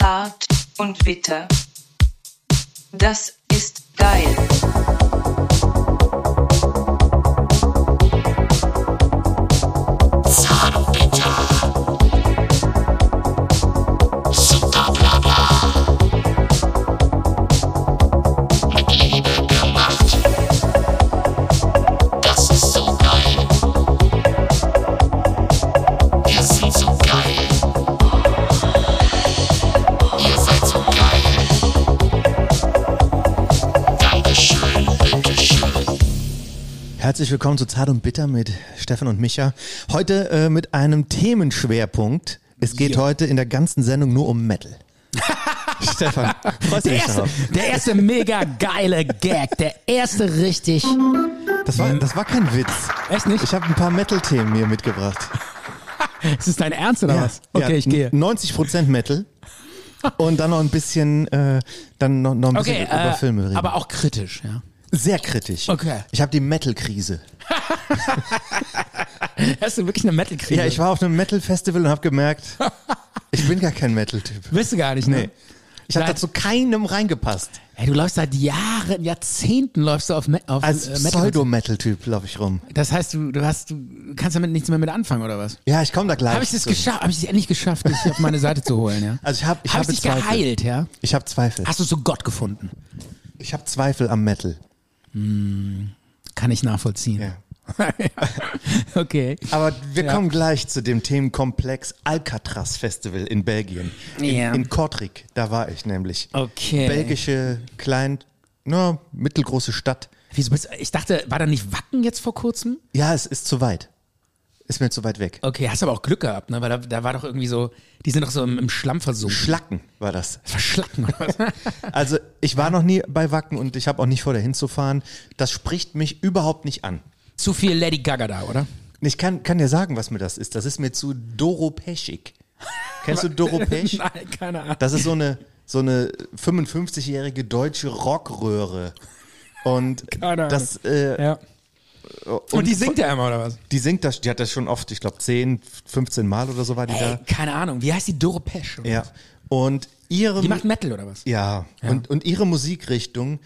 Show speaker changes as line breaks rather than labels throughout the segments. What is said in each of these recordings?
hart und bitter. Das ist geil.
Herzlich willkommen zu Zart und Bitter mit Stefan und Micha. Heute äh, mit einem Themenschwerpunkt. Es geht
Ja.
heute in der ganzen Sendung nur um Metal. Stefan, freust du
Der
dich
erste,
darauf?
der erste mega geile Gag, der erste richtig.
Das war, das war kein Witz.
Echt nicht?
Ich habe ein paar Metal-Themen hier mitgebracht.
Ist es dein Ernst oder Ah, was? Okay, ich gehe.
90 Prozent Metal. Und dann noch ein bisschen, äh, dann noch, noch ein bisschen
Okay,
über Filme
äh,
reden.
aber auch kritisch, ja.
Sehr kritisch.
Okay.
Ich habe die Metal-Krise.
Hast du wirklich eine Metal-Krise?
Ja, ich war auf einem Metal-Festival und habe gemerkt, ich bin gar kein Metal-Typ.
Bist du gar nicht, ne?
Nee. Ich habe
Nein.
dazu keinem reingepasst.
Hey, du läufst seit Jahren, Jahrzehnten läufst du auf, Me auf
Als
äh, Metal.
Pseudo-Metal-Typ laufe ich rum.
Das heißt, du, du, hast, du kannst damit nichts mehr mit anfangen, oder was?
Ja, ich komme da gleich.
Habe ich das
zu.
geschafft? Habe ich es endlich geschafft, dich auf meine Seite zu holen, ja?
Also ich hab- ich
hab
habe
ich dich
Zweifel.
geheilt, ja?
Ich habe Zweifel.
Hast du zu Gott gefunden?
Ich habe Zweifel am Metal.
Kann ich nachvollziehen. okay.
Aber wir
Ja.
kommen gleich zu dem Themenkomplex Alcatraz Festival in Belgien. In,
Ja.
in Kortrijk, da war ich nämlich.
Okay.
Belgische, klein, na, mittelgroße Stadt.
Wieso bist, ich dachte, war da nicht Wacken jetzt vor kurzem?
Ja, es ist zu weit. Ist mir zu weit weg.
Okay, hast aber auch Glück gehabt, ne? Weil da, da war doch irgendwie so, die sind doch so im, im Schlamm versunken.
Schlacken war das.
Verschlacken oder was?
Also ich war noch nie bei Wacken und ich habe auch nicht vor, da hinzufahren. Das spricht mich überhaupt nicht an.
Zu viel Lady Gaga da, oder?
Ich kann, kann dir sagen, was mir das ist. Das ist mir zu Doro Peschig. Kennst du Doro Pesch?
Nein, keine Ahnung.
Das ist so eine, so eine 55-jährige deutsche Rockröhre. Und
Keine Ahnung.
das, äh,
ja. Und, die singt ja immer, oder was?
die singt das, die hat das schon oft, ich glaube 10, 15 Mal oder so war die
Ey, keine Ahnung. Wie heißt die Doro Pesch?
da. Ja. Und ihre
Die macht Metal, oder was?
Ja, Und, und ihre Musikrichtung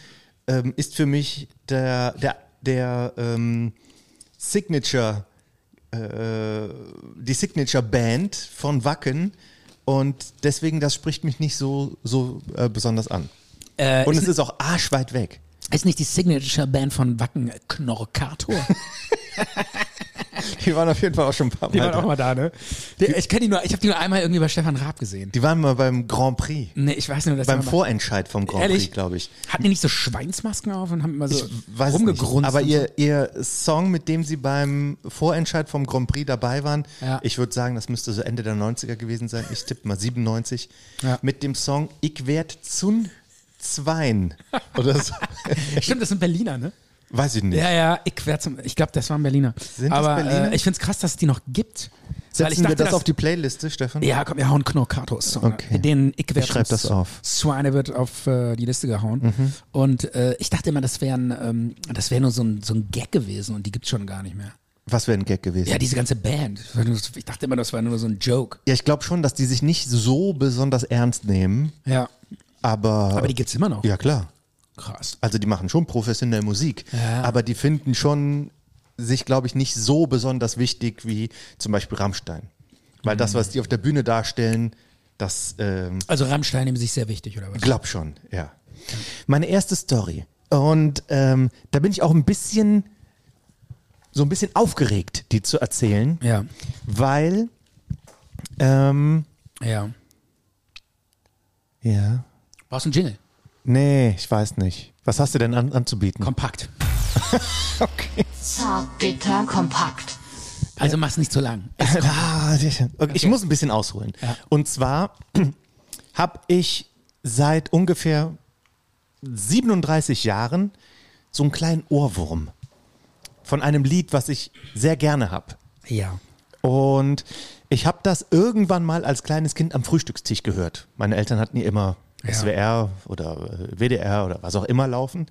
ähm, ist für mich der, der, der ähm, Signature, äh, die Signature-Band von Wacken. Und deswegen, das spricht mich nicht so, so äh, besonders an.
Äh,
Und
ist,
es ist auch arschweit weg.
ist nicht die Signature-Band von Wacken äh, Knorkator?
Die waren auf jeden Fall auch schon ein paar Mal. da.
mal da, ne? Der, ich kenne die nur, ich habe die nur einmal irgendwie bei Stefan Raab gesehen.
Die waren mal beim Grand Prix.
Nee, ich weiß nur, dass
Beim
die mal-
Vorentscheid vom Grand
Mhm. Ehrlich?
Prix, glaube ich.
Hatten die nicht so Schweinsmasken auf und haben immer so
Weiß es
rumgegrunzt?
Nicht. Aber
und
ihr, ihr Song, mit dem sie beim Vorentscheid vom Grand Prix dabei waren,
Ja.
ich würde sagen, das müsste so Ende der 90er gewesen sein. Ich tippe mal 97.
Ja.
Mit dem Song Ich werd zun Zwein. Oder so.
so. Stimmt, das sind Berliner, ne?
Weiß ich nicht.
Ja, ja, ich werd zum, ich glaube, das waren Berliner.
Sind das
Aber
Berliner?
Äh, ich find's krass, dass es die noch gibt. weil ich
Setzen
dachte,
wir das
dass-
auf die Playliste, Stefan?
Ja, komm, wir hauen Knorkatos Song.
Okay.
Den ich werd
Ich schreib
zum-
das auf. Mhm.
Swine wird auf äh, die Liste gehauen. Und äh, ich dachte immer, das wären, ähm, das wäre nur so ein, so ein Gag gewesen und die gibt's schon gar nicht mehr.
Was wäre ein Gag gewesen?
Ja, diese ganze Band. Ich dachte immer, das war nur so ein Joke.
Ja, ich glaube schon, dass die sich nicht so besonders ernst nehmen,
Ja.
aber.
Aber die gibt's immer noch.
ja, klar.
Krass.
Also die machen schon professionell Musik, aber die finden schon sich, glaube ich, nicht so besonders wichtig wie zum Beispiel Rammstein. Weil das, was die auf der Bühne darstellen, das ähm,
Also Rammstein nehmen sich sehr wichtig, oder was?
glaub schon, ja. Meine erste Story. Und ähm, da bin ich auch ein bisschen, so ein bisschen aufgeregt, die zu erzählen,
Ja.
weil, ähm,
Ja.
ja,
Brauchst du einen Jingle?
nee, ich weiß nicht. Was hast du denn an, anzubieten?
Kompakt.
Okay.
Zart, bitter, kompakt.
Also mach's nicht zu lang.
Ah, sehr schön. Okay, Ich
Okay.
muss ein bisschen ausholen.
Ja.
Und zwar habe ich seit ungefähr 37 Jahren so einen kleinen Ohrwurm von einem Lied, was ich sehr gerne habe.
Ja.
Und ich habe das irgendwann mal als kleines Kind am Frühstückstisch gehört. Meine Eltern hatten hier immer
Ja.
SWR oder äh, WDR oder was auch immer laufen.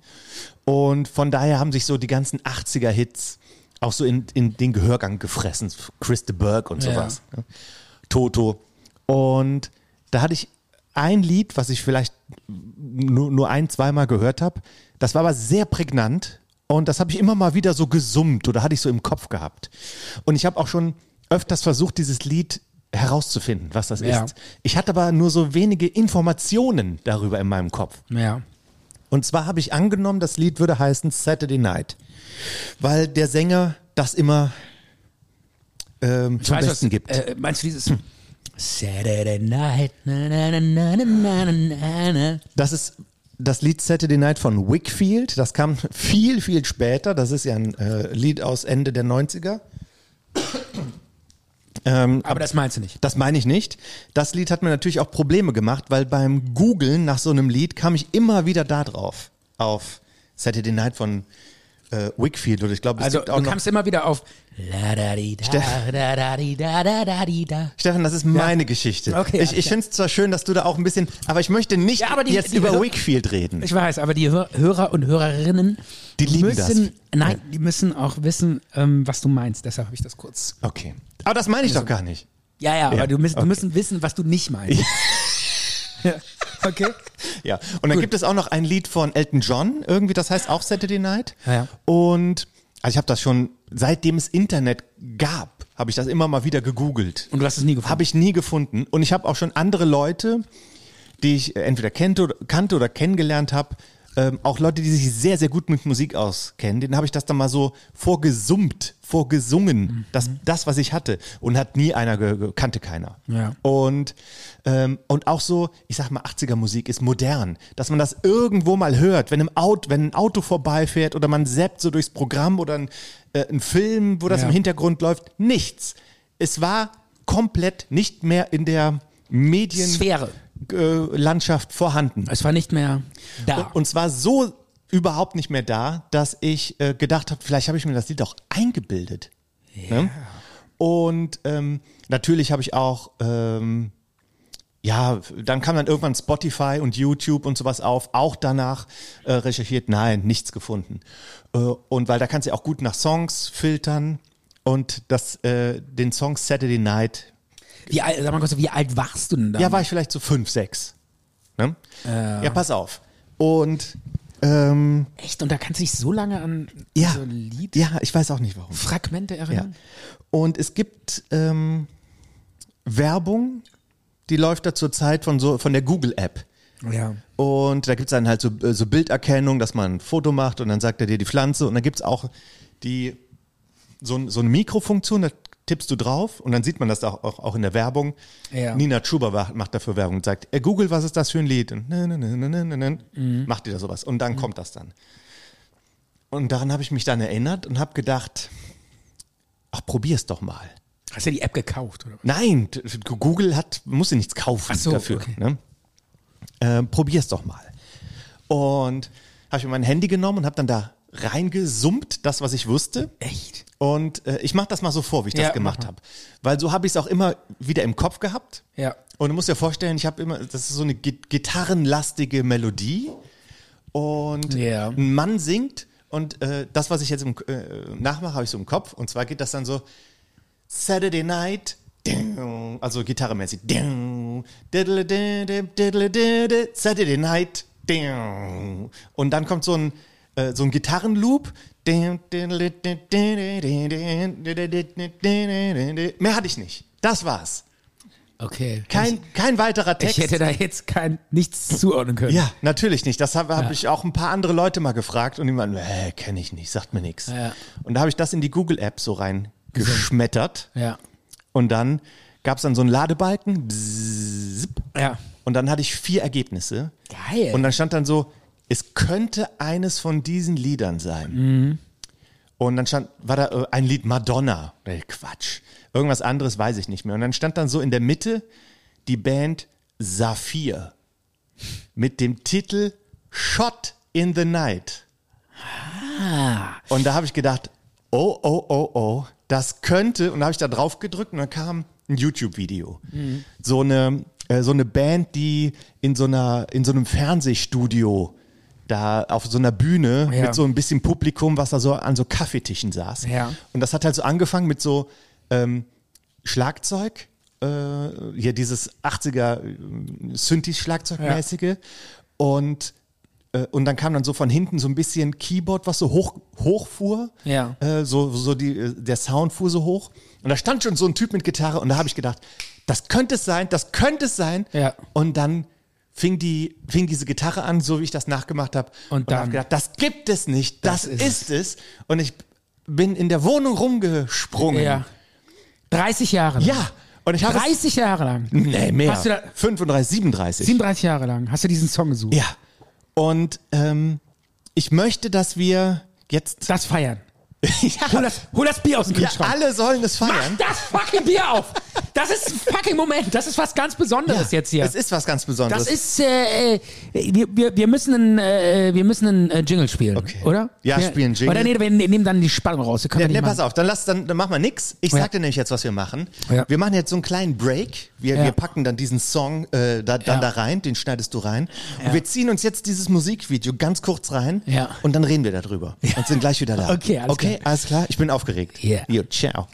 Und von daher haben sich so die ganzen 80er-Hits auch so in, in den Gehörgang gefressen. Chris de Burgh und
Ja.
sowas. ne? Toto. Und da hatte ich ein Lied, was ich vielleicht nur, nur ein, zweimal gehört habe. Das war aber sehr prägnant und das habe ich immer mal wieder so gesummt oder hatte ich so im Kopf gehabt. Und ich habe auch schon öfters versucht, dieses Lied herauszufinden, was das
Ja.
ist. Ich hatte aber nur so wenige Informationen darüber in meinem Kopf.
Ja.
Und zwar habe ich angenommen, das Lied würde heißen Saturday Night, weil der Sänger das immer ähm, zum Besten
was,
gibt.
Äh, meinst du dieses Saturday Night? Na, na, na, na, na, na, na, na.
Das ist das Lied Saturday Night von Wickfield. Das kam viel, viel später. Das ist ja ein äh, Lied aus Ende der 90er. Ähm,
Aber das meinst du nicht.
das meine ich nicht. Das Lied hat mir natürlich auch Probleme gemacht, weil beim Googlen nach so einem Lied kam ich immer wieder da drauf. Auf Saturday Night von äh, Wickfield. Oder ich glaube, es
Also
gibt auch
du
noch
kamst immer wieder auf la da di da
Steff-
da da di da da da di da.
Steffen, das ist meine Geschichte.
Okay,
ich
alles
ich
klar.
finde es zwar schön, dass du da auch ein bisschen, aber ich möchte nicht
Ja, aber die-
jetzt
die-
über Wakefield reden.
Ich weiß, aber die Hör Hörer und Hörerinnen
Die lieben das.
müssen, Nein, die müssen auch wissen, ähm, was du meinst. Deshalb habe ich das kurz.
okay. Aber das meine ich
Also
doch gar nicht.
Ja, ja, aber
Ja,
du müssen,
okay.
die müssen wissen, was du nicht meinst. Ja. Okay.
Ja. Und dann gibt es auch noch ein Lied von Elton John, irgendwie, das heißt auch Saturday Night.
Ja, ja.
Und also ich habe das schon, seitdem es Internet gab, habe ich das immer mal wieder gegoogelt.
Und du hast es nie gefunden.
Habe ich nie gefunden. Und ich habe auch schon andere Leute, die ich äh, entweder kannte oder, kannte oder kennengelernt habe, ähm, auch Leute, die sich sehr, sehr gut mit Musik auskennen, denen habe ich das dann mal so vorgesummt, vorgesungen,
Mhm.
das, das, was ich hatte. Und hat nie einer, ge ge- kannte keiner.
Ja.
Und, ähm, und auch so, ich sag mal, 80er Musik ist modern, dass man das irgendwo mal hört, wenn, im Auto, wenn ein Auto vorbeifährt oder man zappt so durchs Programm oder ein, äh, ein Film, wo das
Ja.
im Hintergrund läuft, nichts. Es war komplett nicht mehr in der Medien
Sphäre.
äh, Landschaft vorhanden.
Es war nicht mehr da.
Und zwar so überhaupt nicht mehr da, dass ich äh, gedacht habe, vielleicht habe ich mir das Lied auch eingebildet. Ne? Und ähm, natürlich habe ich auch, ähm, ja, dann kam dann irgendwann Spotify und YouTube und sowas auf, auch danach äh, recherchiert, nein, nichts gefunden. Äh, und weil da kannst du ja auch gut nach Songs filtern und das, äh, den Song Saturday Night
wie, alt, sag mal kurz, wie alt warst du denn da?
ja, war ich vielleicht so fünf, sechs. Ne? Ja, pass auf. Und ähm,
Echt? Und da kannst du dich so lange an
ja,
so Liedfragmente
ja, ich weiß auch nicht warum. Ja.
erinnern?
Und es gibt ähm, Werbung, die läuft da zur Zeit von so von der Google App.
Ja.
Und da gibt's dann halt so, äh, so Bilderkennung, dass man ein Foto macht und dann sagt er dir die Pflanze. Und dann gibt's auch die, so, ein- so eine Mikrofunktion, da tippst du drauf und dann sieht man das auch, auch, auch in der Werbung.
Ja.
Nina Schuber wa- macht dafür Werbung und sagt, äh, Google, was ist das für ein Lied? Und ne, ne, ne, ne, ne, ne, ne. macht ihr da sowas. Und dann kommt das dann. Und daran habe ich mich dann erinnert und habe gedacht, ach, probier's doch mal.
Hast du die App gekauft? Oder? was?
Nein, t- Google hat, muss sie nichts kaufen
Ach so,
dafür.
okay.
Ne? Ähm, probier's doch mal. Und habe ich mir mein Handy genommen und habe dann da reingesummt, das, was ich wusste.
Echt?
Und äh, ich mache das mal so vor, wie ich
Ja,
das gemacht
mach mal.
habe. Weil so habe ich es auch immer wieder im Kopf gehabt.
Ja.
Und du musst dir vorstellen, ich habe immer, das ist so eine Gi- gitarrenlastige Melodie und
Ja.
ein Mann singt und äh, das, was ich jetzt im, äh, nachmache, habe ich so im Kopf und zwar geht das dann so Saturday Night, ding, also gitarremäßig, ding, diddle-didde, diddle-didde, Saturday Night, ding. und dann kommt so ein äh, so ein Gitarrenloop. Ding, diddle-didde, Mehr hatte ich nicht. Das war's.
Okay.
Kein, kein weiterer
ich, ich
Text.
hätte da jetzt kein nichts zuordnen können.
ja, natürlich nicht. Das habe hab ich auch ein paar andere Leute mal gefragt und die waren, äh, kenne ich nicht, sagt mir nichts.
Ja.
Und da habe ich das in die Google-App so reingeschmettert
Ja.
und dann gab es dann so einen Ladebalken bzzzt,
Ja.
und dann hatte ich vier Ergebnisse.
Geil.
Und dann stand dann so, es könnte eines von diesen Liedern sein.
Mhm.
Und dann stand, war da äh, ein Lied Madonna. Ey, Quatsch. Irgendwas anderes weiß ich nicht mehr. Und dann stand dann so in der Mitte die Band Saphir mit dem Titel Shot in the Night. Und da habe ich gedacht, oh, oh, oh, oh, das könnte, und da habe ich da drauf gedrückt und dann kam ein YouTube-Video. So, eine, äh, so eine Band, die in so, einer, in so einem Fernsehstudio da auf so einer Bühne
Ja.
mit so ein bisschen Publikum, was da so an so Kaffeetischen saß.
Ja.
Und das hat halt so angefangen mit so ähm, Schlagzeug äh, hier dieses 80er äh, Synthi-Schlagzeugmäßige und äh, und dann kam dann so von hinten so ein bisschen Keyboard, was so hoch, hoch fuhr.
Ja.
Äh, so, so die, äh, der Sound fuhr so hoch. Und da stand schon so ein Typ mit Gitarre und da habe ich gedacht, das könnte es sein, das könnte es sein.
Ja.
Und dann fing, die, fing diese Gitarre an, so wie ich das nachgemacht habe.
Und
hab
dann-
gedacht, das gibt es nicht, das,
Das ist
ist es. Und ich bin in der Wohnung rumgesprungen.
Ja. 30 Jahre. Lang.
Ja, und ich habe.
30 Jahre lang.
Nee, mehr.
Hast du da-
35, 37.
37 Jahre lang hast du diesen Song gesucht.
ja. Und ähm, ich möchte, dass wir jetzt.
Das feiern. Hol
ja,
das, hol das Bier aus dem
ja,
Kühlschrank.
alle sollen es
Mach
feiern.
das fucking Bier auf. Das ist ein fucking Moment. Das ist was ganz Besonderes jetzt hier.
Es ist was ganz Besonderes.
Das ist, äh, äh, wir, wir, wir müssen einen, äh, wir müssen einen äh, Jingle spielen,
Okay.
oder?
Ja,
wir,
spielen Jingle.
Oder nee, wir nehmen dann die Spannung raus. Wir können
Ja,
ja,
ne,
nicht
pass
machen.
auf, dann lass, dann, dann machen wir nix. Ich
Ja. Oh
sag dir nämlich jetzt, was wir machen.
Ja.
Wir machen jetzt so einen kleinen Break. Wir,
Ja.
wir packen dann diesen Song äh, da, dann
Ja.
da rein, den schneidest du rein. Und wir ziehen uns jetzt dieses Musikvideo ganz kurz rein
Ja.
und dann reden wir darüber. Und sind gleich wieder da.
Okay, alles
okay,
klar.
alles klar. Ich bin aufgeregt.
Yeah.
Jo, ciao.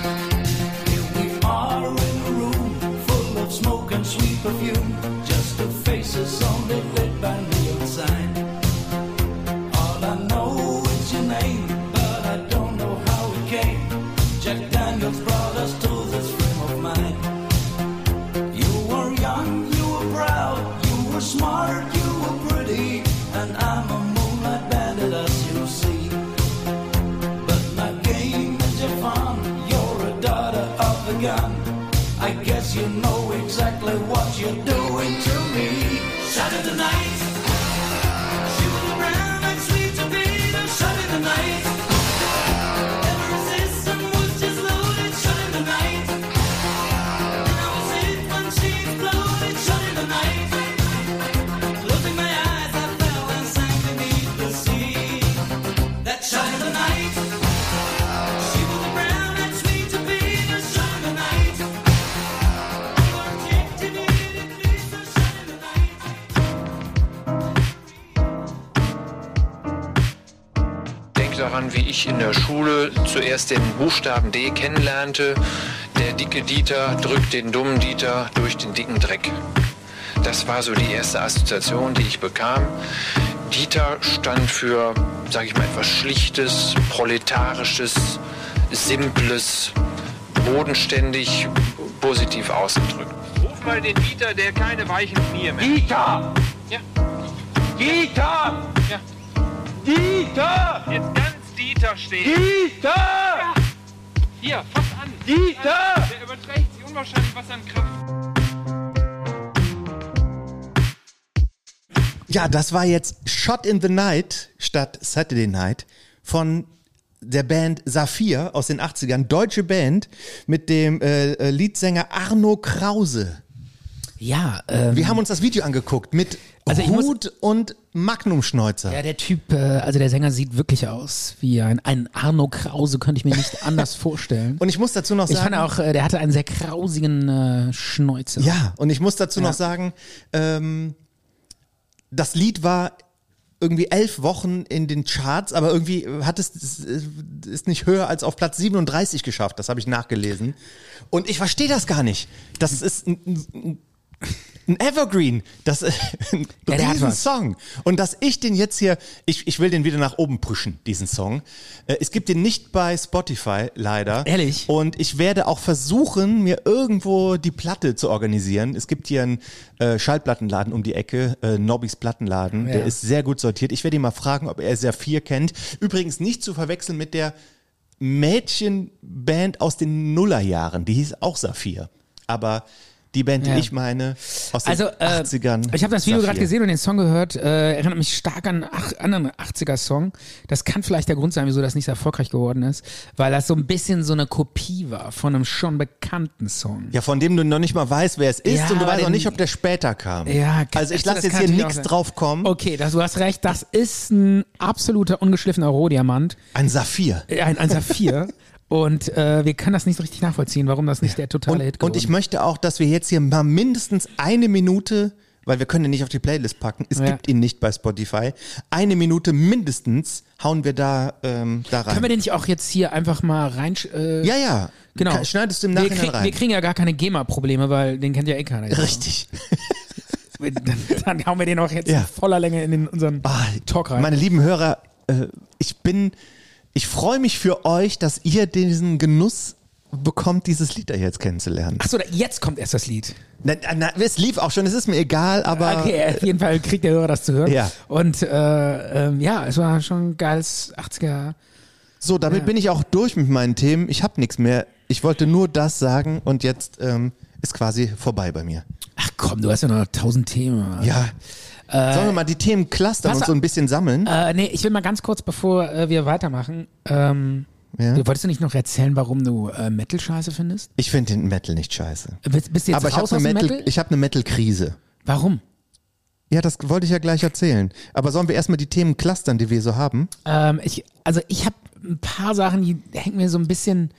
We are in a room full of smoke and sweet perfume. Just the faces only lit by neon sign. All I know is your name, but I don't know how it came. Jack Daniels brought us to this frame of mind. You were young, you were proud, you were smart, you were pretty, and I'm a moonlight bandit as you see. But my game is your fun. You're a daughter of the gun. I guess you know exactly what you're doing to me. Saturday night. She was around and sweet to be the Saturday night. Every system was just loaded. Saturday night. And I was it when she exploded. Saturday night. Closing my eyes, I fell and sank beneath the sea. That Saturday night. She was around and sweet to be the Saturday night. I was captivated, please, the Saturday night.
Denk daran, wie ich in der Schule zuerst den Buchstaben D kennenlernte. Der dicke Dieter drückt den dummen Dieter durch den dicken Dreck. Das war so die erste Assoziation, die ich bekam. Dieter stand für, sage ich mal, etwas Schlichtes, Proletarisches, Simples, bodenständig, positiv ausgedrückt.
Ruf mal den Dieter, der keine weichen Knie mehr.
Dieter!
Ja.
Dieter!
Ja.
Dieter!
hat. Jetzt ganz Dieter stehen.
Dieter!
Hier, fass an. Also,
Dieter!
Der überträgt sich unwahrscheinlich was an Kraft.
Ja, das war jetzt Shot in the Night statt Saturday Night von der Band Saphir aus den 80ern, deutsche Band mit dem äh, äh, Leadsänger Arno Krause.
Ja, ähm,
Wir haben uns das Video angeguckt mit
Also ich muss-
Hut und Magnumschneuzer.
ja, der Typ, äh, also der Sänger sieht wirklich aus wie ein, ein Arno Krause, könnte ich mir nicht anders vorstellen.
Und ich muss dazu noch
Ich
sagen,
fand auch, äh, der hatte einen sehr krausigen äh, Schnäuzer.
ja, und ich muss dazu noch sagen, ähm, das Lied war irgendwie elf Wochen in den Charts, aber irgendwie hat es es ist nicht höher als auf Platz 37 geschafft. Das habe ich nachgelesen. Und ich verstehe das gar nicht. Das ist ein, ein, ein Evergreen, das ist ein
Ja, der hat
riesen
was.
Song. Und dass ich den jetzt hier, ich, ich will den wieder nach oben pushen, diesen Song. Äh, Es gibt den nicht bei Spotify, leider.
Ehrlich?
Und ich werde auch versuchen, mir irgendwo die Platte zu organisieren. Es gibt hier einen äh, Schallplattenladen um die Ecke, äh, Nobbys Plattenladen.
Ja.
Der ist sehr gut sortiert. Ich werde ihn mal fragen, ob er sehr viel kennt. Übrigens nicht zu verwechseln mit der Mädchenband aus den Nullerjahren. Die hieß auch Saphir. Aber die Band, die
Ja.
ich meine, aus den
Also, äh,
80ern.
ich habe das Video
Saphir.
gerade gesehen und den Song gehört. Äh, erinnert mich stark an einen ach, anderen 80er-Song. Das kann vielleicht der Grund sein, wieso das nicht so erfolgreich geworden ist, weil das so ein bisschen so eine Kopie war von einem schon bekannten Song.
Ja, von dem du noch nicht mal weißt, wer es ist
Ja,
und du
aber
weißt auch
den-
nicht, ob der später kam.
Ja, kann-
also ich
also
lasse
das
jetzt hier
kann natürlich auch
nichts
sein.
drauf kommen.
Okay, das, du hast recht. Das ist ein absoluter ungeschliffener Rohdiamant,
Ein Saphir.
äh, ein, ein Saphir. und äh, wir können das nicht so richtig nachvollziehen, warum das nicht der totale Hit
Und,
geworden
und ich möchte auch, dass wir jetzt hier mal mindestens eine Minute, weil wir können ihn nicht auf die Playlist packen, es
Ja.
gibt ihn nicht bei Spotify, eine Minute mindestens hauen wir da, ähm, da rein.
Können wir den nicht auch jetzt hier einfach mal rein? Äh,
ja, ja.
genau.
Ka- Schneidest du im
wir,
Nachhinein
krieg,
rein.
wir kriegen ja gar keine GEMA-Probleme, weil den kennt ja eh keiner. jetzt.
Richtig.
Dann, dann hauen wir den auch jetzt
Ja.
in voller Länge in den, unseren
Ah,
Talk rein.
Meine lieben Hörer, äh, ich bin, ich freue mich für euch, dass ihr diesen Genuss bekommt, dieses Lied da jetzt kennenzulernen.
Achso, da- jetzt kommt erst das Lied.
Na, na, es lief auch schon, es ist mir egal, aber
Okay, auf jeden Fall kriegt der Hörer das zu hören.
Ja.
Und äh, ähm, ja, es war schon ein geiles 80er.
so, damit bin ich auch durch mit meinen Themen. Ich habe nichts mehr. Ich wollte nur das sagen und jetzt ähm, ist quasi vorbei bei mir.
Ach komm, du hast ja noch tausend Themen.
Ja. Sollen wir mal die Themen clustern
Äh, pass
und
auf.
so ein bisschen sammeln?
Äh, nee, ich will mal ganz kurz, bevor äh, wir weitermachen. Ähm,
Ja.
du, wolltest du nicht noch erzählen, warum du äh, Metal scheiße findest?
Ich finde den Metal nicht scheiße.
Äh, Bist, bist du jetzt
aber ich
raus
habe
aus
eine
dem
Metal,
Metal?
ich hab eine Metal-Krise.
Warum?
Ja, das wollte ich ja gleich erzählen. Aber sollen wir erstmal die Themen clustern, die wir so haben?
Ähm, ich, also ich habe ein paar Sachen, die hängen mir so ein bisschen,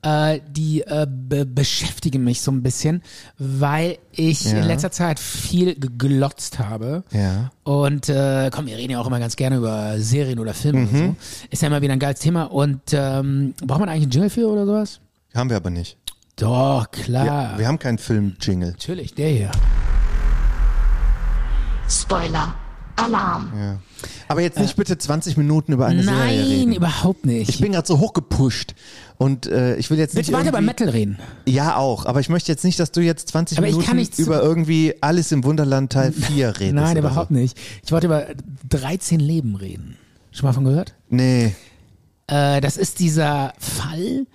äh, die äh, be beschäftigen mich so ein bisschen, weil ich
Ja.
in letzter Zeit viel geglotzt habe.
Ja.
Und äh, komm, wir reden ja auch immer ganz gerne über Serien oder Filme und
Mhm.
so. Ist ja immer wieder ein geiles Thema. Und ähm, braucht man eigentlich einen Jingle für oder sowas?
Haben wir aber nicht.
Doch,
Wir,
klar.
wir haben keinen Film-Jingle.
Natürlich, der hier.
Spoiler. Alarm.
Aber jetzt nicht bitte 20 Minuten über eine
Äh. Nein,
Serie reden.
überhaupt nicht.
ich bin gerade so hochgepusht und äh, ich will jetzt
Willst
nicht
du weiter über
irgendwie-
Metal reden?
Ja, auch, aber ich möchte jetzt nicht, dass du jetzt 20
Aber ich kann
Minuten
nicht zu-
über irgendwie Alles im Wunderland Teil 4 redest.
Nein,
oder
überhaupt
so.
nicht. Ich wollte über 13 Leben reden. Schon mal von gehört?
Nee,
Äh, das ist dieser Fall,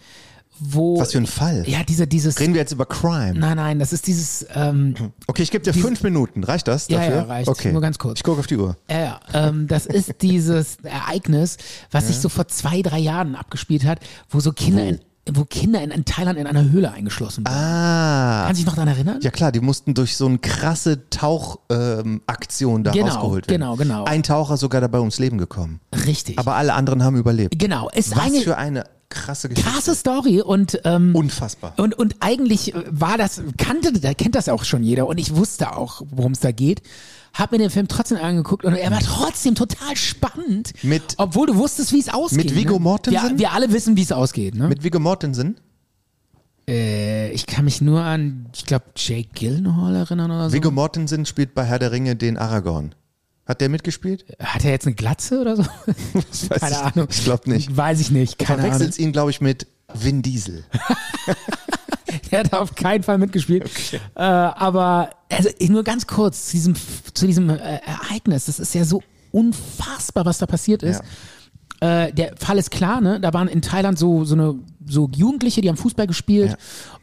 wo.
was für ein Fall.
Oh, Ja, dieser, dieses.
Reden wir jetzt über Crime.
Nein, nein, das ist dieses. Ähm,
Okay, ich gebe dir fünf Minuten. Reicht das?
Ja,
dafür?
ja, reicht.
Okay.
Nur ganz kurz.
Ich gucke auf die Uhr.
ja, ja, ähm, das ist dieses Ereignis, was sich so vor zwei, drei Jahren abgespielt hat, wo so Kinder in wo Kinder in, in Thailand in einer Höhle eingeschlossen wurden.
Ah.
Kann sich noch daran erinnern?
Ja klar, die mussten durch so eine krasse Tauchaktion ähm, Aktion da
Genau,
rausgeholt werden.
genau, genau.
Ein Taucher sogar dabei ums Leben gekommen.
Richtig.
Aber alle anderen haben überlebt.
genau, ist
Was
eine
für eine krasse Geschichte.
krasse Story und ähm,
Unfassbar.
Und, und eigentlich äh, war das, kannte, da kennt das auch schon jeder und ich wusste auch, worum es da geht. Hab mir den Film trotzdem angeguckt und er war trotzdem total spannend.
Mit-
obwohl du wusstest, wie es ausgeht.
Mit Viggo
ne?
Mortensen?
Wir, wir alle wissen, wie es ausgeht. Ne?
Mit Viggo Mortensen?
äh, ich kann mich nur an, ich glaube, Jake Gyllenhaal erinnern oder so.
Viggo Mortensen spielt bei Herr der Ringe den Aragorn. Hat der mitgespielt?
Hat er jetzt eine Glatze oder so?
weiß
Keine
ich-
Ahnung.
ich glaub nicht.
Weiß ich nicht.
Du
Keine Ahnung.
verwechselst ihn, glaube ich, mit Vin Diesel.
Der hat auf keinen Fall mitgespielt. Äh, aber also ich- nur ganz kurz zu diesem, zu diesem äh, Ereignis. Das ist ja so unfassbar, was da passiert ist. Äh, der Fall ist klar, ne? Da waren in Thailand so, so eine so Jugendliche, die haben Fußball gespielt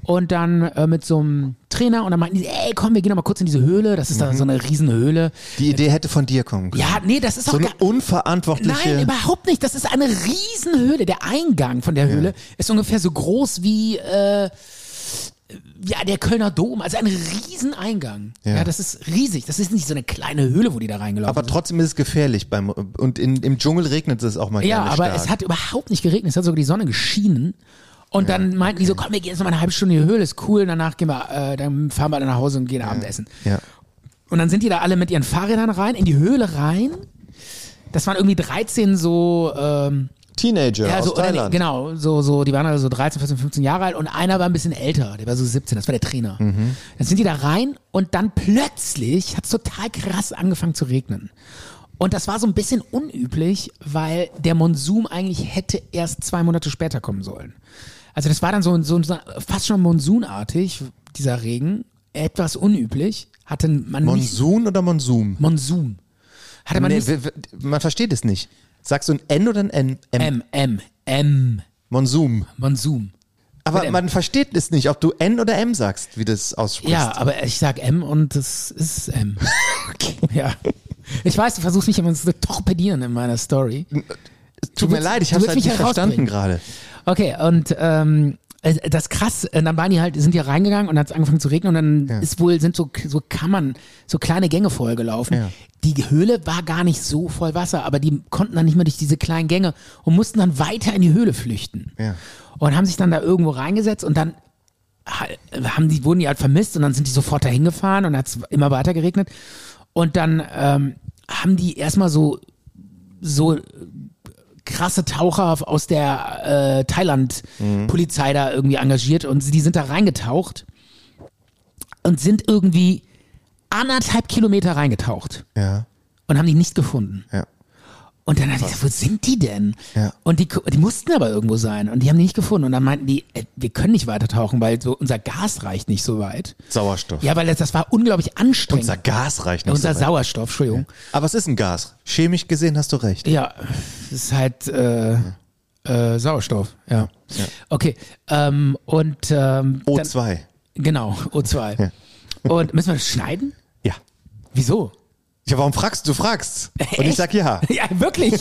und dann äh, mit so einem Trainer und dann meinten die, ey komm, wir gehen noch mal kurz in diese Höhle. Das ist
Mhm.
da so eine riesen Höhle.
Die Idee hätte von dir kommen können.
Ja, nee, das ist
so
doch
eine
gar-
unverantwortliche...
Nein, überhaupt nicht. Das ist eine Riesenhöhle. Der Eingang von der Höhle ist ungefähr so groß wie äh, ja, der Kölner Dom. Also ein Rieseneingang. Ja.
Ja.
das ist riesig. Das ist nicht so eine kleine Höhle, wo die da reingelaufen
aber
sind.
trotzdem ist es gefährlich. Beim, und in, im Dschungel regnet es auch mal
Ja,
gerne
aber
stark.
es hat überhaupt nicht geregnet. Es hat sogar die Sonne geschienen. Und dann meinten die so, komm, wir gehen jetzt noch mal eine halbe Stunde in die Höhle, ist cool. Und danach gehen wir, äh, dann fahren wir alle nach Hause und gehen Abendessen.
Ja.
Und dann sind die da alle mit ihren Fahrrädern rein, in die Höhle rein. Das waren irgendwie 13 so... Ähm,
Teenager
Ja,
aus
so, oder nee,
Thailand.
genau, so, so, die waren alle so 13, 14, 15 Jahre alt und einer war ein bisschen älter, der war so 17, das war der Trainer.
Mhm.
Dann sind die da rein und dann plötzlich hat es total krass angefangen zu regnen. Und das war so ein bisschen unüblich, weil der Monsum eigentlich hätte erst zwei Monate später kommen sollen. Also das war dann so, so, so fast schon monsunartig, dieser Regen, etwas unüblich, hatte man nicht
Monsun oder Monsum?
Monsum. Hatte man
Nee,
nicht
w- w- man versteht es nicht. Sagst du ein N oder ein N? M.
M, M, M,
Monsum.
Monsum.
Aber
Mit M.
man versteht es nicht, ob du N oder M sagst, wie du es aussprichst.
Ja, aber ich sag M und das ist M. Ja. Ich weiß, du versuchst mich immer zu torpedieren in meiner Story.
Tut mir
willst-
leid, ich
du
habe es
willst
halt
mich
nicht verstanden
herausbringen.
gerade.
Okay, und ähm, äh, das krass, äh, dann waren die halt, sind die reingegangen und hat es angefangen zu regnen und dann ist wohl, sind so, so Kammern, so kleine Gänge vollgelaufen.
Ja.
Die Höhle war gar nicht so voll Wasser, aber die konnten dann nicht mehr durch diese kleinen Gänge und mussten dann weiter in die Höhle flüchten.
Ja.
Und haben sich dann da irgendwo reingesetzt und dann ha- haben die, wurden die halt vermisst und dann sind die sofort dahin gefahren und hat es immer weiter geregnet. Und dann ähm, haben die erstmal so, so krasse Taucher aus der äh, Thailand-Polizei da irgendwie engagiert und die sind da reingetaucht und sind irgendwie anderthalb Kilometer reingetaucht
Ja,
und haben die nicht gefunden.
ja.
Und dann dachte ich, wo sind die denn?
Ja.
Und die, die mussten aber irgendwo sein und die haben die nicht gefunden. Und dann meinten die, äh, wir können nicht weiter tauchen, weil so unser Gas reicht nicht so weit.
Sauerstoff.
Ja, weil das, das war unglaublich anstrengend.
Unser Gas reicht nicht.
Unser
so weit.
Sauerstoff, Entschuldigung.
Aber es ist ein Gas. Chemisch gesehen hast du recht.
Ja, es ist halt äh, äh, Sauerstoff. Ja. Okay. Ähm, und ähm, dann-
O2.
genau O2. Und müssen wir das schneiden?
Ja.
Wieso?
Ja, warum fragst du? fragst. Und ich
Echt?
sag ja.
Ja, wirklich.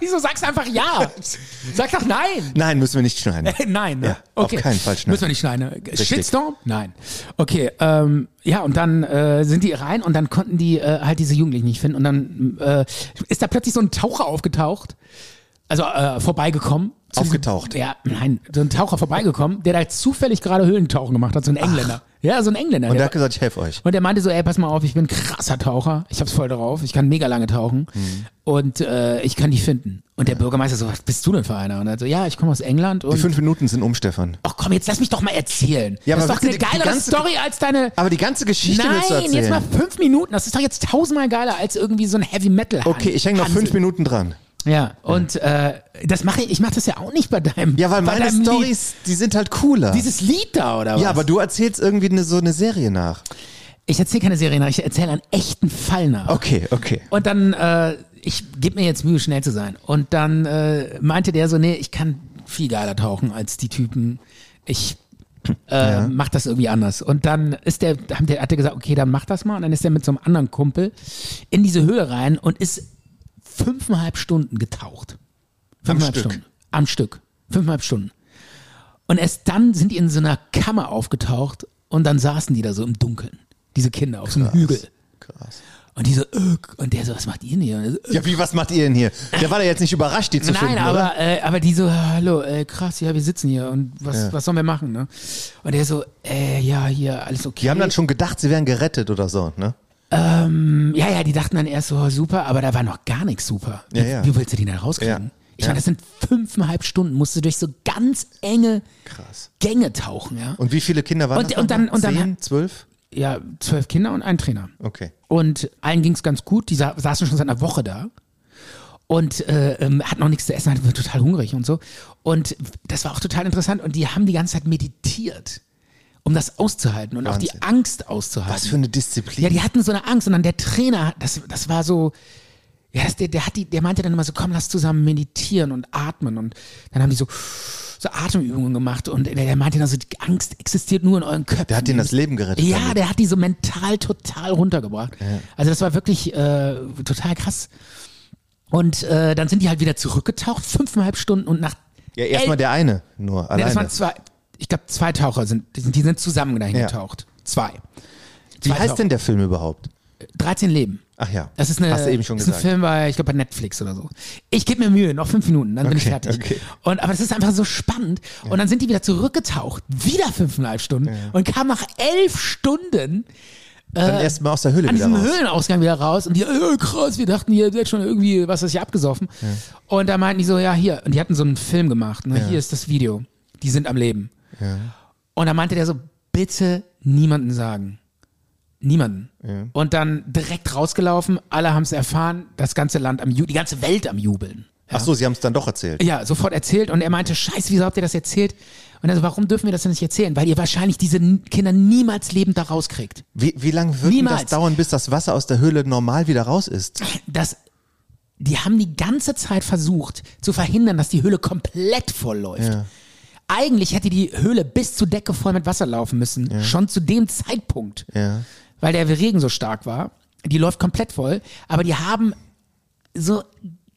Wieso sagst du einfach ja? Sag doch nein.
Nein, müssen wir nicht schneiden.
Nein, ne?
Ja, auf keinen Fall schneiden.
Müssen wir nicht schneiden. ne? Shitstorm? Nein. Okay, ähm, ja, und dann äh, sind die rein und dann konnten die äh, halt diese Jugendlichen nicht finden. Und dann äh, ist da plötzlich so ein Taucher aufgetaucht, also äh, vorbeigekommen. Zu diesem-
Aufgetaucht?
Ja, nein, so ein Taucher vorbeigekommen, der da zufällig gerade Höhlentauchen gemacht hat, so ein Engländer. Ja, so ein Engländer.
Und
der
er hat gesagt, ich helfe euch.
und er meinte so, ey, pass mal auf, ich bin ein krasser Taucher. Ich hab's voll drauf. Ich kann mega lange tauchen.
Mhm.
Und äh, ich kann die finden. Und der Bürgermeister so, was bist du denn für einer? Und er so, ja, ich komme aus England.
Die
Und
fünf Minuten sind um, Stefan.
ach komm, jetzt lass mich doch mal erzählen.
Ja,
das ist
aber
doch
willst du
eine
die- die
geilere
ganze-
Story als deine...
Aber die ganze Geschichte willst du
Nein,
erzählen.
jetzt mal fünf Minuten. Das ist doch jetzt tausendmal geiler als irgendwie so ein Heavy Metal.
Okay, ich hänge noch fünf Minuten dran.
Ja, und äh, das mache ich, ich mache das ja auch nicht bei deinem
Ja, weil
bei
meine
deinem Lied.
Stories, die sind halt cooler.
Dieses Lied da, oder was?
ja, aber du erzählst irgendwie eine, so eine Serie nach.
Ich erzähle keine Serie nach, ich erzähle einen echten Fall nach.
Okay, okay.
Und dann, äh, ich gebe mir jetzt Mühe, schnell zu sein. Und dann äh, meinte der so, nee, ich kann viel geiler tauchen als die Typen. Ich äh, mach das irgendwie anders. Und dann ist der, haben der, hat der gesagt, okay, dann mach das mal. Und dann ist er mit so einem anderen Kumpel in diese Höhle rein und ist fünfeinhalb Stunden getaucht. Fünfeinhalb
Stück.
Stunden. Am Stück. Fünfeinhalb Stunden. Und erst dann sind die in so einer Kammer aufgetaucht und dann saßen die da so im Dunkeln. Diese Kinder auf so einem Hügel.
Krass.
Und die so, äh, und der so, was macht ihr denn hier? Und er so, äh,
Ja, wie, was macht ihr denn hier? Der war da jetzt nicht überrascht, die zu
Nein,
finden, oder?
aber, äh, aber die so, hallo, äh, krass, ja, wir sitzen hier und was, was sollen wir machen, ne? Und der so, äh, ja, hier, alles okay.
Die haben dann schon gedacht, sie wären gerettet oder so, ne?
ja, ja, die dachten dann erst so, oh, super, aber da war noch gar nichts super.
Ja,
wie,
ja.
wie willst du die denn rauskriegen?
Ja,
Ich
ja.
meine, das sind fünfeinhalb Stunden, musst du durch so ganz enge
Krass.
Gänge tauchen, ja?
Und wie viele Kinder waren
Und-
das?
und dann-
nochmal?
und dann-
Zehn, zwölf?
Ja, zwölf Kinder und ein Trainer.
Okay.
Und allen ging's ganz gut. Die sa saßen schon seit einer Woche da und äh, ähm, hatten noch nichts zu essen, hatten total hungrig und so. Und das war auch total interessant. Und die haben die ganze Zeit meditiert, um das auszuhalten und auch
Wahnsinn.
die Angst auszuhalten.
Was für eine Disziplin.
Ja, die hatten so eine Angst. Und dann der Trainer, das, das war so. Ja, das, der, der, hat die, der meinte dann immer so, komm, lass zusammen meditieren und atmen. Und dann haben die so, so Atemübungen gemacht. Und der, der meinte dann so, die Angst existiert nur in euren Köpfen.
der hat denen das Leben gerettet.
Ja,
damit.
der hat die so mental total runtergebracht. Also das war wirklich äh, total krass. Und äh, dann sind die halt wieder zurückgetaucht, fünfeinhalb Stunden und nach.
ja erstmal
elf-
der eine nur
Nee,
alleine.
das waren zwei. Ich glaube, zwei Taucher sind, die sind, die sind zusammen dahin
Ja.
getaucht. Zwei.
wie
zwei
heißt
Taucher.
denn der Film überhaupt?
13 Leben.
Ach ja.
Das ist, eine,
Hast du eben schon
das ist
gesagt.
ein Film bei, ich glaube, bei Netflix oder so. Ich gebe mir Mühe, noch fünf Minuten, dann bin ich
Okay,
fertig.
okay.
Und, aber das ist einfach so spannend. Und dann sind die wieder zurückgetaucht, wieder fünfeinhalb Stunden und kamen nach elf Stunden
dann erstmal aus der Höhle
äh, an
wieder
diesem
raus.
Höhlenausgang wieder raus und die, äh, krass, wir dachten, ihr seid schon irgendwie, was weiß ich, abgesoffen. Und da meinten die so, ja, hier. Und die hatten so einen Film gemacht, ne? hier ist das Video. Die sind am Leben. Und da meinte der so, bitte niemanden sagen. Niemanden. Und dann direkt rausgelaufen, alle haben es erfahren, das ganze Land am Ju die ganze Welt am Jubeln.
Ach so, sie haben es dann doch erzählt.
Ja, sofort erzählt und er meinte, scheiße, wieso habt ihr das erzählt? Und er so, warum dürfen wir das denn nicht erzählen? Weil ihr wahrscheinlich diese N- Kinder niemals lebend da rauskriegt.
Wie, wie lange wird denn das
Niemals.
dauern, bis das Wasser aus der Höhle normal wieder raus ist?
Das die haben die ganze Zeit versucht zu verhindern, dass die Höhle komplett voll läuft.
Ja.
Eigentlich hätte die Höhle bis zur Decke voll mit Wasser laufen müssen, schon zu dem Zeitpunkt,
Ja.
weil der Regen so stark war. Die läuft komplett voll, aber die haben so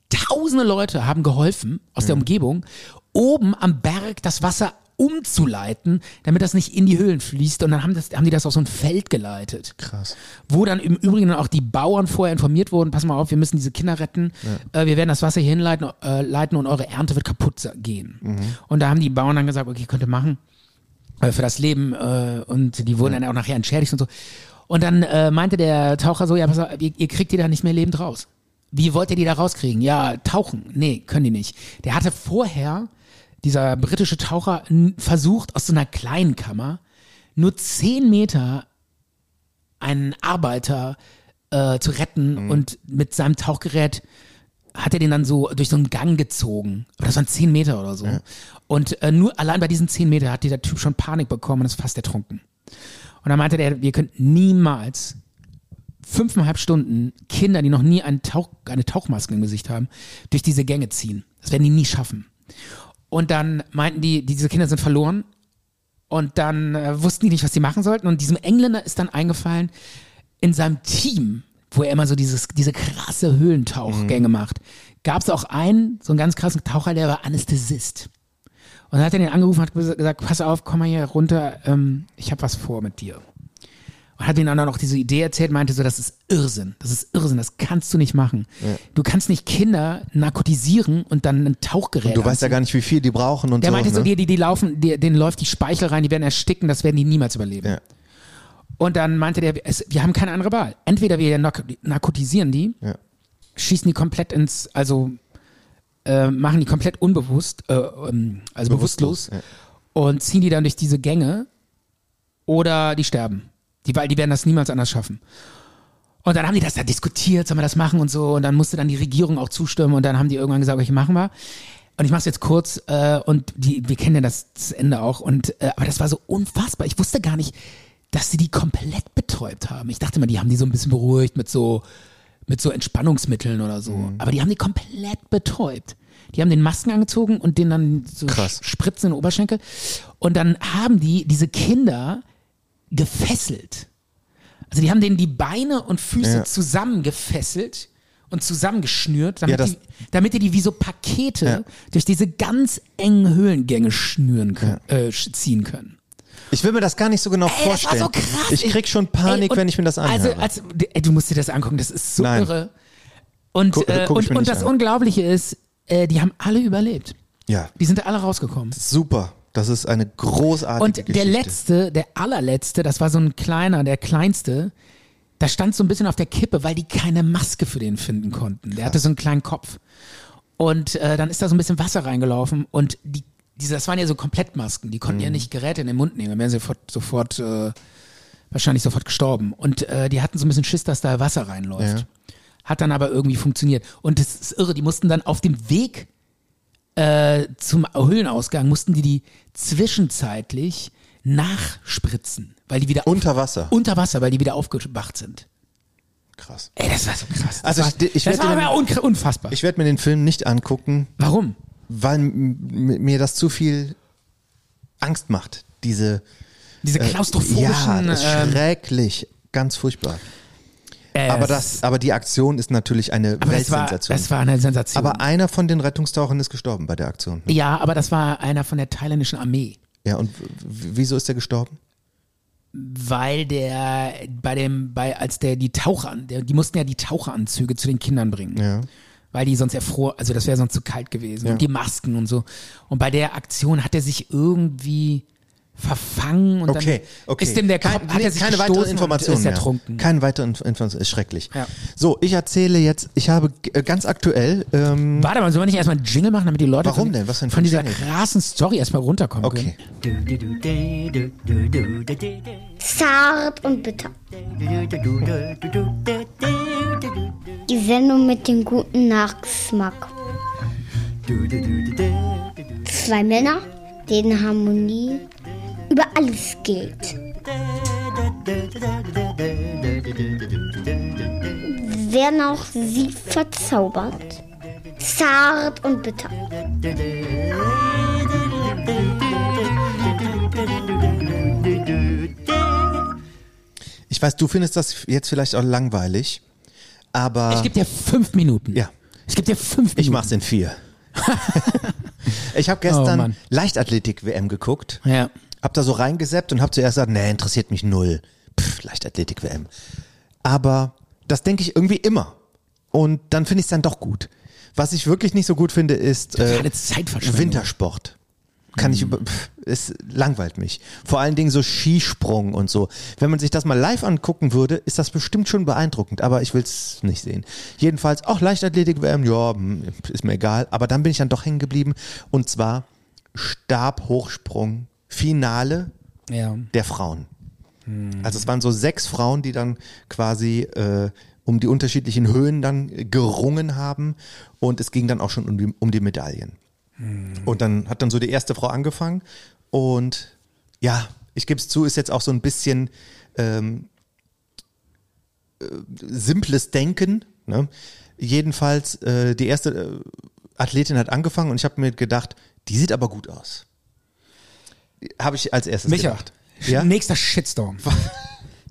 tausende Leute haben geholfen aus der Umgebung, oben am Berg das Wasser umzuleiten, damit das nicht in die Höhlen fließt. Und dann haben, das, haben die das auf so ein Feld geleitet.
Krass.
Wo dann im Übrigen dann auch die Bauern vorher informiert wurden, pass mal auf, wir müssen diese Kinder retten, äh, wir werden das Wasser hier hinleiten äh, leiten und eure Ernte wird kaputt sa- gehen. Und da haben die Bauern dann gesagt, okay, könnt ihr machen äh, für das Leben äh, und die wurden dann auch nachher entschädigt und so. Und dann äh, meinte der Taucher so, ja, pass auf, ihr, ihr kriegt die da nicht mehr lebend raus. Wie wollt ihr die da rauskriegen? Ja, tauchen. Nee, können die nicht. Der hatte vorher, dieser britische Taucher, n- versucht, aus so einer kleinen Kammer nur 10 Meter einen Arbeiter äh, zu retten und mit seinem Tauchgerät hat er den dann so durch so einen Gang gezogen. Aber das waren 10 Meter oder so. Und äh, nur allein bei diesen 10 Meter hat dieser Typ schon Panik bekommen und ist fast ertrunken. Und dann meinte der, wir könnten niemals fünfeinhalb Stunden Kinder, die noch nie einen Tauch, eine Tauchmaske im Gesicht haben, durch diese Gänge ziehen. Das werden die nie schaffen. Und dann meinten die, diese Kinder sind verloren. Und dann äh, wussten die nicht, was sie machen sollten. Und diesem Engländer ist dann eingefallen, in seinem Team, wo er immer so dieses, diese krasse Höhlentauchgänge
Mhm.
macht, gab es auch einen, so einen ganz krassen Taucher, der war Anästhesist. Und dann hat er den angerufen und hat gesa- gesagt, pass auf, komm mal hier runter, ähm, ich habe was vor mit dir. Und hat den anderen auch diese Idee erzählt, meinte so, das ist Irrsinn, das ist Irrsinn, das kannst du nicht machen. Du kannst nicht Kinder narkotisieren und dann ein Tauchgerät
Du weißt ja
anziehen.
gar nicht, wie viel die brauchen und
Der
so.
meinte so,
ne?
die, die, die laufen, die, denen läuft die Speichel rein, die werden ersticken, das werden die niemals überleben.
Ja.
Und dann meinte der, es, wir haben keine andere Wahl. Entweder wir nark narkotisieren die,
Ja.
schießen die komplett ins, also äh, machen die komplett unbewusst, äh, ähm, also bewusstlos,
Bewusstlos, ja.
und ziehen die dann durch diese Gänge oder die sterben. Die, weil die werden das niemals anders schaffen. Und dann haben die das da diskutiert, sollen wir das machen und so. Und dann musste dann die Regierung auch zustimmen und dann haben die irgendwann gesagt, okay, machen wir. Und ich mache es jetzt kurz äh, und die, wir kennen ja das, das Ende auch. Und äh, aber das war so unfassbar. Ich wusste gar nicht, dass sie die komplett betäubt haben. Ich dachte mal, die haben die so ein bisschen beruhigt mit so mit so Entspannungsmitteln oder so. Aber die haben die komplett betäubt. Die haben den Masken angezogen und denen dann so
Krass.
Spritzen in den Oberschenkel. Und dann haben die diese Kinder gefesselt. Also die haben denen die Beine und Füße
Ja.
zusammengefesselt und zusammengeschnürt, damit,
Ja, das-
die, damit die die wie so Pakete
Ja.
durch diese ganz engen Höhlengänge schnüren können, äh, sch- ziehen können.
Ich will mir das gar nicht so genau
Ey, das war
vorstellen.
so krass.
Ich krieg schon Panik,
und-
wenn ich mir das anhöre.
Also, also ey, du musst dir das angucken, das ist so
Nein.
irre. Und,
Guck-
äh,
guck ich
und,
mir
und
nicht
das
an.
Unglaubliche ist, äh, die haben alle überlebt.
ja,
Die sind alle rausgekommen.
super. Das ist eine großartige
Und
Geschichte.
der letzte, der allerletzte, das war so ein kleiner, der kleinste, da stand so ein bisschen auf der Kippe, weil die keine Maske für den finden konnten. Der hatte so einen kleinen Kopf. Und äh, dann ist da so ein bisschen Wasser reingelaufen und die, diese, das waren ja so Komplettmasken, die konnten
Mhm.
ja nicht Geräte in den Mund nehmen, dann wären sie sofort, sofort äh, wahrscheinlich sofort gestorben. Und äh, die hatten so ein bisschen Schiss, dass da Wasser reinläuft.
Ja.
Hat dann aber irgendwie funktioniert. Und das ist irre, die mussten dann auf dem Weg äh, zum Höhlenausgang mussten die die zwischenzeitlich nachspritzen, weil die wieder
Unter Wasser.
unter Wasser, weil die wieder aufgewacht sind.
Krass.
Ey, das war so krass. Das
Also
war,
ich- ich
das
werd
war
dir-
aber unkr- unfassbar.
Ich werde mir den Film nicht angucken,
Warum?
weil m- m- mir das zu viel Angst macht. Diese
Diese
äh, ja,
klaustrophobischen.
das ist
ähm,
schrecklich, ganz furchtbar.
äh,
aber das, aber die Aktion ist natürlich eine
aber das war,
Weltsensation.
das war eine Sensation.
aber einer von den Rettungstauchern ist gestorben bei der Aktion.
ja, aber das war einer von der thailändischen Armee,
Ja, und w- w- wieso ist er gestorben?
weil der bei dem, bei als der die Taucher, der, die mussten ja die Taucheranzüge zu den Kindern bringen.
Ja.
weil die sonst erfror, also das wäre sonst zu kalt gewesen
Ja.
und die Masken und so. Und bei der Aktion hat er sich irgendwie verfangen und
Okay,
dann
okay.
ist dem der Kopf,
Kein-
hat
nee,
er sich
keine
gestoßen
weiteren Informationen
und ist
mehr.
ertrunken.
Keine weiteren Inf- Informationen. Ist schrecklich.
Ja.
So, ich erzähle jetzt, ich habe äh, ganz aktuell, ähm,
Warte mal, sollen wir nicht erstmal einen Jingle machen, damit die Leute
Warum
von,
denn? Was denn für
von
ein
dieser
Jingle?
krassen Story erstmal runterkommen
okay.
können?
Zart und bitter. Die Sendung mit dem guten Nachgeschmack. Zwei Männer, denen Harmonie über alles geht. werden auch sie verzaubert. Zart und bitter.
Ich weiß, du findest das jetzt vielleicht auch langweilig, aber
Ich gebe dir fünf Minuten.
Ja.
Ich gebe dir fünf Minuten.
ich mach's in vier. ich habe
Oh,
gestern
Mann.
Leichtathletik-WM geguckt.
Ja.
Hab da so reingeseppt und hab zuerst gesagt, nee, interessiert mich null. Pff, Leichtathletik-WM. Aber das denke ich irgendwie immer. Und dann finde ich es dann doch gut. Was ich wirklich nicht so gut finde, ist äh,
Gerade Zeitverschwendung.
Wintersport. Kann ich über, pff, es langweilt mich. Vor allen Dingen so Skisprung und so. Wenn man sich das mal live angucken würde, ist das bestimmt schon beeindruckend, aber ich will es nicht sehen. Jedenfalls, auch Leichtathletik-WM, ja, hm, ist mir egal. Aber dann bin ich dann doch hängen geblieben. Und zwar Stabhochsprung, Finale
Ja.
der Frauen. Also es waren so sechs Frauen, die dann quasi äh, um die unterschiedlichen Höhen dann gerungen haben und es ging dann auch schon um die, um die Medaillen. Und dann hat dann so die erste Frau angefangen und ja, ich gebe es zu, ist jetzt auch so ein bisschen ähm, äh, simples Denken. Ne? Jedenfalls, äh, die erste äh, Athletin hat angefangen und ich habe mir gedacht, die sieht aber gut aus. Habe ich als erstes
Micha.
gedacht. Ja?
Nächster Shitstorm.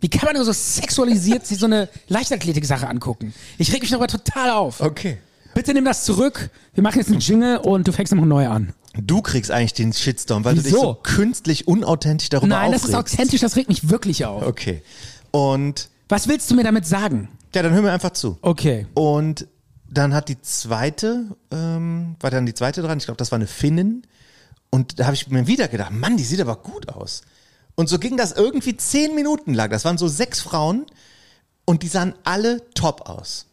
Wie kann man nur so sexualisiert sich so eine Leichtathletik-Sache angucken? Ich reg mich darüber total auf.
Okay.
Bitte nimm das zurück. Wir machen jetzt einen Jingle und du fängst nochmal neu an.
Du kriegst eigentlich den Shitstorm, weil du dich so
Wieso?
künstlich unauthentisch darüber
Nein, das
aufregst.
ist authentisch, das regt mich wirklich auf.
Okay. Und
Was willst du mir damit sagen?
ja, dann hör mir einfach zu.
Okay.
Und dann hat die zweite, ähm, war dann die zweite dran, ich glaube, das war eine Finnin. Und da habe ich mir wieder gedacht, Mann, die sieht aber gut aus. Und so ging das irgendwie zehn Minuten lang. Das waren so sechs Frauen und die sahen alle top aus.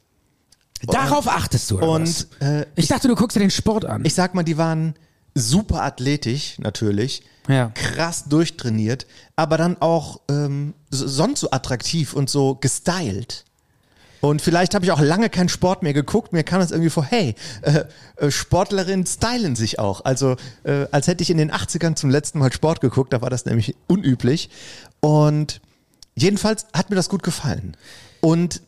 Darauf achtest du. Oder
Und äh,
was? ich dachte, du guckst dir den Sport an.
ich sag mal, die waren super athletisch, natürlich.
Ja.
Krass durchtrainiert, aber dann auch ähm, s- sonst so attraktiv und so gestylt. Und vielleicht habe ich auch lange keinen Sport mehr geguckt. Mir kam das irgendwie vor, hey, äh, äh, Sportlerinnen stylen sich auch. Also äh, als hätte ich in den 80ern zum letzten Mal Sport geguckt, da war das nämlich unüblich. Und jedenfalls hat mir das gut gefallen. Und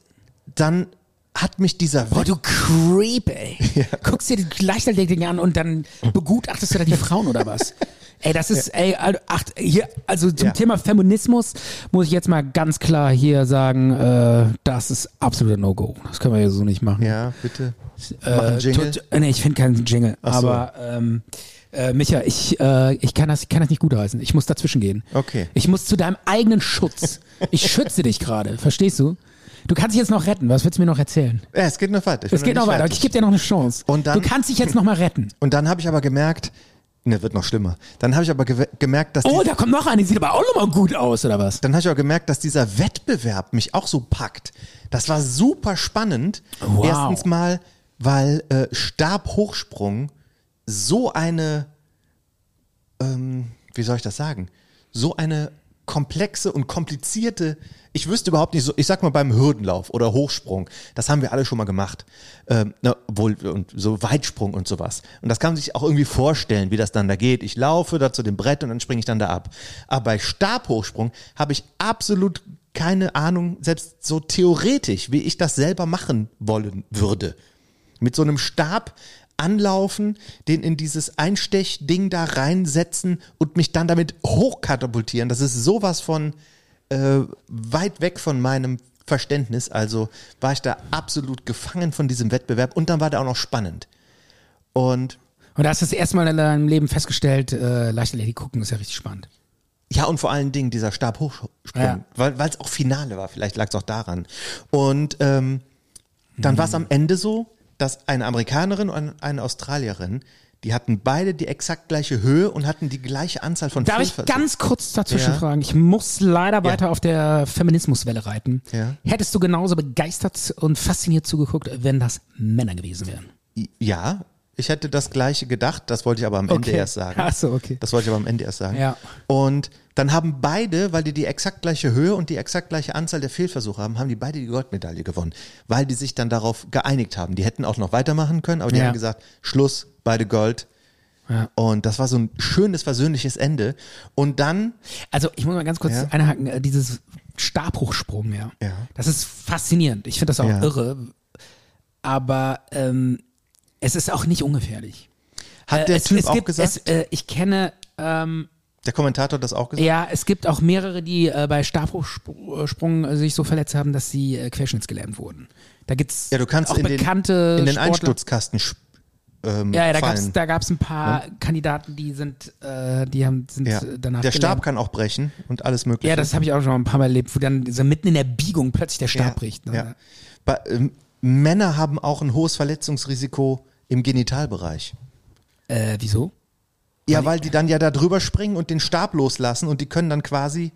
dann hat mich dieser
Boah, du Creep, ey. Guckst dir die Leichtathletik an und dann begutachtest du da die Frauen oder was? Ey, das ist, ey, also, ach, hier, also zum
Ja.
Thema Feminismus muss ich jetzt mal ganz klar hier sagen, äh, das ist absoluter No-Go. Das können wir hier so nicht machen.
Ja, bitte. Mach einen Jingle.
Tut- äh, nee, ich finde keinen Jingle.
so.
Aber ähm, äh, Micha, ich, äh, ich, kann das, ich kann das nicht gutheißen. Ich muss dazwischen gehen.
Okay.
Ich muss zu deinem eigenen Schutz. Ich schütze dich gerade, verstehst du? Du kannst dich jetzt noch retten. Was willst du mir noch erzählen?
Ja, es geht noch weiter. Ich bin
Es geht
nicht
noch weiter.
fertig.
Ich gebe dir noch eine Chance.
Und dann-
du kannst dich jetzt noch mal retten.
Und dann habe ich aber gemerkt, ne, wird noch schlimmer. Dann habe ich aber gewe- gemerkt, dass
Oh,
die,
da kommt noch eine. Die sieht aber auch noch mal gut aus, oder was?
dann habe ich auch gemerkt, dass dieser Wettbewerb mich auch so packt. Das war super spannend.
Wow.
Erstens mal, weil äh, Stabhochsprung so eine, ähm, wie soll ich das sagen, so eine komplexe und komplizierte, ich wüsste überhaupt nicht so, ich sag mal beim Hürdenlauf oder Hochsprung, das haben wir alle schon mal gemacht, ähm, na, wohl, und so Weitsprung und sowas. Und das kann man sich auch irgendwie vorstellen, wie das dann da geht. Ich laufe da zu dem Brett und dann springe ich dann da ab. Aber bei Stabhochsprung habe ich absolut keine Ahnung, selbst so theoretisch, wie ich das selber machen wollen würde mit so einem Stab anlaufen, den in dieses Einstechding da reinsetzen und mich dann damit hochkatapultieren. Das ist sowas von äh, weit weg von meinem Verständnis. Also war ich da absolut gefangen von diesem Wettbewerb und dann war der auch noch spannend. Und
Und da hast du das erste Mal in deinem Leben festgestellt, äh, Leichtathletik gucken ist ja richtig spannend.
Ja, und vor allen Dingen dieser Stabhochsprung,
Ja.
weil es auch Finale war, vielleicht lag es auch daran. Und ähm, dann
Mhm.
war es am Ende so, dass eine Amerikanerin und eine Australierin, die hatten beide die exakt gleiche Höhe und hatten die gleiche Anzahl von
Darf ich
Fehlversuchen.
ganz kurz dazwischen
Ja.
fragen? Ich muss leider weiter auf der Feminismuswelle reiten.
Ja.
Hättest du genauso begeistert und fasziniert zugeguckt, wenn das Männer gewesen wären?
Ja, ich hätte das gleiche gedacht, das wollte ich aber am Ende
Okay.
erst sagen.
Ach so, okay.
Das wollte ich aber am Ende erst sagen.
Ja.
Und dann haben beide, weil die die exakt gleiche Höhe und die exakt gleiche Anzahl der Fehlversuche haben, haben die beide die Goldmedaille gewonnen, weil die sich dann darauf geeinigt haben. Die hätten auch noch weitermachen können, aber die
Ja.
haben gesagt, Schluss, beide Gold. Und das war so ein schönes, versöhnliches Ende. Und dann,
Also ich muss mal ganz kurz
Ja.
einhaken, äh, dieses Stabhochsprung, ja.
Ja.
Das ist faszinierend. Ich finde das auch
Ja.
irre. Aber ähm, es ist auch nicht ungefährlich.
Hat
Äh,
der
es,
Typ
es
auch
gibt,
gesagt?
Es, äh, ich kenne, ähm,
der Kommentator hat das auch gesagt?
ja, es gibt auch mehrere, die äh, bei Stabhochsprung äh, sich so verletzt haben, dass sie äh, querschnittsgelähmt wurden. Da gibt's
Ja, du kannst
auch
in den,
bekannte
in den
Sportler.
Einsturzkasten sch- ähm,
Ja, ja, da gab's
fallen. ne?
da gab's ein paar Kandidaten, die sind, äh, die haben, sind
ja.
äh, danach
Der Stab
gelähmt.
kann auch brechen und alles mögliche.
Ja, das habe ich auch schon ein paar Mal erlebt, wo dann so mitten in der Biegung plötzlich der Stab
Ja,
bricht. Ne?
Ja. Bei, ähm, Männer haben auch ein hohes Verletzungsrisiko im Genitalbereich.
Äh, wieso?
Ja, weil die dann ja da drüber springen und den Stab loslassen und die können dann quasi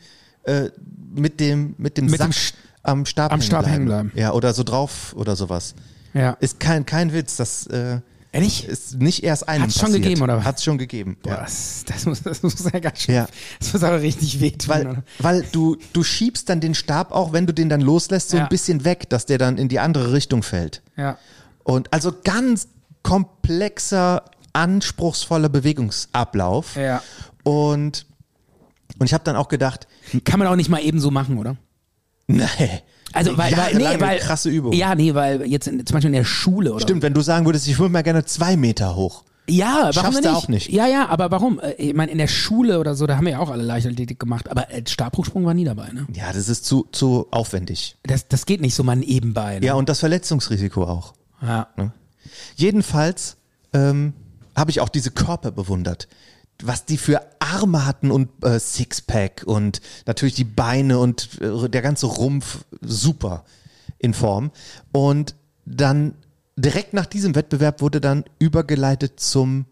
äh, mit dem mit dem
Mit
Sack
dem Sch-
am Stab,
am Stab hängen bleiben.
Ja, oder so drauf oder sowas.
Ja.
Ist kein kein Witz, das äh,
Ehrlich?
ist nicht erst einem
Hat's schon
passiert.
gegeben, oder was?
Hat's schon gegeben.
Boah,
Ja.
das, das, muss, das muss ja ganz schön.
Ja.
Das muss aber richtig wehtun.
Weil,
oder?
weil du, du schiebst dann den Stab auch, wenn du den dann loslässt, so
Ja.
ein bisschen weg, dass der dann in die andere Richtung fällt.
ja.
Und also ganz komplexer, anspruchsvoller Bewegungsablauf.
Ja.
Und, und ich habe dann auch gedacht,
Kann man auch nicht mal eben so machen, oder?
nee.
Also, weil, weil,
Jahrelange
nee, weil,
krasse Übung.
Ja, nee, weil jetzt in, zum Beispiel in der Schule oder
Stimmt, wenn du sagen würdest, ich würde mal gerne zwei Meter hoch.
Ja, warum
Schaffst
denn
du
nicht?
auch nicht.
Ja, ja, aber warum? Äh, Ich meine, in der Schule oder so, da haben wir ja auch alle Leichtathletik gemacht, aber äh, Stabhochsprung war nie dabei, ne?
Ja, das ist zu, zu aufwendig.
Das, das geht nicht so mal nebenbei. Ne?
Ja, und das Verletzungsrisiko auch.
Ja.
Jedenfalls ähm, habe ich auch diese Körper bewundert. Was die für Arme hatten und äh, Sixpack und natürlich die Beine und äh, der ganze Rumpf super in Form. Und dann direkt nach diesem Wettbewerb wurde dann übergeleitet zum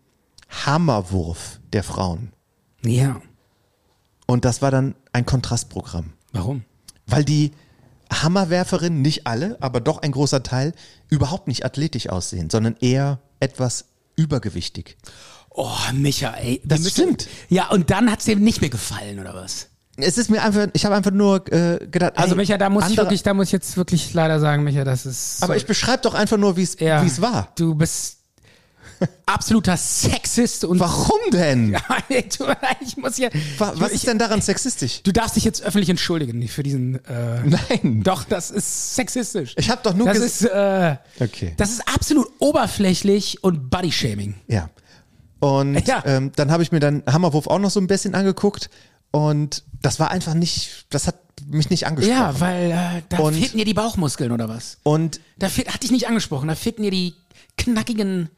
Hammerwurf der Frauen.
ja.
Und das war dann ein Kontrastprogramm
Warum?
weil die Hammerwerferinnen, nicht alle, aber doch ein großer Teil, überhaupt nicht athletisch aussehen, sondern eher etwas übergewichtig.
Oh, Micha, ey. wir
Das
müssen-
stimmt.
Ja, und dann hat's dir nicht mehr gefallen, oder was?
Es ist mir einfach, ich habe einfach nur äh, gedacht,
Also,
ey,
Micha, da muss ich
andere-
wirklich, da muss ich jetzt wirklich leider sagen, Micha, das ist.
Aber ich beschreibe doch einfach nur, wie es
Ja,
wie es war.
Du bist absoluter Sexist und.
Warum denn?
Du- ich muss hier.
Wa- Was
ich,
ist denn daran sexistisch?
Du darfst dich jetzt öffentlich entschuldigen für diesen. Äh,
Nein.
Doch, das ist sexistisch.
Ich habe doch nur
das
ges-
ist, äh,
Okay.
das ist absolut oberflächlich und Bodyshaming.
Ja. Und
Ja.
Ähm, dann habe ich mir dann Hammerwurf auch noch so ein bisschen angeguckt und das war einfach nicht, das hat mich nicht angesprochen.
Ja, weil äh, da
Und-
fehlten dir die Bauchmuskeln oder was?
Und
Da fehlt, hat dich nicht angesprochen, da fehlten dir die knackigen,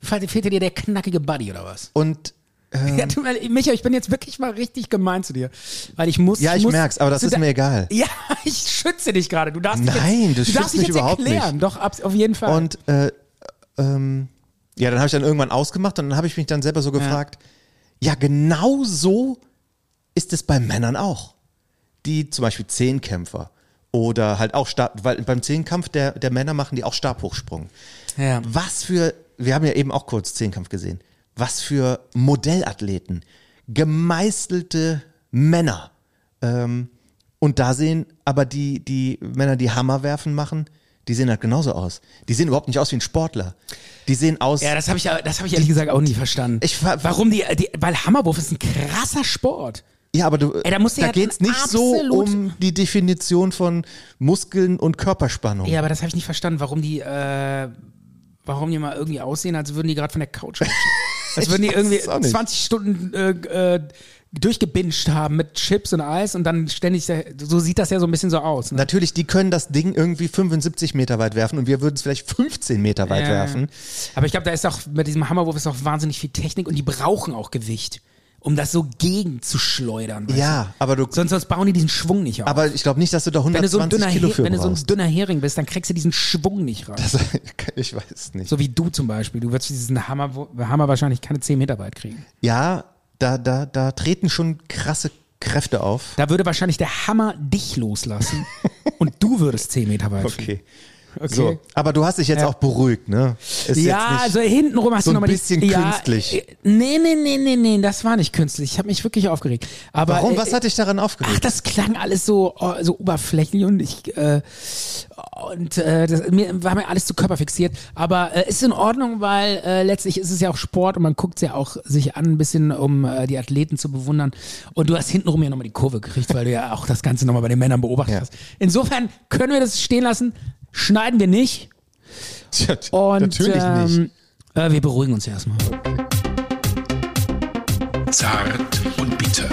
fehlte fehlte dir der knackige Buddy oder was?
und Ähm.
Ja, tut mir leid, Micha, ich bin jetzt wirklich mal richtig gemein zu dir, weil ich muss.
ja, ich
muss,
merk's, aber das
zu
ist
de-
mir egal.
Ja, ich schütze dich gerade. Du darfst dich
Nein,
jetzt,
das
du darfst
schützt
dich
mich
jetzt
überhaupt
erklären. Doch, abs- auf jeden Fall.
Und äh, ähm, ja, dann habe ich dann irgendwann ausgemacht und dann habe ich mich dann selber so gefragt, ja. genau so ist es bei Männern auch. Die zum Beispiel Zehnkämpfer oder halt auch Stab, weil beim Zehnkampf der, der Männer machen die auch Stabhochsprung.
ja.
Was für, wir haben ja eben auch kurz Zehnkampf gesehen, was für Modellathleten, gemeißelte Männer. Ähm, und da sehen aber die, die Männer, die Hammer werfen machen, die sehen halt genauso aus. Die sehen überhaupt nicht aus wie ein Sportler. Die sehen aus,
ja, das habe ich, ja- das hab ich ehrlich gesagt auch nie verstanden.
Ich ver-
Warum die, die, weil Hammerwurf ist ein krasser Sport.
ja, aber du,
Ey, da musst du ja
geht's
einen
nicht so
absolut-
um die Definition von Muskeln und Körperspannung.
Ja, aber das habe ich nicht verstanden, warum die, äh, warum die mal irgendwie aussehen, als würden die gerade von der Couch rutschen. Als würden die
weiß
irgendwie
es auch nicht.
20 Stunden äh, äh, durchgebinscht haben mit Chips und Eis und dann ständig, äh, so sieht das ja so ein bisschen so aus. Ne?
Natürlich, die können das Ding irgendwie 75 Meter weit werfen und wir würden es vielleicht 15 Meter weit
Ja.
werfen.
Aber ich glaube, da ist auch, mit diesem Hammerwurf ist auch wahnsinnig viel Technik und die brauchen auch Gewicht, um das so gegenzuschleudern. weißt
Ja, aber du
du? Sonst, sonst bauen die diesen Schwung nicht auf.
Aber ich glaube nicht, dass du da
wenn du,
120
so ein dünner
Kilo
He-
für
wenn du so ein
brauchst.
dünner Hering bist, dann kriegst du diesen Schwung nicht raus.
Also, ich weiß nicht.
So wie du zum Beispiel. Du würdest diesen Hammer, Hammer wahrscheinlich keine 10 Meter weit kriegen.
Ja, da, da, da treten schon krasse Kräfte auf.
Da würde wahrscheinlich der Hammer dich loslassen und du würdest 10 Meter weit fliegen.
Okay.
Okay.
So, aber du hast dich jetzt auch beruhigt, ne? Ist
Ja,
jetzt
also
nicht,
hintenrum hast
so
du
ein
nochmal
bisschen
die,
künstlich.
Ja, äh, nee, nee, nee, nee, nee, das war nicht künstlich. Ich habe mich wirklich aufgeregt. Aber,
Warum?
äh,
Was hat dich daran
Ach,
aufgeregt?
das klang alles so, oh, so oberflächlich und ich äh, und äh, das, mir war mir alles zu körperfixiert. Aber äh, ist in Ordnung, weil äh, letztlich ist es ja auch Sport und man guckt ja auch sich an, ein bisschen, um äh, die Athleten zu bewundern. Und du hast hintenrum ja nochmal die Kurve gekriegt, weil du ja auch das Ganze nochmal bei den Männern beobachtet
Ja.
hast. Insofern können wir das stehen lassen, schneiden wir nicht.
Tja,
Und
natürlich
ähm,
nicht.
Äh, wir beruhigen uns erstmal.
Zart und bitter.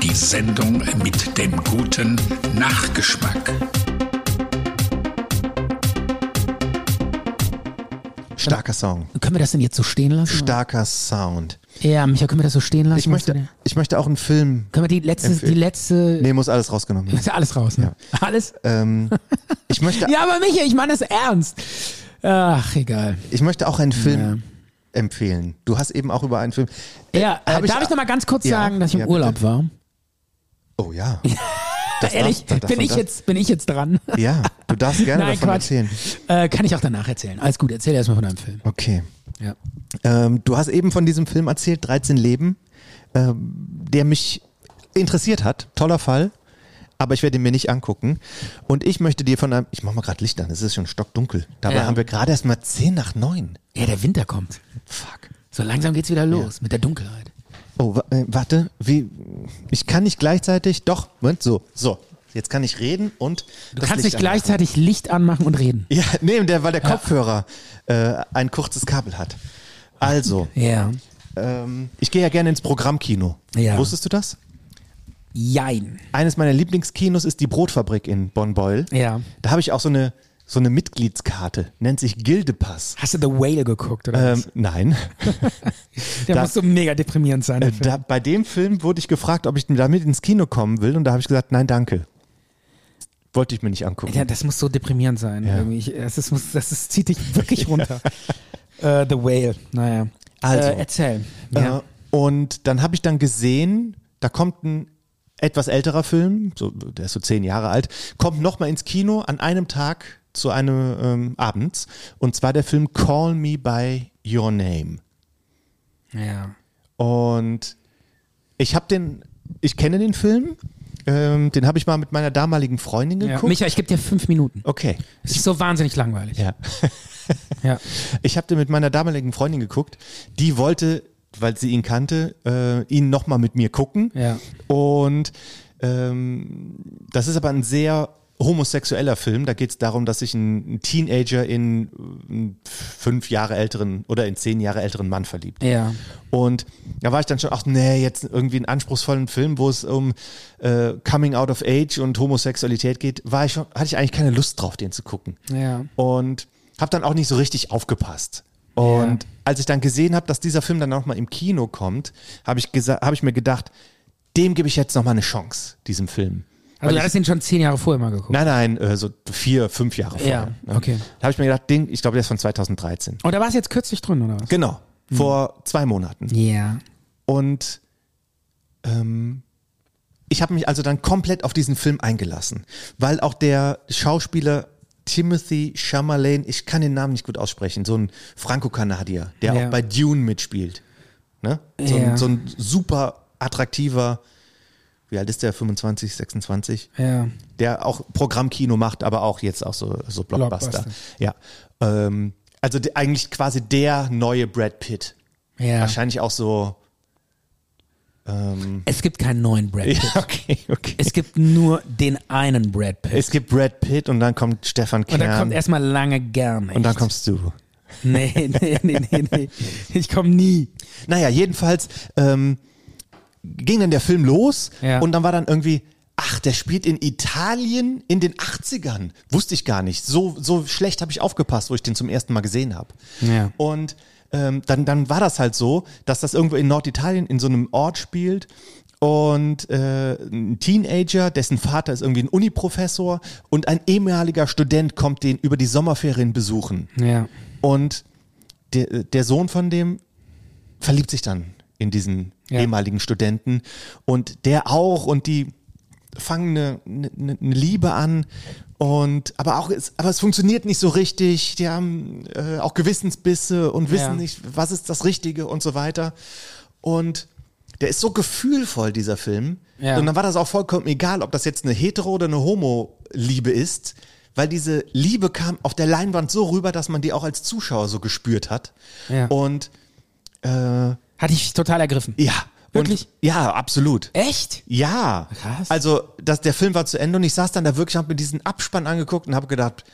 Die Sendung mit dem guten Nachgeschmack.
Starker Song.
Können wir das denn jetzt so stehen lassen?
Starker Sound.
ja, Micha, können wir das so stehen lassen?
Ich möchte, ich möchte auch einen Film.
Können wir die letzte, die
Empfehlen.
letzte
Nee, muss alles rausgenommen werden.
Ist ja alles raus, ne? Alles?
Ähm, ich, möchte,
Ja, aber Michael, ich meine das ernst. Ach, egal.
ich möchte auch einen Film empfehlen. Du hast eben auch über einen Film.
Ja, äh,
hab ich-
darf ich, noch mal ganz kurz
Ja,
sagen, dass ich im
ja, bitte.
Urlaub war?
Oh ja. Das
Ehrlich,
darf- da- davon
bin, ich
darf-
jetzt, bin ich jetzt dran?
Ja, du darfst gerne
Nein,
davon
Quatsch.
erzählen.
Äh, kann ich auch danach erzählen. Alles gut, erzähl erstmal von deinem Film.
Okay.
Ja.
Ähm, du hast eben von diesem Film erzählt, 13 Leben, ähm, der mich interessiert hat. Toller Fall. Aber ich werde ihn mir nicht angucken. Und ich möchte dir von einem. Ich mache mal gerade Licht an, es ist schon stockdunkel. Dabei
Ja.
haben wir gerade erst mal 10 nach 9.
Ja, der Winter kommt.
Fuck.
So langsam geht's wieder los mit der Dunkelheit.
Oh, wa- äh, warte, wie. Ich kann nicht gleichzeitig. Doch, Moment, so, so. Jetzt kann ich reden und.
Du
das
kannst nicht
Licht anmachen.
gleichzeitig Licht anmachen und reden.
Ja, nee, der, weil der Kopfhörer äh, ein kurzes Kabel hat. Also,
Ja.
ähm, ich gehe ja gerne ins Programmkino.
Ja.
Wusstest du das?
Jein.
Eines meiner Lieblingskinos ist die Brotfabrik in Bonn-Beul.
Ja.
Da habe ich auch so eine, so eine Mitgliedskarte, nennt sich Gildepass.
Hast du The Whale geguckt, oder?
Ähm, nein.
was? Der
da-
muss so mega deprimierend sein. der Film.
da, bei dem Film wurde ich gefragt, ob ich damit ins Kino kommen will und da habe ich gesagt, nein, danke. Wollte ich mir nicht angucken.
Ja, das muss so deprimierend sein. irgendwie. Ich, das, ist, muss, das ist, zieht dich wirklich runter. äh, The Whale, naja.
Also.
Äh, erzähl.
Äh, und dann habe ich dann gesehen, da kommt ein etwas älterer Film, so, der ist so zehn Jahre alt, kommt nochmal ins Kino an einem Tag zu einem ähm, Abends. Und zwar der Film Call Me By Your Name.
ja.
Und ich habe den, ich kenne den Film, ähm, den habe ich mal mit meiner damaligen Freundin
ja.
geguckt.
Micha, ich gebe dir fünf Minuten.
okay.
Es ist so wahnsinnig langweilig.
Ja.
Ja.
Ich habe den mit meiner damaligen Freundin geguckt. Die wollte, weil sie ihn kannte, äh, ihn nochmal mit mir gucken.
Ja.
Und ähm, das ist aber ein sehr homosexueller Film. Da geht es darum, dass sich ein Teenager in äh, einen fünf Jahre älteren oder in zehn Jahre älteren Mann verliebt.
Ja. Also,
Und da war ich dann schon, ach nee, jetzt irgendwie einen anspruchsvollen Film, wo es um äh, Coming Out of Age und Homosexualität geht, war ich schon, hatte ich eigentlich keine Lust drauf, den zu gucken.
Ja.
Und habe dann auch nicht so richtig aufgepasst. Und
Ja.
als ich dann gesehen habe, dass dieser Film dann nochmal im Kino kommt, habe ich, gesa- hab ich mir gedacht, dem gebe ich jetzt nochmal eine Chance, diesem Film.
Also,
Weil
du
ich-
hattest den schon zehn Jahre vorher mal geguckt.
Nein, nein, äh, so vier, fünf Jahre vorher. ne?
Ja, okay.
Da habe ich mir gedacht, den, ich glaube, der ist von 2013.
Und da war es jetzt kürzlich drin, oder was?
Genau,
Hm.
vor zwei Monaten.
Ja.
Und ähm, ich habe mich also dann komplett auf diesen Film eingelassen, weil auch der Schauspieler Timothy Chamberlain, ich kann den Namen nicht gut aussprechen, so ein Franco-Kanadier, der
Ja.
auch bei Dune mitspielt. Ne? So,
Ja.
ein, so ein super attraktiver, wie alt ist der, 25, 26?
Ja.
der auch Programmkino macht, aber auch jetzt auch so, so Blockbuster.
Blockbuster.
Ja. Ähm, also de- eigentlich quasi der neue Brad Pitt.
Ja.
Wahrscheinlich auch so. Ähm,
Es gibt keinen neuen Brad Pitt.
ja, okay, okay.
Es gibt nur den einen Brad Pitt.
Es gibt Brad Pitt und dann kommt Stefan Kern.
und dann kommt erstmal lange gern.
und dann kommst du.
Nee, nee, nee, nee, nee. Ich komme nie.
Naja, jedenfalls ähm, ging dann der Film los
Ja.
und dann war dann irgendwie, ach, der spielt in Italien in den 80ern. Wusste ich gar nicht. So, so schlecht habe ich aufgepasst, wo ich den zum ersten Mal gesehen habe.
Ja.
Und ähm, dann, dann war das halt so, dass das irgendwo in Norditalien in so einem Ort spielt. Und äh, ein Teenager, dessen Vater ist irgendwie ein Uniprofessor und ein ehemaliger Student kommt den über die Sommerferien besuchen.
Ja.
Und der, der Sohn von dem verliebt sich dann in diesen
Ja.
ehemaligen Studenten und der auch und die fangen eine, eine, eine Liebe an und aber auch es, aber es funktioniert nicht so richtig. Die haben äh, auch Gewissensbisse und wissen
Ja.
nicht, was ist das Richtige und so weiter. Und der ist so gefühlvoll dieser Film.
Ja.
Und dann war das auch vollkommen egal, ob das jetzt eine hetero oder eine homo Liebe ist, weil diese Liebe kam auf der Leinwand so rüber, dass man die auch als Zuschauer so gespürt hat.
Ja.
Und äh, ja.
Hatte ich total ergriffen. Wirklich?
Und, ja, absolut.
Echt?
Ja.
Krass.
Also, das, der Film war zu Ende und ich saß dann da wirklich, habe mir diesen Abspann angeguckt und habe gedacht,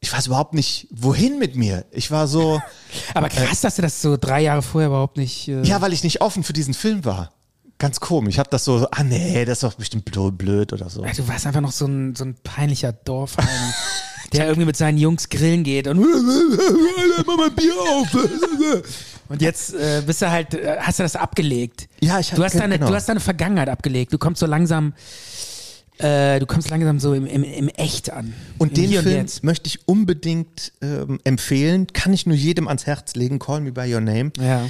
ich weiß überhaupt nicht, wohin mit mir. Ich war so,
Aber krass, dass du das so drei Jahre vorher überhaupt nicht. Äh,
ja, weil ich nicht offen für diesen Film war. Ganz komisch. Ich habe das so, ah nee, das ist doch bestimmt blo- blöd oder so.
Du warst einfach noch so ein, so ein peinlicher Dorfheim, der irgendwie mit seinen Jungs grillen geht und mach mal ein Bier auf. Und jetzt äh, bist du halt, äh, hast du das abgelegt.
Ja, ich hab-
du hast deine,
genau.
du hast deine Vergangenheit abgelegt. Du kommst so langsam, äh, du kommst langsam so im, im, im Echt an. Im
Und den
Hier
Film
Jetzt.
möchte ich unbedingt ähm, empfehlen. Kann ich nur jedem ans Herz legen. Call Me By Your Name.
Ja.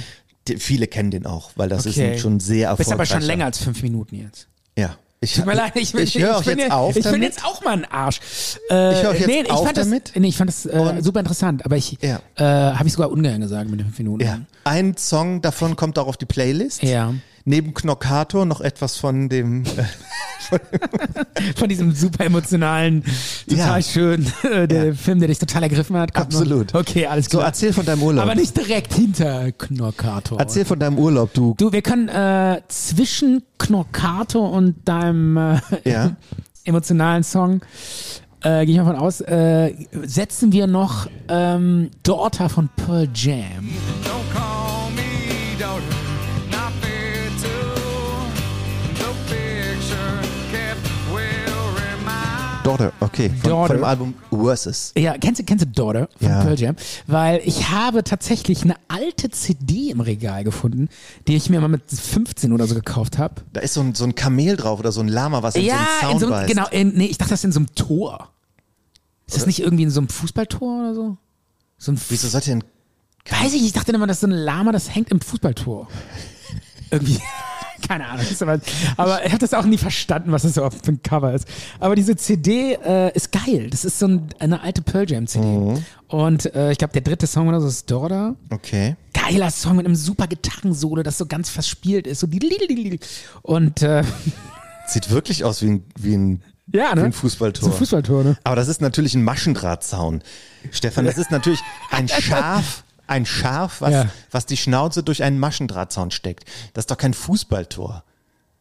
Die, viele kennen den auch, weil das ist
Okay.
ein, schon sehr
Bist
erfolgreich.
aber schon länger als fünf Minuten jetzt.
Ja. Ich,
Tut mir leid, ich, bin-
ich höre auch
bin,
jetzt auf
Ich bin
damit.
jetzt auch mal ein Arsch. Äh,
Ich höre auch jetzt
ich
auf
fand das,
damit.
Nee, ich fand das äh,
Und-
super interessant, aber ich
Ja.
äh, habe ich sogar ungern gesagt mit den fünf Minuten.
Ja. Ein Song davon kommt auch auf die Playlist.
Ja.
Neben Knockato noch etwas von dem. Äh,
Von diesem super emotionalen, total
Ja.
schön, äh, der
Ja.
Film, der dich total ergriffen hat. kommt noch.
Absolut.
Okay, alles
so,
klar.
erzähl von deinem Urlaub.
aber nicht direkt hinter Knorkator.
erzähl von deinem Urlaub, du.
Du, wir können äh, zwischen Knorkator und deinem äh,
Ja.
emotionalen Song, äh, gehe ich mal von aus, äh, setzen wir noch ähm, Daughter von Pearl Jam.
Don't call me daughter, not fair to the picture kept will remind.
Daughter, okay. Von,
Daughter.
von dem Album Versus.
Ja, kennst du, kennst du Daughter von
Ja.
Pearl Jam? Weil ich habe tatsächlich eine alte CD im Regal gefunden, die ich mir mal mit 15 oder so gekauft habe.
Da ist so ein, so ein Kamel drauf oder so ein Lama, was in so einen Zaun beißt.
genau, in, nee, ich dachte, das ist in so einem Tor. Ist
Äh.
das nicht irgendwie in so einem Fußballtor oder so? So ein
Wieso sollte denn.
Weiß ich, nicht, ich dachte immer, das ist so ein Lama, das hängt im Fußballtor. Irgendwie. Keine Ahnung. Ist aber, aber ich habe das auch nie verstanden, was das so auf dem Cover ist. Aber diese CD äh, ist geil. Das ist so ein, eine alte Pearl Jam CD. Und äh, ich glaube, der dritte Song oder so ist Dorda.
Okay.
Geiler Song mit einem super Gitarrensolo, das so ganz verspielt ist. So die- die- die- die- Und äh,
Sieht wirklich aus wie ein, wie ein,
ja,
wie
ne?
ein Fußballtor.
So ein Fußballtor, ne?
Aber das ist natürlich ein Maschendrahtzaun. Stefan, das ist natürlich ein Schaf, ein Schaf, was,
Ja.
was die Schnauze durch einen Maschendrahtzaun steckt. Das ist doch kein Fußballtor.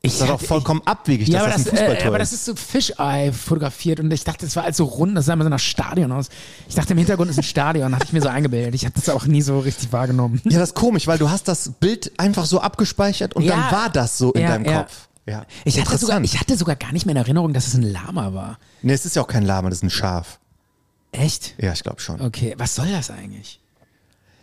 Ich
Das ist doch
hatte-
vollkommen abwegig,
Ja,
dass
aber
das,
das,
ein
äh,
Fußballtor
aber
ist.
das ist so Fisheye fotografiert und ich dachte, es war halt so rund, das sah immer so nach Stadion aus. Ich dachte, im Hintergrund ist ein Stadion, hatte ich mir so eingebildet. Ich habe das auch nie so richtig wahrgenommen.
Ja, das ist komisch, weil du hast das Bild einfach so abgespeichert und
Ja.
dann war das so in
Ja,
deinem
ja.
Kopf. Ja.
Ich hatte,
Interessant.
sogar, ich hatte sogar gar nicht mehr in Erinnerung, dass es ein Lama war.
nee, es ist ja auch kein Lama, das ist ein Schaf.
Echt?
Ja, ich glaube schon.
Okay, was soll das eigentlich?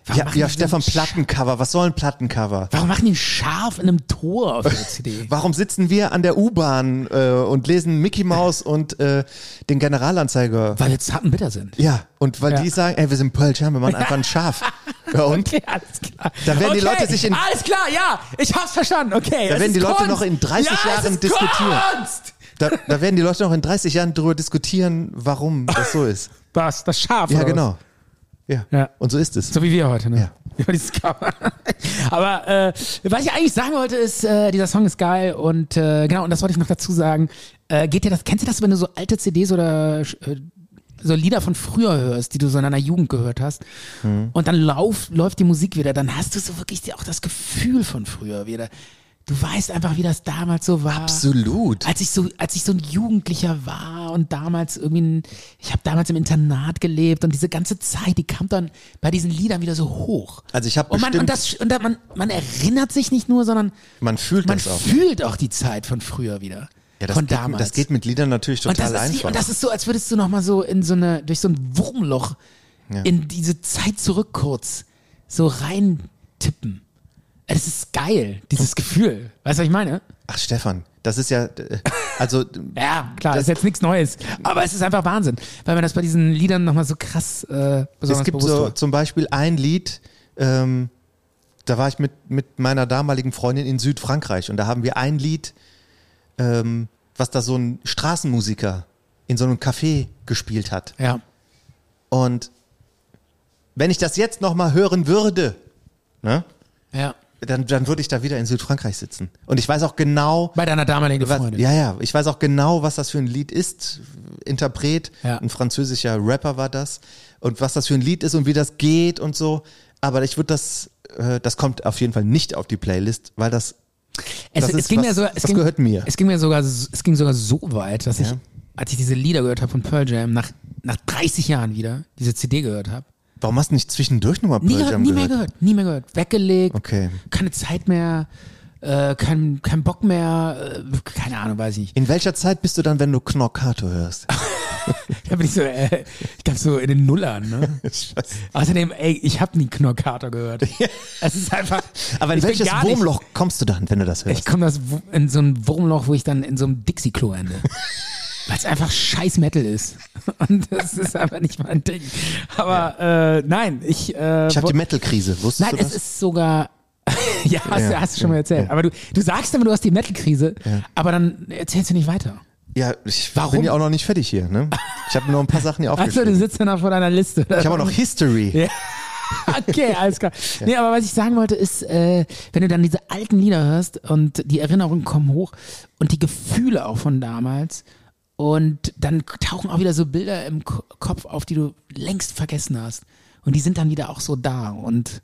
Warum
Ja,
machen
ja
die so
Stefan,
ein Scha-
Plattencover. Was soll ein Plattencover?
Warum machen die ein Schaf in einem Tor auf der CD?
Warum sitzen wir an der U-Bahn äh, und lesen Mickey Mouse und äh, den Generalanzeiger?
Weil wir Zartenbitter sind.
Ja, und weil
Ja.
die sagen, ey, wir sind Pearl Jam, wir machen einfach ein Schaf. Ja, und?
Okay, alles klar.
Da werden die
okay,
Leute sich in-
Alles klar, ja, ich hab's verstanden, okay.
Da
es
werden
ist
die Leute
Kunst.
noch in 30
ja, es
Jahren
ist
diskutieren.
Kunst.
Da, da werden die Leute noch in 30 Jahren drüber diskutieren, warum das so ist.
Was? Das Schaf?
Ja,
oder was?
genau. Ja.
Ja.
Und so ist es.
So wie wir heute, ne?
Ja.
Über dieses Cover. Aber äh, was ich eigentlich sagen wollte, ist, äh, dieser Song ist geil und äh, genau, und das wollte ich noch dazu sagen. Äh, geht dir das, kennst du das, wenn du so alte CDs oder äh, so Lieder von früher hörst, die du so in deiner Jugend gehört hast,
Mhm.
und dann lauf, läuft die Musik wieder, dann hast du so wirklich die- auch das Gefühl von früher wieder. Du weißt einfach, wie das damals so war.
Absolut.
Als ich so, als ich so ein Jugendlicher war und damals irgendwie, ein, ich habe damals im Internat gelebt und diese ganze Zeit, die kam dann bei diesen Liedern wieder so hoch.
Also ich hab
und man, und
bestimmt-
das und da, man, man erinnert sich nicht nur, sondern
Man fühlt
man
das auch.
fühlt auch die Zeit von früher wieder.
Ja, das,
von
geht,
damals.
das geht mit Liedern natürlich
und
total
das, ist, wie-
einfach.
und das ist so, als würdest du nochmal so in so eine, durch so ein Wurmloch in diese Zeit zurück kurz so rein tippen. Das ist geil, dieses Gefühl. Weißt du, was ich meine?
Ach, Stefan, das ist ja, äh, also,
Ja, klar, das ist jetzt nichts Neues. Aber es ist einfach Wahnsinn, weil man das bei diesen Liedern nochmal so krass äh, besonders
es gibt
bewusst
so
wird.
zum Beispiel ein Lied, ähm, da war ich mit, mit meiner damaligen Freundin in Südfrankreich und da haben wir ein Lied ähm, was da so ein Straßenmusiker in so einem Café gespielt hat.
Ja.
Und wenn ich das jetzt nochmal hören würde, ne,
Ja.
dann, dann würde ich da wieder in Südfrankreich sitzen. Und ich weiß auch genau,
Bei deiner damaligen
was,
Freundin.
ja, ja, ich weiß auch genau, was das für ein Lied ist. Interpret,
Ja.
ein französischer Rapper war das. Und was das für ein Lied ist und wie das geht und so. Aber ich würde das, äh, das kommt auf jeden Fall nicht auf die Playlist, weil das,
Es,
das
es
ist
ging
was,
mir sogar, es
das
ging,
gehört mir.
Es ging mir sogar, es ging sogar so weit, dass ich, als ich diese Lieder gehört habe von Pearl Jam, nach, nach 30 Jahren wieder diese CD gehört habe.
Warum hast du nicht zwischendurch nochmal
Nie,
Pearl
gehört,
Jam
nie
gehört?
mehr gehört, nie mehr gehört. Weggelegt,
Okay.
keine Zeit mehr, äh, kein, kein Bock mehr, äh, keine Ahnung, weiß ich nicht.
In welcher Zeit bist du dann, wenn du Knorkato hörst?
Da bin ich so, äh, ich glaube so in den Nullern, ne? Außerdem, ey, ich habe nie Knockator gehört. Es ist einfach.
Aber in
ich bin
welches
gar nicht-
Wurmloch kommst du dann, wenn du das hörst?
Ich komme das Wu- in so ein Wurmloch, wo ich dann in so einem Dixie-Klo ende. Weil es einfach scheiß Metal ist. Und das ist einfach nicht mein Ding. Aber äh, nein, ich. Äh,
Ich habe
wo-
die Metal-Krise, wusstest
nein,
du
es
das?
ist sogar. ja, hast,
Ja,
du hast du schon mal erzählt. Aber du, du sagst immer, du hast die Metal-Krise, aber dann erzählst du nicht weiter.
ja, ich
Warum?
bin ja auch noch nicht fertig hier. Ne? Ich habe noch ein paar Sachen hier
Also,
aufgeschrieben.
du sitzt dann noch vor deiner Liste.
ich habe auch noch History.
Okay, alles klar. Nee, aber was ich sagen wollte ist, äh, wenn du dann diese alten Lieder hörst und die Erinnerungen kommen hoch und die Gefühle auch von damals und dann tauchen auch wieder so Bilder im Ko- Kopf auf, die du längst vergessen hast und die sind dann wieder auch so da und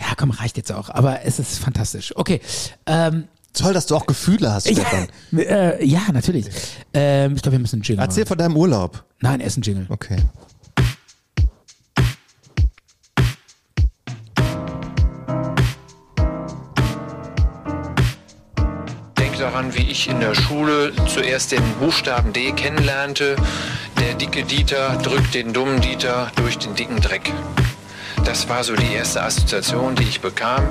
ja, komm, reicht jetzt auch, aber es ist fantastisch. Okay, ähm,
Toll, dass du auch Gefühle hast,
ja,
Stefan.
äh, ja, natürlich. Ähm, ich glaube, wir müssen einen Jingle
Erzähl
machen.
von deinem Urlaub.
Nein, er ist ein Jingle.
Okay.
Denk daran, wie ich in der Schule zuerst den Buchstaben D kennenlernte. Der dicke Dieter drückt den dummen Dieter durch den dicken Dreck. Das war so die erste Assoziation, die ich bekam.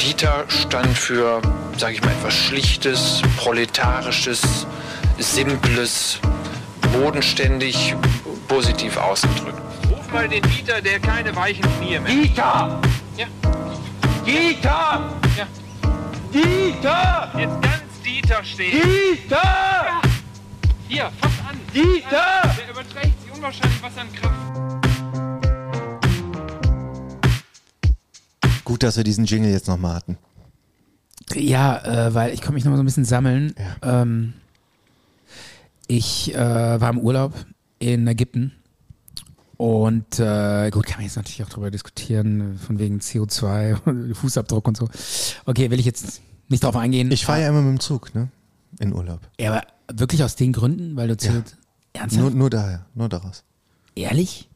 Dieter stand für, sage ich mal, etwas Schlichtes, Proletarisches, Simples, bodenständig, positiv ausgedrückt.
Ruf mal den Dieter, der keine weichen Knie mehr hat.
Dieter!
Ja.
Dieter!
Ja.
Dieter!
Jetzt ganz Dieter stehen.
Dieter!
Hier, fass an. Also,
Dieter!
Der überträgt sich unwahrscheinlich was an Kraft.
Gut, dass wir diesen Jingle jetzt nochmal hatten.
Ja, äh, weil ich konnte mich noch mal so ein bisschen sammeln. Ähm, ich äh, war im Urlaub in Ägypten und äh, gut, kann man jetzt natürlich auch darüber diskutieren, von wegen CO2, Fußabdruck und so. Okay, will ich jetzt nicht drauf eingehen.
Ich fahre ja immer mit dem Zug, ne? In Urlaub.
ja, aber wirklich aus den Gründen, weil du CO2... Ernsthaft?
Nur, nur daher, nur daraus.
Ehrlich?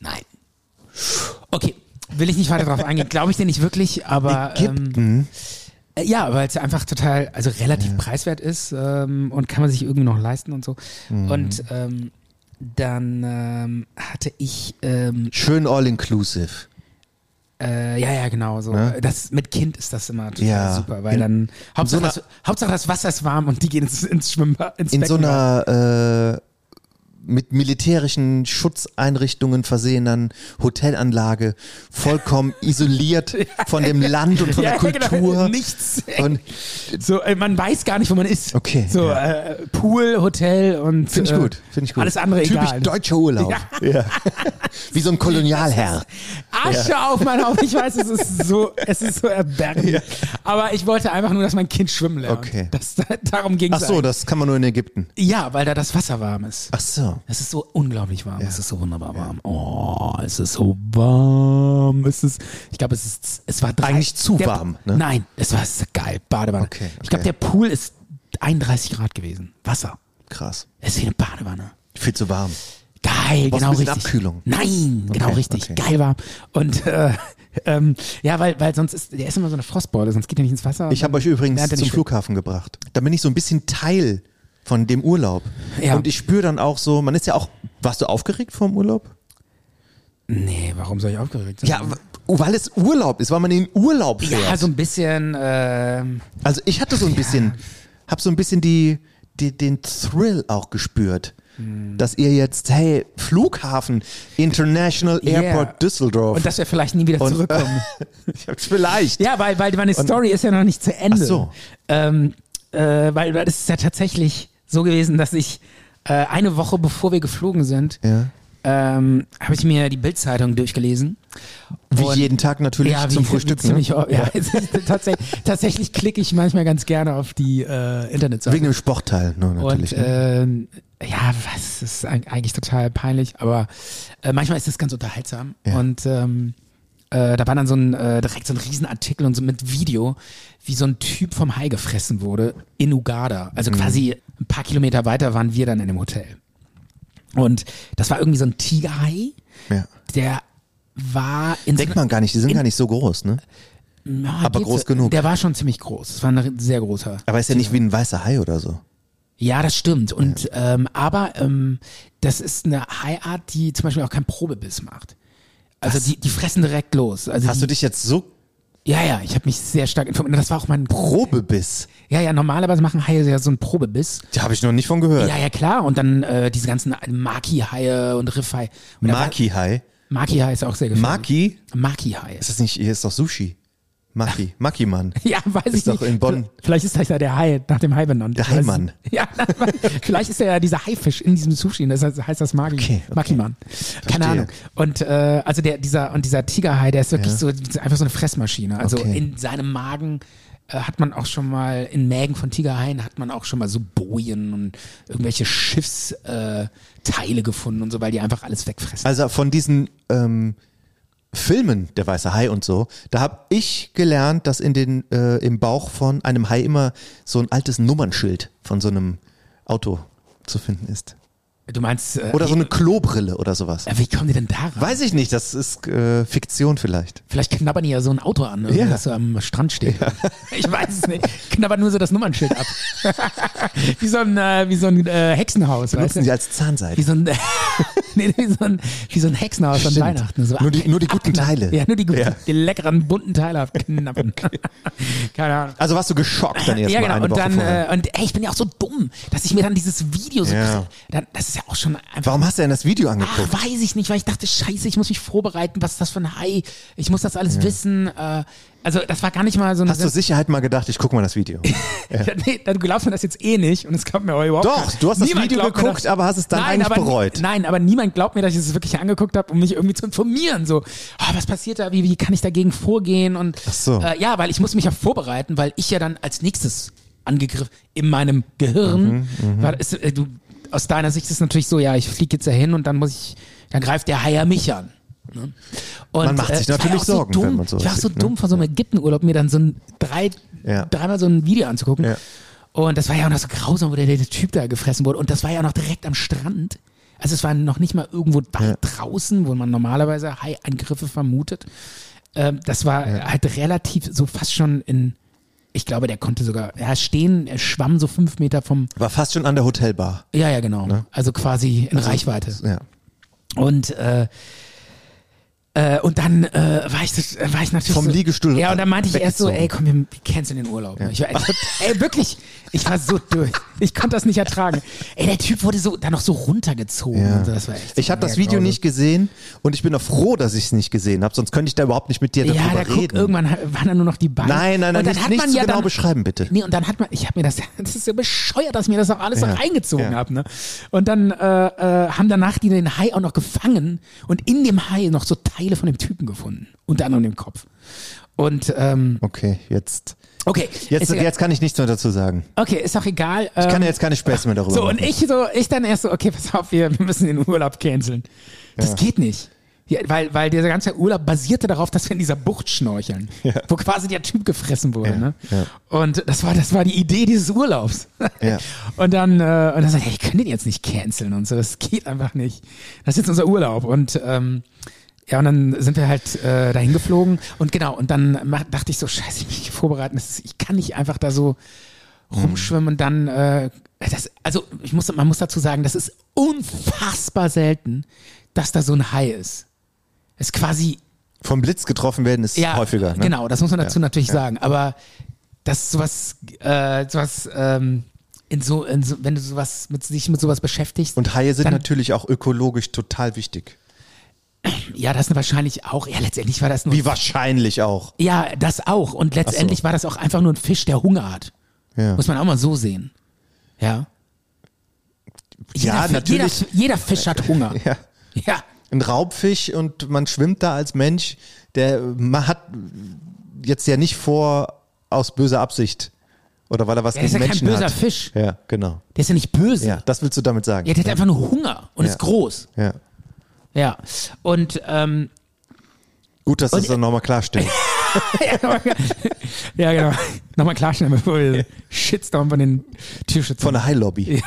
Nein. Okay, will ich nicht weiter drauf eingehen. Glaube ich dir nicht wirklich, aber... Ähm,
Ägypten,
Äh, Ja, weil es einfach total, also relativ preiswert ist ähm, und kann man sich irgendwie noch leisten und so.
Mhm.
Und ähm, dann ähm, hatte ich, ähm,
schön all-inclusive.
äh, ja, ja, genau, so.
Ne?
Das, mit Kind ist das immer total
Ja.
super, weil
In-
dann, Hauptsache,
so einer-
das, Hauptsache das Wasser ist warm und die gehen ins, ins Schwimmbad, ins
In so
Becken rein.
einer äh, mit militärischen Schutzeinrichtungen versehenen Hotelanlage, vollkommen isoliert von dem Land und von
ja,
der
ja, genau.
Kultur.
Nichts.
Und
So, äh, man weiß gar nicht, wo man ist.
Okay,
So, äh, Pool, Hotel und.
finde
äh,
ich gut, finde ich gut.
Alles andere
Typisch
egal.
deutscher Urlaub. Ja. Wie so ein Kolonialherr.
Asche auf mein Haupt. Ich weiß, es ist so, es ist so erbärmlich. Aber ich wollte einfach nur, dass mein Kind schwimmen lernt.
Okay.
Das, darum ging
Ach
es.
so, das kann man nur in Ägypten.
Ja, weil da das Wasser warm ist.
Ach so.
Es ist so unglaublich warm. Es ist so wunderbar warm. Oh, es ist so warm. Es ist, ich glaube, es ist, es war drei,
Eigentlich zu
der,
warm, ne?
Nein, es war es ist geil. Badewanne.
Okay, okay.
Ich glaube, der Pool ist 31 Grad gewesen. Wasser.
Krass.
Es ist wie eine Badewanne.
Viel zu warm.
Geil,
Brauchst
genau
ein bisschen
richtig.
Abkühlung.
Nein, genau
Okay,
richtig.
okay.
Geil warm. Und äh, ähm, ja, weil, weil sonst ist, der ist immer so eine Frostbeule, sonst geht er nicht ins Wasser.
Ich habe euch übrigens
lernt er
zum
nicht schwimmen.
Flughafen gebracht. Da bin ich so ein bisschen Teil von dem Urlaub.
Ja.
Und ich spüre dann auch so, man ist ja auch, warst du aufgeregt vor dem Urlaub?
Nee, warum soll ich aufgeregt sein?
Ja, w- oh, weil es Urlaub ist, weil man in Urlaub fährt.
ja so
also,
ein bisschen, ähm,
ich hatte so ein bisschen, hab so ein bisschen die, die, den Thrill auch gespürt.
Hm.
Dass ihr jetzt, hey, Flughafen, International
yeah.
Airport Düsseldorf.
Und dass wir vielleicht nie wieder
Und,
zurückkommen.
äh, vielleicht.
ja, weil, weil meine Story ist ja noch nicht zu Ende.
Ach so.
Ähm, äh, weil weil es ist ja tatsächlich so gewesen, dass ich äh, eine Woche bevor wir geflogen sind,
Ja.
ähm, habe ich mir die Bildzeitung durchgelesen.
Wie
Und-
jeden Tag natürlich
ja,
zum
wie,
Frühstück.
Wie ziemlich,
ne?
ja, es ist tatsächlich, tatsächlich klicke ich manchmal ganz gerne auf die äh, Internetseite.
Wegen dem Sportteil, ne, natürlich.
Und
ne?
ähm, ja, was ist eig- eigentlich total peinlich, aber äh, manchmal ist das ganz unterhaltsam.
Ja.
Und ähm, äh, da war dann so ein äh, direkt so ein Riesenartikel und so mit Video, wie so ein Typ vom Hai gefressen wurde in Uganda.
Mhm.
Also quasi ein paar Kilometer weiter waren wir dann in dem Hotel. Und das war irgendwie so ein Tigerhai,
ja.
der war in so
Denkt man gar nicht, die sind gar nicht so groß, ne?
Ja,
aber
geht's.
groß genug.
Der war schon ziemlich groß. Es war ein sehr großer.
Aber ist ja nicht wie ein weißer Hai oder so.
Ja, das stimmt. Und ähm, aber ähm, das ist eine Haiart, die zum Beispiel auch keinen Probebiss macht. Also die, die fressen direkt los. Also
Hast
die,
du dich jetzt so
Ja, ja. Ich habe mich sehr stark informiert. Das war auch mein.
Probebiss?
Ja, ja. Normalerweise machen Haie ja so einen Probebiss.
Da habe ich noch nicht von gehört.
Ja, ja, klar. Und dann äh, diese ganzen Maki-Haie und Riffhaie. Und da war-
Maki-Hai.
Maki-Hai ist auch sehr gefährlich.
Maki?
Maki-Hai.
Ist das nicht, hier ist doch Sushi. Maki, Maki-Mann.
Ja, weiß ich
Ist doch
nicht.
in Bonn.
Vielleicht ist das ja der Hai, nach dem Hai benannt.
Der
Ich weiß es
Haimann.
nicht. Ja, vielleicht ist er ja dieser Haifisch in diesem Sushi. und Das heißt, heißt das Magi,
Okay, okay.
Maki-Mann. Keine
Verstehe.
Ahnung. Und äh, also der, dieser, und dieser Tigerhai, der ist wirklich
Ja.
so einfach so eine Fressmaschine. Also
Okay.
in seinem Magen äh, hat man auch schon mal, in Mägen von Tigerhaien hat man auch schon mal so Bojen und irgendwelche Schiffsteile äh, Teile gefunden und so, weil die einfach alles wegfressen.
Also von diesen ähm, Filmen, der weiße Hai und so, da habe ich gelernt, dass in den, äh, im Bauch von einem Hai immer so ein altes Nummernschild von so einem Auto zu finden ist.
Du meinst, äh,
Oder so eine Klobrille oder sowas.
wie, wie kommen die denn da rein?
Weiß ich nicht, das ist äh, Fiktion vielleicht.
Vielleicht knabbern die ja so ein Auto an, irgendwie,
Ja.
das so am Strand steht. Ich weiß es nicht. Knabbern nur so das Nummernschild ab. wie so ein, äh, wie so ein äh, Hexenhaus, weißt
Nutzen sie
du?
als Zahnseide.
Wie so, ein, nee, wie, so ein, wie so ein Hexenhaus an
Stimmt.
Weihnachten. So
Nur die- nur die guten
abknabbern.
Teile.
Ja, nur die, guten,
Ja.
die leckeren, bunten Teile abknabbern. Keine Ahnung.
Also warst du geschockt dann erstmal
Ja, genau.
eine
Und
Woche
dann,
vorher.
äh, und ey, ich bin ja auch so dumm, dass ich mir dann dieses Video so.
Ja.
Dann, das ist ja auch schon einfach.
Warum hast du denn das Video angeguckt?
Ach, weiß ich nicht, weil ich dachte, scheiße, ich muss mich vorbereiten, was ist das für ein Hai? Ich muss das alles wissen. Äh, also das war gar nicht mal so ein...
Hast du Sicherheit mal gedacht, ich gucke mal das Video.
ja, nee, dann glaubst du das jetzt eh nicht und es glaubt mir auch überhaupt
Doch,
keiner.
du hast das Video
glaubt mir
geguckt, aber hast es dann eigentlich
aber nie-
bereut.
Nein, aber niemand glaubt mir, dass ich es wirklich angeguckt habe, um mich irgendwie zu informieren. So, ah, was passiert da, wie, wie kann ich dagegen vorgehen? Und
so.
äh, ja, weil ich muss mich ja vorbereiten, weil ich ja dann als nächstes angegriffen in meinem
Mhm,
Gehirn. war, ist, äh, du, aus deiner Sicht ist es natürlich so, ja, ich fliege jetzt dahin und dann muss ich, dann greift der Haier mich an. Ne? Und, äh,
Man macht sich
ich war
natürlich
auch so
Sorgen,
dumm,
wenn man sowas
Ich war auch so
sieht, ne?
dumm von so einem Ägyptenurlaub, mir dann so ein drei,
Ja.
dreimal so ein Video anzugucken.
Ja.
Und das war ja auch noch so grausam, wo der, der Typ da gefressen wurde. Und das war ja auch noch direkt am Strand. Also es war noch nicht mal irgendwo weit draußen, wo man normalerweise Hai-Angriffe vermutet. Ähm, das war halt relativ so fast schon in, ich glaube, der konnte sogar ja, stehen, er schwamm so fünf Meter vom,
War fast schon an der Hotelbar.
ja, ja, genau. Also quasi in Reichweite.
Ne? Ja.
Und äh, äh, und dann äh, war ich das, war ich natürlich
Vom
so,
Liegestuhl
Ja, und dann meinte ich erst so,
weggezogen.
ey, komm, wir canceln den Urlaub. ne? Ich war, echt so- ey, wirklich, ich war so durch. Ich konnte das nicht ertragen. Ey, der Typ wurde so dann noch so runtergezogen.
Ja.
Und so, das war echt
Ich habe
so
das Video
grausam.
nicht gesehen und ich bin auch froh, dass ich es nicht gesehen habe, sonst könnte ich da überhaupt nicht mit dir darüber
Ja, da
reden.
guck, irgendwann ha- waren da nur noch die Beine.
Nein, nein, nein,
Und dann
nicht,
hat
nicht
man
so
ja
genau
dann,
beschreiben, bitte.
Nee, und dann hat man, ich habe mir das, das ist ja bescheuert, dass ich mir das auch alles
Ja,
noch eingezogen
ja.
hab. Ne? Und dann äh, äh, haben danach die den Hai auch noch gefangen und in dem Hai noch so Teile von dem Typen gefunden, unter anderem den Kopf. Und ähm,
Okay, jetzt.
okay,
Jetzt,
ist, egal-
jetzt kann ich nichts mehr dazu sagen.
okay, ist auch egal. Ähm,
Ich kann ja jetzt keine Späße mehr darüber
so
machen.
und ich so, ich dann erst so, okay, pass auf, wir, wir müssen den Urlaub canceln. Das geht nicht. Ja, weil, weil dieser ganze Urlaub basierte darauf, dass wir in dieser Bucht schnorcheln, wo quasi der Typ gefressen wurde.
Ja,
Ne?
ja.
Und das war, das war die Idee dieses Urlaubs.
Ja.
Und dann, äh, und dann sagt, er, ich kann den jetzt nicht canceln und so, das geht einfach nicht. Das ist jetzt unser Urlaub. Und ähm, ja, und dann sind wir halt äh, dahin geflogen und genau, und dann ma- dachte ich so, scheiße, ich muss mich vorbereiten, das ist, ich kann nicht einfach da so rumschwimmen und dann, äh, das, also ich muss, man muss dazu sagen, das ist unfassbar selten, dass da so ein Hai ist. Es ist quasi
Vom Blitz getroffen werden ist
ja,
häufiger. Ne?
Genau, das muss man
Ja,
dazu natürlich
ja.
sagen. Aber dass sowas, äh, sowas ähm, in so, in so, wenn du sowas mit sich mit sowas beschäftigst.
Und Haie sind
Dann-
natürlich auch ökologisch total wichtig.
ja, das sind wahrscheinlich auch. Ja, letztendlich war das nur.
Wie wahrscheinlich auch.
ja, das auch. Und letztendlich war das auch einfach nur ein Fisch, der Hunger hat.
Ja.
Muss man auch mal so sehen. Ja.
Ja,
jeder,
natürlich.
Jeder, jeder Fisch hat Hunger.
Ja.
ja.
Ein Raubfisch und man schwimmt da als Mensch, der man hat jetzt ja nicht vor aus böser Absicht oder weil er was
Er
gegen
ist ja kein
Menschen
böser
hat.
Fisch.
Ja, genau.
Der ist ja nicht böse.
Ja, das willst du damit sagen.
Ja, der hat einfach nur Hunger und
Ja.
ist groß.
Ja.
Ja. Und ähm,
Gut, dass du es
Und-
dann nochmal klarstellst.
ja, genau. Nochmal klarstellen, bevor wir Shitstorm von den Tierschützern.
Von der High Lobby.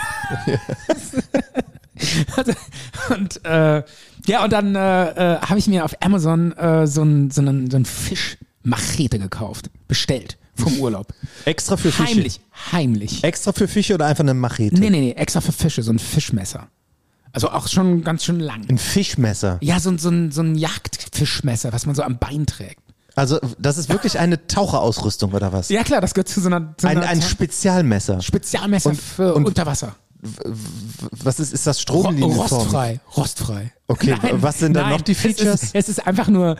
und äh, ja, und dann äh, äh, habe ich mir auf Amazon äh, so einen so einen- so einen Fisch Machete gekauft, bestellt vom Urlaub.
Extra für Fische.
Heimlich, heimlich.
Extra für Fische oder einfach eine Machete?
Nee, nee, nee, extra für Fische, so ein Fischmesser. Also auch schon ganz schön lang.
Ein Fischmesser.
Ja, so, ein- so, ein, so ein Jagdfischmesser, was man so am Bein trägt.
Also, das ist wirklich eine Taucherausrüstung oder was?
Ja genau, klar, das gehört zu so einer, zu
Ein,
einer
ein Spezialmesser.
Spezialmesser
Und-
für
und-
unter Wasser.
Was ist, ist das
Ro-
Stromlinienform?
Rostfrei, rostfrei.
Okay, was sind dann
nein,
noch die Features?
Es ist, es ist einfach nur,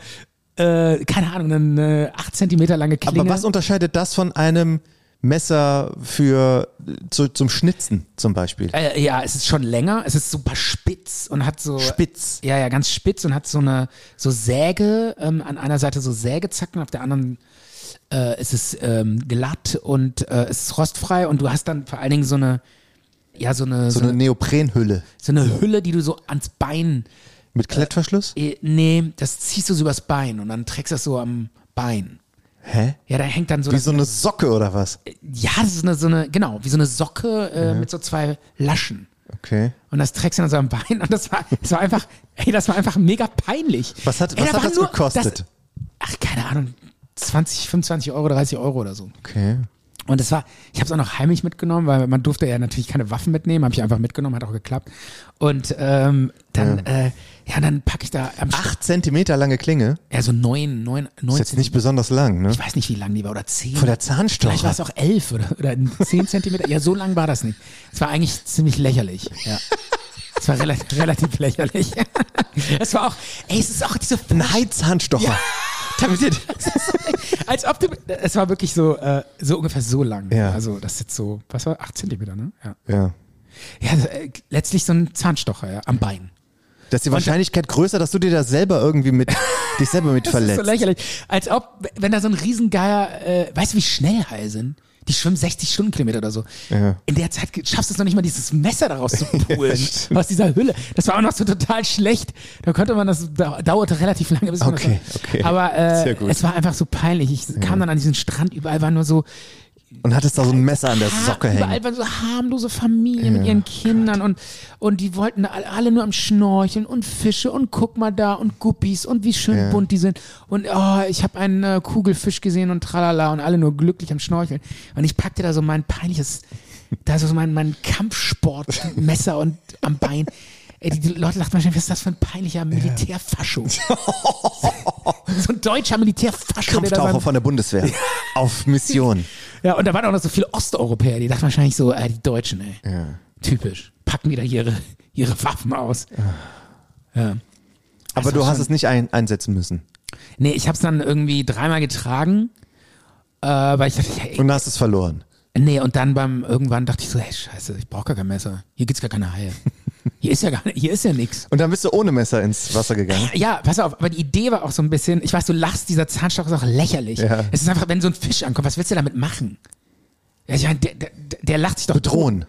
äh, keine Ahnung, eine 8 Zentimeter lange Klinge.
Aber was unterscheidet das von einem Messer für zu, zum Schnitzen zum Beispiel?
äh, ja, es ist schon länger, es ist super spitz und hat so...
Spitz.
Ja, ja, ganz spitz und hat so eine so Säge, ähm, an einer Seite so Sägezacken, auf der anderen äh, ist es ähm, glatt und äh, es ist rostfrei und du hast dann vor allen Dingen so eine, ja, so eine,
So eine Neoprenhülle
so eine Hülle, die du so ans Bein
mit Klettverschluss?
Eh, Nee, das ziehst du so übers Bein und dann trägst du das so am Bein.
Hä?
Ja, da hängt dann so,
Wie
das,
so eine Socke oder was?
ja, das ist eine, so eine, genau, wie so eine Socke äh, mit so zwei Laschen.
Okay.
Und das trägst du dann so am Bein und das war, das war einfach, ey, das war einfach mega peinlich.
Was hat,
ey,
was
da
hat
waren
das
nur-
gekostet?
Das, ach, keine Ahnung, 20, 25 Euro, 30 Euro oder so.
okay.
Und es war, ich habe es auch noch heimlich mitgenommen, weil man durfte ja natürlich keine Waffen mitnehmen, habe ich einfach mitgenommen, hat auch geklappt. Und ähm, dann, ja, äh, ja dann packe ich da am
Acht Zentimeter lange Klinge.
ja, so neun, neun,
Ist
neun
jetzt nicht besonders lang, ne?
ich weiß nicht, wie lang die war, oder zehn.
Von der
Vielleicht war
Zahnstocher.
es auch elf oder, oder zehn Zentimeter. Ja, so lang war das nicht. Es war eigentlich ziemlich lächerlich. Ja. Es war relativ, relativ lächerlich. Es war auch, ey, es ist auch diese
Ein Heizzahnstocher. Damit ihr,
als ob du, es war wirklich so, äh, so ungefähr so lang.
Ja.
Also, das ist jetzt so, was war, acht Zentimeter, ne? Ja.
ja.
Ja, äh, letztlich so ein Zahnstocher, ja, am Bein.
Das ist die Wahrscheinlichkeit größer, dass du dir da selber irgendwie mit, dich selber mit
Das ist
verletzt.
so lächerlich. Als ob, wenn da so ein Riesengeier, äh, weißt du, wie schnell Haie sind? Die schwimmen 60 Stundenkilometer oder so.
Ja.
In der Zeit ge- schaffst du es noch nicht mal, dieses Messer daraus zu pulen. aus dieser Hülle. Das war auch noch so total schlecht. Da konnte man das, da, dauerte relativ lange, bis man
Okay,
das
okay.
Aber
Sehr
äh,
gut.
es war einfach so peinlich. Ich kam dann an diesen Strand, überall waren nur so,
Und hattest da so ein Messer an der
ha-
Socke hängen.
überall waren so harmlose Familien mit ihren Kindern und, und die wollten all- alle nur am Schnorcheln und Fische und guck mal da und Guppies und wie schön bunt die sind. Und oh, ich habe einen äh, Kugelfisch gesehen und tralala und alle nur glücklich am Schnorcheln. Und ich packte da so mein peinliches, da so mein, mein Kampfsportmesser und am Bein. Ey, die, die Leute lachten wahrscheinlich, was ist das für ein peinlicher Militärfascho? so ein deutscher Militärfascho. der da
Kampftaucher
sein-
von der Bundeswehr. Auf Mission.
ja, und da waren auch noch so viele Osteuropäer, die dachten wahrscheinlich so, äh, die Deutschen, ey. Typisch. Packen wieder ihre, ihre Waffen aus. Ja.
Ah. Aber
Also
du hast
schon-
es nicht ein, einsetzen müssen.
Nee, ich hab's dann irgendwie dreimal getragen, äh, weil ich dachte, ja, ey,
Und hast es verloren.
nee, und dann beim irgendwann dachte ich so, ey, scheiße, ich brauche gar kein Messer. Hier gibt's gar keine Haie. Hier ist ja gar hier ist ja nix.
Und dann bist du ohne Messer ins Wasser gegangen.
Ja, pass auf, aber die Idee war auch so ein bisschen, ich weiß, du lachst, dieser Zahnstocher ist auch lächerlich.
Ja.
Es ist einfach, wenn so ein Fisch ankommt, was willst du damit machen? Ja, Ich meine, der, der, der lacht sich doch tot.
Bedrohen.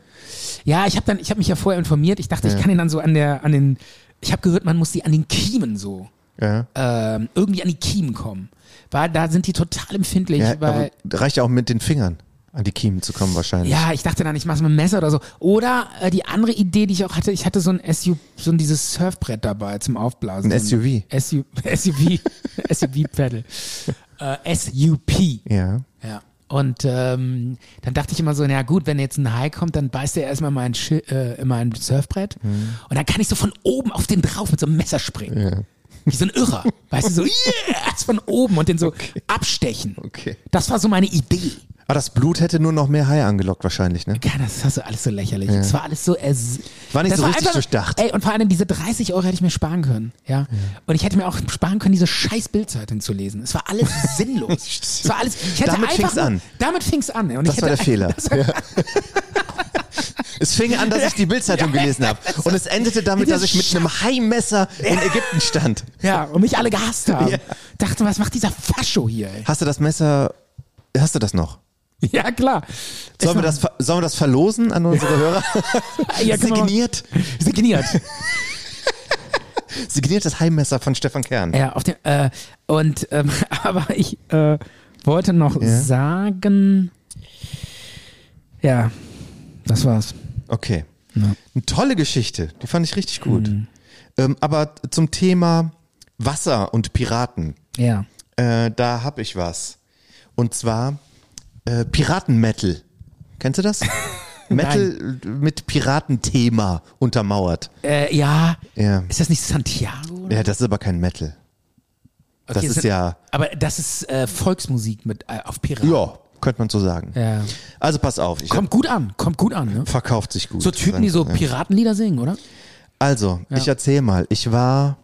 Ja, ich habe dann, ich habe mich ja vorher informiert. Ich dachte, ich kann ihn dann so an der, an den, ich habe gehört, man muss die an den Kiemen so
Ja.
ähm, irgendwie an die Kiemen kommen, weil da sind die total empfindlich.
ja
Ja,
aber
weil,
reicht ja auch mit den Fingern an die Kiemen zu kommen wahrscheinlich.
ja ich dachte dann, ich mache es mit dem Messer oder so. Oder äh, die andere Idee, die ich auch hatte, ich hatte so ein SUV, so ein dieses Surfbrett dabei zum Aufblasen.
Ein
So
SUV.
SU, SUV, SUV Pedal, äh, SUP.
Ja.
Ja. Und ähm, dann dachte ich immer so, na gut, wenn jetzt ein Hai kommt, dann beißt er erstmal mein, Schi äh, in mein Surfbrett
Mhm.
und dann kann ich so von oben auf den drauf mit so einem Messer springen. Wie so ein Irrer. weißt du, so yes, von oben und den so abstechen.
Okay.
Das war so meine Idee.
Aber das Blut hätte nur noch mehr Haie angelockt wahrscheinlich, ne?
Ja, das hast du alles so lächerlich.
Ja.
Es war alles so. Es,
War nicht
das
so richtig durchdacht.
Ey, und vor allem diese 30 Euro hätte ich mir sparen können. Ja? Und ich hätte mir auch sparen können, diese scheiß Bildzeitung zu lesen. Es war alles sinnlos. es war alles. Ich hätte
Damit
einfach
fing's
nur-
an.
Damit fing es an. ey. Und
Das
ich
war
hätte
der Fehler. Ja. Es fing an, dass ich die Bildzeitung gelesen habe. Und es endete damit, dass ich mit einem Haimesser in Ägypten stand.
Ja, und mich alle gehasst haben.
Ja.
Dachten, was macht dieser Fascho hier, ey?
Hast du das Messer, hast du das noch?
Ja, klar.
Sollen wir das, ver- sollen wir das verlosen an unsere Hörer?
Ja, können wir mal-
signiert,
signiert?
signiert das Heimmesser von Stefan Kern.
ja, auf den, äh, und, ähm, aber ich äh, wollte noch
Ja.
sagen. Ja, das war's.
Okay. Eine tolle Geschichte, die fand ich richtig gut. Ähm, aber zum Thema Wasser und Piraten,
Ja.
äh, da habe ich was. Und zwar äh, Piratenmetal. Kennst du das? Metal mit Piratenthema untermauert.
Äh, ja.
Ja.
Ist das nicht Santiago?
ja, das ist aber kein Metal. das
Okay,
ist
sind-
ja,
Aber das ist äh, Volksmusik mit äh, auf Piraten.
ja, könnte man so sagen.
Ja.
Also pass auf, ich
Kommt gut an, kommt gut an. Ne?
hab, verkauft sich gut.
So Typen, die so
Ja.
Piratenlieder singen, oder?
Also, ich erzähl mal. Ich war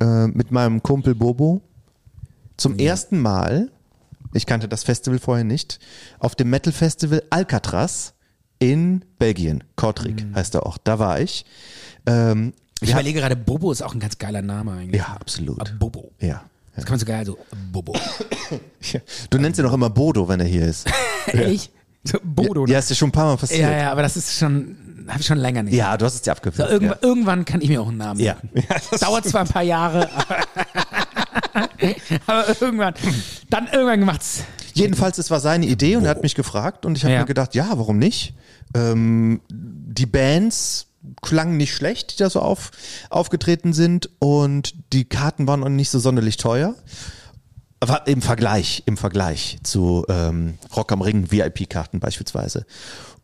äh, mit meinem Kumpel Bobo
Mhm.
zum ersten Mal, ich kannte das Festival vorher nicht, auf dem Metal Festival Alcatraz in Belgien. Kortrijk
Mhm.
heißt der Ort. Da war ich. Ähm,
Ich
ja,
überlege gerade, Bobo ist auch ein ganz geiler Name eigentlich. Ah,
ja, absolut.
Bobo.
Ja.
Das kann man so geil, so Bobo.
Du nennst ihn auch immer Bodo, wenn er hier ist.
Ehrlich? So, Bodo. ne?
Ja, ist dir schon ein paar Mal
Ja,
passiert.
ja, aber das ist schon, habe ich schon länger nicht.
Ja, du hast es dir
So,
abgewöhnt.
irgendwann, irgendwann kann ich mir auch einen Namen
Ja.
machen.
Ja, das
Dauert zwar ein paar Jahre, aber, aber irgendwann, dann irgendwann macht's.
Jedenfalls, es war seine Idee und er hat mich gefragt und ich habe
Ja.
mir gedacht, ja, warum nicht? Ähm, die Bands klangen nicht schlecht, die da so auf, aufgetreten sind und die Karten waren auch nicht so sonderlich teuer. Aber Im Vergleich, im Vergleich zu ähm, Rock am Ring VIP-Karten beispielsweise.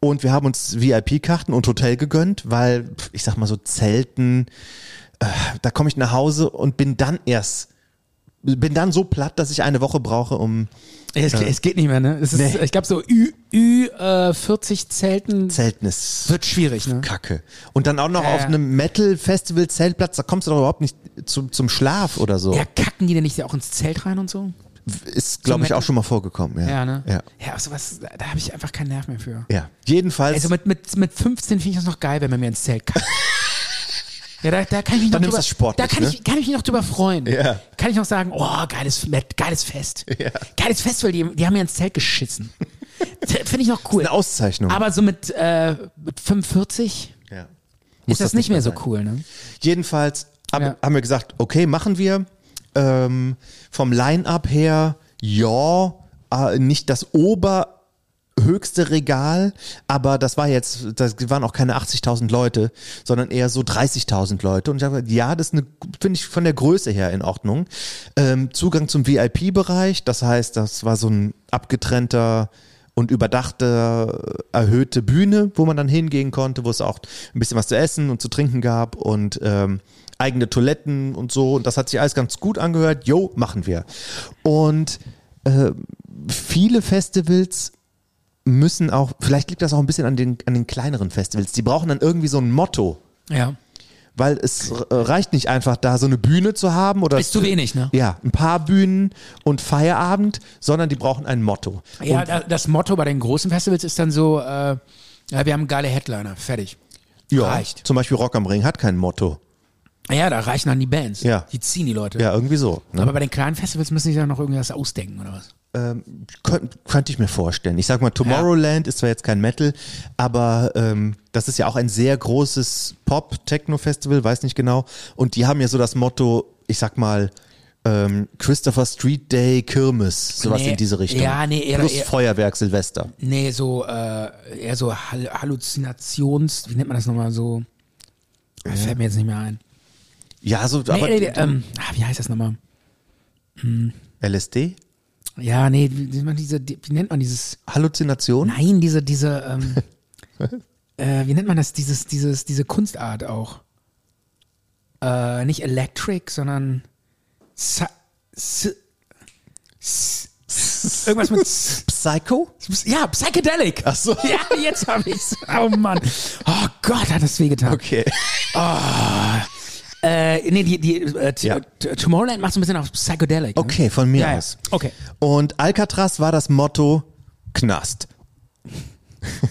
Und wir haben uns VIP-Karten und Hotel gegönnt, weil pf, ich sag mal so Zelten, äh, da komme ich nach Hause und bin dann erst, bin dann so platt, dass ich eine Woche brauche, um
Es, es geht nicht mehr, ne? Es ist,
Nee.
Ich glaube, so Ü, Ü äh, 40 Zelten
Zelten ist
wird schwierig, ne?
Kacke. Und dann auch noch
Ja,
auf
ja.
einem Metal-Festival-Zeltplatz, da kommst du doch überhaupt nicht zum, zum Schlaf oder so.
Ja, kacken die denn nicht auch ins Zelt rein und so?
Ist, glaube ich,
Metal-
auch schon mal vorgekommen. Ja,
Ja, ne?
Ja.
ja aber sowas, da habe ich einfach keinen Nerv mehr für.
ja. Jedenfalls,
Also mit, mit, mit 15 finde ich das noch geil, wenn man mir ins Zelt kackt. Ja, da, da kann ich mich
Dann nimmst
noch drüber,
du das sportlich,
da kann,
ne?
ich, kann ich mich noch drüber freuen.
Ja.
Kann ich noch sagen, oh, geiles, Met- geiles Fest. Geiles Fest, weil die, die haben mir ins Zelt geschissen. Finde ich noch cool.
eine Auszeichnung.
Aber so mit, äh, mit 45
ja.
ist das, nicht mehr so
sein.
cool, ne?
Jedenfalls hab,
Ja.
haben wir gesagt, okay, machen wir. Ähm, vom Line-Up her, ja, äh, nicht das oberhöchste Regal, aber das war jetzt, das waren auch keine 80.000 Leute, sondern eher so 30.000 Leute. Und ich habe gesagt, ja, das ist eine, finde ich von der Größe her in Ordnung. Ähm, Zugang zum VIP-Bereich, das heißt, das war so ein abgetrennter und überdachte, äh, erhöhte Bühne, wo man dann hingehen konnte, wo es auch ein bisschen was zu essen und zu trinken gab und ähm, eigene Toiletten und so. Und das hat sich alles ganz gut angehört. Jo, machen wir. Und äh, viele Festivals müssen auch, vielleicht liegt das auch ein bisschen an den, an den kleineren Festivals, die brauchen dann irgendwie so ein Motto.
Ja.
Weil es äh, reicht nicht einfach, da so eine Bühne zu haben oder
Ist zu wenig, ne?
ja, ein paar Bühnen und Feierabend, sondern die brauchen ein Motto.
Ja, da- das Motto bei den großen Festivals ist dann so, äh, ja, wir haben geile Headliner, fertig.
Ja,
Reicht. Ah
zum Beispiel Rock am Ring hat kein Motto.
Ja, da reichen dann die Bands.
Ja.
Die ziehen die Leute.
Ja, irgendwie so. Ne?
Aber bei den kleinen Festivals müssen sie dann noch irgendwas ausdenken oder was?
Ähm, Könnt, könnte ich mir vorstellen. Ich sag mal, Tomorrowland ist zwar jetzt kein Metal, aber ähm, das ist ja auch ein sehr großes Pop-Techno-Festival, weiß nicht genau. Und die haben ja so das Motto, ich sag mal, ähm, Christopher Street Day Kirmes, sowas
Nee,
in diese Richtung.
ja, nee, eher-
Plus
eher-
Feuerwerk Silvester.
Nee, so äh, eher so Hall Halluzinations, wie nennt man das nochmal so? Das fällt mir jetzt nicht mehr ein.
Ja, so,
Nee,
aber
nee, nee, ähm, ah, wie heißt das nochmal?
LSD?
Ja, nee, wie, nennt man diese, die- wie nennt man dieses?
Halluzination?
Nein, diese, diese, ähm, äh, wie nennt man das? Dieses, dieses, diese Kunstart auch. Äh, nicht Electric, sondern Sa S S Irgendwas mit Z-
Psycho?
ja, Psychedelic.
Ach so.
Ja, jetzt habe ich's. Oh Mann. Oh Gott, hat das wehgetan. Ah.
Okay.
Äh, nee, die, die äh, t-
Ja.
t- Tomorrowland macht so ein bisschen auf Psychedelic. Ne?
Okay, von mir
Ja, ja.
aus.
Okay.
Und Alcatraz war das Motto Knast.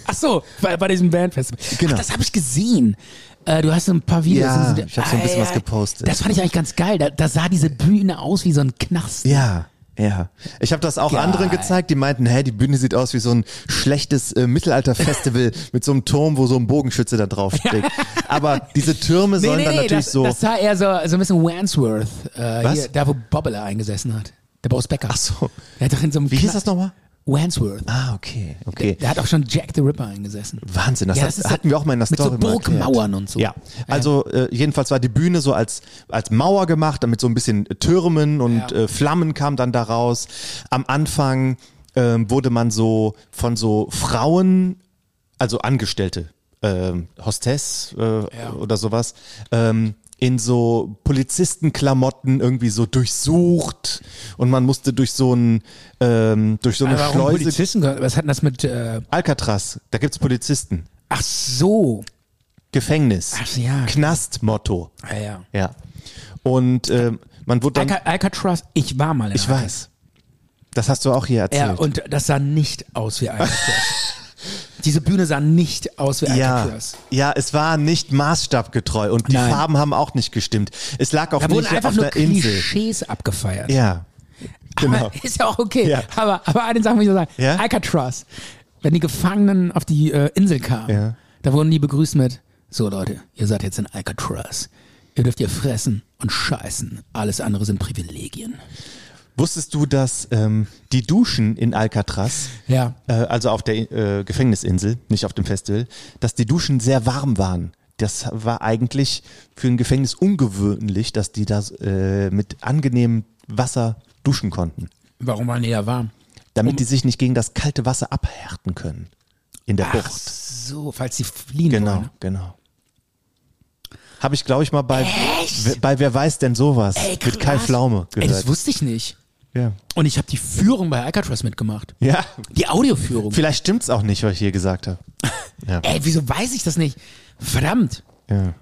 Ach so, bei, bei diesem Bandfestival.
Genau.
Ach, das habe ich gesehen. Äh, du hast so ein paar Videos.
Ja,
Das sind-
ich hab so ein bisschen
Ah,
was
ja.
gepostet.
Das fand ich eigentlich ganz geil. Da, da sah diese Bühne aus wie so ein Knast.
Ja, ja. Ich habe das auch
Geil.
anderen gezeigt, die meinten, hey, die Bühne sieht aus wie so ein schlechtes äh, Mittelalter-Festival mit so einem Turm, wo so ein Bogenschütze da drauf steht. Aber diese Türme sollen dann natürlich
das,
so.
das sah eher so, so ein bisschen Wandsworth. Äh,
Was?
Hier, da, wo Bobbele eingesessen hat. Der Boris Becker.
Ach so.
Der hat doch in so einem
wie hieß
Knast-
das nochmal?
Wandsworth.
Ah, okay, okay.
Der hat auch schon Jack the Ripper eingesessen.
Wahnsinn, das,
Ja,
hat,
das ist
hatten wir auch mal in der
mit so
Story mal erklärt.
Burgmauern und so.
Ja, also äh, jedenfalls war die Bühne so als, als Mauer gemacht, damit so ein bisschen Türmen und
Ja.
äh, Flammen kam dann daraus. Am Anfang ähm, wurde man so von so Frauen, also Angestellte, ähm, Hostess äh, oder sowas, ähm, in so Polizistenklamotten irgendwie so durchsucht und man musste durch so ein ähm, durch so eine
Aber warum
Schleuse
Polizisten? Was hat denn das mit... Äh,
Alcatraz, da gibt's Polizisten.
ach so.
Gefängnis.
Ach so, ja.
Knastmotto.
Ah, ja.
Ja. Und ähm, man wurde dann.
Alca Alcatraz, ich war mal in
ich weiß. Das hast du auch hier erzählt.
Ja, und das sah nicht aus wie Alcatraz. Diese Bühne sah nicht aus wie
ja,
Alcatraz.
ja, es war nicht maßstabgetreu und die
Nein.
Farben haben auch nicht gestimmt. Es lag auch
Da wurden
nicht
einfach
auf
nur
einer Insel.
Klischees abgefeiert.
Ja. Genau.
Aber ist ja auch okay.
Ja.
Aber, aber eine Sache muss ich noch sagen.
Ja?
Alcatraz, wenn die Gefangenen auf die äh, Insel kamen,
Ja.
da wurden die begrüßt mit, so Leute, ihr seid jetzt in Alcatraz. Ihr dürft hier fressen und scheißen. Alles andere sind Privilegien.
Wusstest du, dass ähm, die Duschen in Alcatraz,
Ja.
äh, also auf der äh, Gefängnisinsel, nicht auf dem Festival, dass die Duschen sehr warm waren? Das war eigentlich für ein Gefängnis ungewöhnlich, dass die da äh, mit angenehmem Wasser duschen konnten,
Warum waren die da warm?
damit
Um
die sich nicht gegen das kalte Wasser abhärten können in der
Ach
Bucht.
so, falls sie fliehen
Genau,
wollen.
genau. Habe ich, glaube ich, mal bei, bei Wer weiß denn sowas mit Kai
krass.
Flaume
Ey,
gehört.
das wusste ich nicht.
ja.
Und ich habe die Führung bei Alcatraz mitgemacht.
ja,
Die Audioführung.
vielleicht stimmt's auch nicht, was ich hier gesagt habe.
Ey, wieso weiß ich das nicht? Verdammt.
Ja.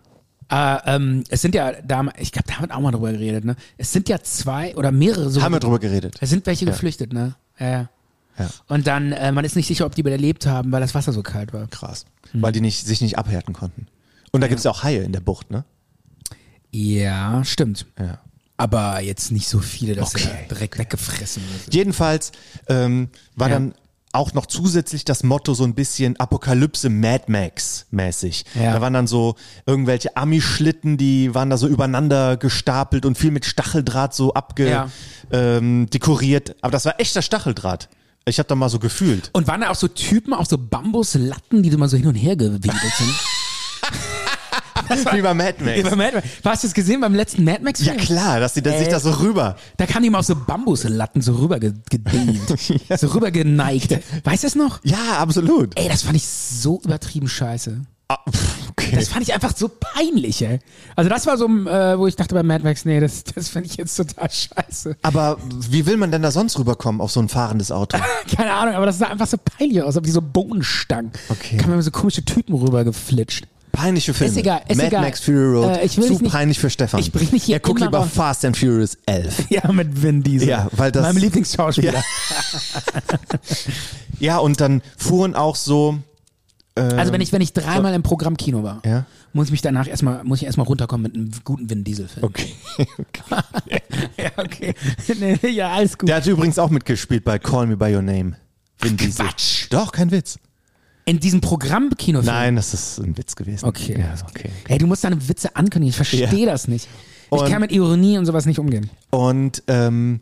Äh, ähm, es sind ja damals, ich glaube, da haben wir auch mal drüber geredet, ne? Es sind ja zwei oder mehrere so.
Haben wir drüber geredet.
Es sind welche
Ja.
geflüchtet, ne? Ja, ja.
Ja.
Und dann, äh, man ist nicht sicher, ob die überlebt haben, weil das Wasser so kalt war.
Krass.
hm.
Weil die nicht, sich nicht abhärten konnten. Und da gibt's ja auch Haie in der Bucht, ne?
Ja, stimmt.
Ja.
Aber jetzt nicht so viele, dass sie
Okay.
da direkt weggefressen wird.
Jedenfalls ähm, war
Ja.
dann auch noch zusätzlich das Motto so ein bisschen Apokalypse Mad Max mäßig.
Ja.
Da waren dann so irgendwelche Ami-Schlitten, die waren da so übereinander gestapelt und viel mit Stacheldraht so abge
Ja.
ähm, dekoriert. Aber das war echter Stacheldraht. Ich habe da mal so gefühlt.
Und waren da auch so Typen auf so Bambuslatten, die immer so hin und her gewedelt sind?
Wie bei Mad Max.
Über Mad Max. Hast du das gesehen beim letzten Mad Max?
ja klar, dass die da, sich
Äh.
da so rüber.
Da kam ihm auf so Bambuslatten so rüber ge- gedehnt, so rüber geneigt. Weißt du es noch?
Ja, absolut.
Ey, das fand ich so übertrieben scheiße.
Ah, pff, okay.
Das fand ich einfach so peinlich, ey. Also das war so, äh, wo ich dachte bei Mad Max, nee, das, das fand ich jetzt total scheiße.
Aber wie will man denn da sonst rüberkommen auf so ein fahrendes Auto?
Keine Ahnung, aber das sah einfach so peinlich aus, wie so Bohnenstangen.
Okay.
Kamen immer so komische Typen rübergeflitscht.
Peinliche Filme.
Ist egal, ist
Mad
egal.
Max Fury Road.
Äh, ich will
Zu
dich nicht-
peinlich für Stefan.
ich bring dich hier
Er guckt
immer
lieber
raus.
Fast and Furious 11.
Ja, mit Vin Diesel.
Ja, weil das-
Meinem Lieblingsschauspieler.
Ja. Ja, und dann fuhren auch so.
Also wenn ich, wenn ich dreimal im Programm Kino war,
Ja.
muss ich mich danach erstmal, muss ich erstmal runterkommen mit einem guten Vin Diesel-Film.
Okay.
ja, okay. Nee, ja, alles gut.
Der hat übrigens auch mitgespielt bei Call Me By Your Name. Vin Diesel.
Quatsch.
Doch, kein Witz.
In diesem Programm-Kinofilm.
Nein, das ist ein Witz gewesen.
Okay.
Ja, okay.
Ey, du musst deine Witze ankündigen. Ich verstehe
Ja.
das nicht. ich
Und-
kann mit Ironie und sowas nicht umgehen.
Und ähm,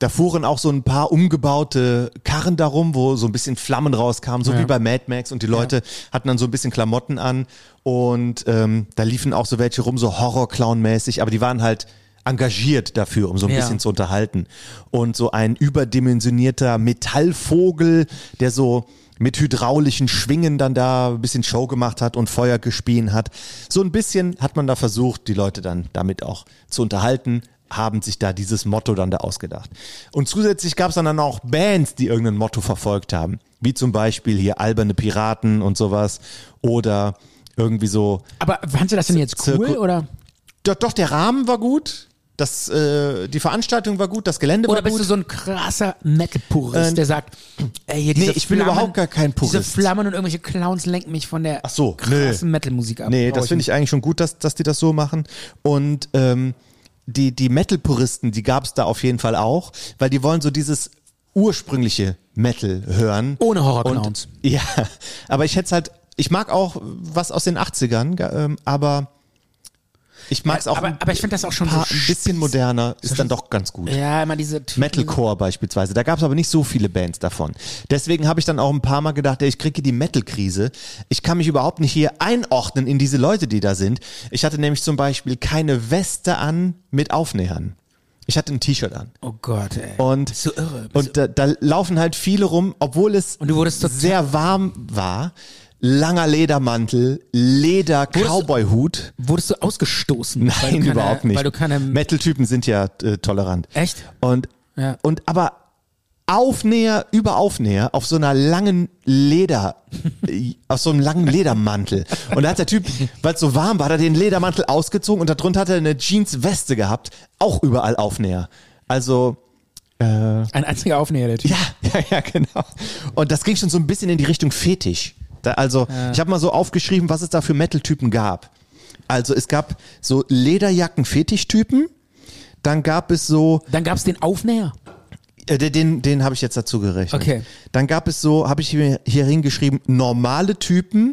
da fuhren auch so ein paar umgebaute Karren darum, wo so ein bisschen Flammen rauskamen, so wie bei Mad Max. Und die Leute hatten dann so ein bisschen Klamotten an. Und ähm, da liefen auch so welche rum, so Horror-Clown-mäßig. Aber die waren halt engagiert dafür, um so ein
Ja.
bisschen zu unterhalten. Und so ein überdimensionierter Metallvogel, der so mit hydraulischen Schwingen dann da ein bisschen Show gemacht hat und Feuer gespien hat. So ein bisschen hat man da versucht, die Leute dann damit auch zu unterhalten. haben sich da dieses Motto dann da ausgedacht. Und zusätzlich gab es dann, dann auch Bands, die irgendein Motto verfolgt haben. Wie zum Beispiel hier Alberne Piraten und sowas. Oder irgendwie so.
Aber fandst du das denn jetzt cool
Zirku-
oder?
Doch, doch der Rahmen war gut. Das, äh, die Veranstaltung war gut, das Gelände
Oder
war
bist
gut.
du so ein krasser Metal-Purist,
Ähm,
der sagt, ey, hier diese
nee, ich bin
Flammen,
überhaupt gar kein
Diese
Purist.
Flammen und irgendwelche Clowns lenken mich von der
so,
krassen
nö.
Metal-Musik ab.
Nee,
Brauch
das finde ich eigentlich schon gut, dass, dass die das so machen. Und ähm, die, die Metal-Puristen, die gab es da auf jeden Fall auch, weil die wollen so dieses ursprüngliche Metal hören.
Ohne Horrorclowns.
Und- Ja, aber ich hätte halt, ich mag auch was aus den 80ern, ge- ähm, aber ich mag es auch
aber- aber ich find das auch schon
ein, paar,
so
ein bisschen moderner, ist dann doch ganz gut.
Ja, immer diese
Metalcore beispielsweise. Da gab es aber nicht so viele Bands davon. Deswegen habe ich dann auch ein paar Mal gedacht, ey, ich kriege die Metal-Krise. Ich kann mich überhaupt nicht hier einordnen in diese Leute, die da sind. Ich hatte nämlich zum Beispiel keine Weste an mit Aufnähern. Ich hatte ein T-Shirt an.
Oh Gott, ey.
Und,
Bist du irre? Bist
und da, da laufen halt viele rum, obwohl es
Und du wurdest total-
sehr warm war. Langer Ledermantel, Leder-Cowboy-Hut.
Wurdest du ausgestoßen? weil du
Nein,
keine,
überhaupt nicht.
Weil du keine.
Metal-Typen sind ja äh, tolerant.
Echt?
Und,
Ja.
und aber Aufnäher über Aufnäher auf so einer langen Leder, auf so einem langen Ledermantel. Und da hat der Typ, weil es so warm war, hat er den Ledermantel ausgezogen und darunter hat er eine Jeansweste gehabt, auch überall Aufnäher. Also,
ein einziger Aufnäher, der Typ.
ja, ja, ja, genau. Und das ging schon so ein bisschen in die Richtung Fetisch. Da, also, ich habe mal so aufgeschrieben, was es da für Metal-Typen gab. Also, es gab so Lederjacken-Fetischtypen. Dann gab es so,
Dann gab es den Aufnäher.
äh, den- den, den habe ich jetzt dazu gerechnet.
Okay.
Dann gab es so, habe ich hier, hier hingeschrieben, normale Typen,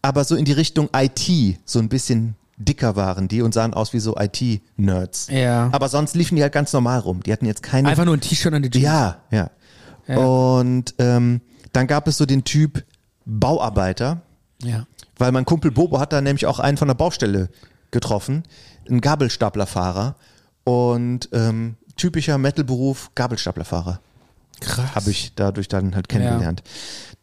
aber so in die Richtung IT, so ein bisschen dicker waren die und sahen aus wie so IT-Nerds.
Ja.
Aber sonst liefen die halt ganz normal rum. Die hatten jetzt keine
Einfach nur ein T-Shirt und eine Jeans.
ja, ja. Und ähm, dann gab es so den Typ Bauarbeiter,
ja.
weil mein Kumpel Bobo hat da nämlich auch einen von der Baustelle getroffen, einen Gabelstaplerfahrer und ähm, typischer Metalberuf Gabelstaplerfahrer
Krass.
habe ich dadurch dann halt kennengelernt.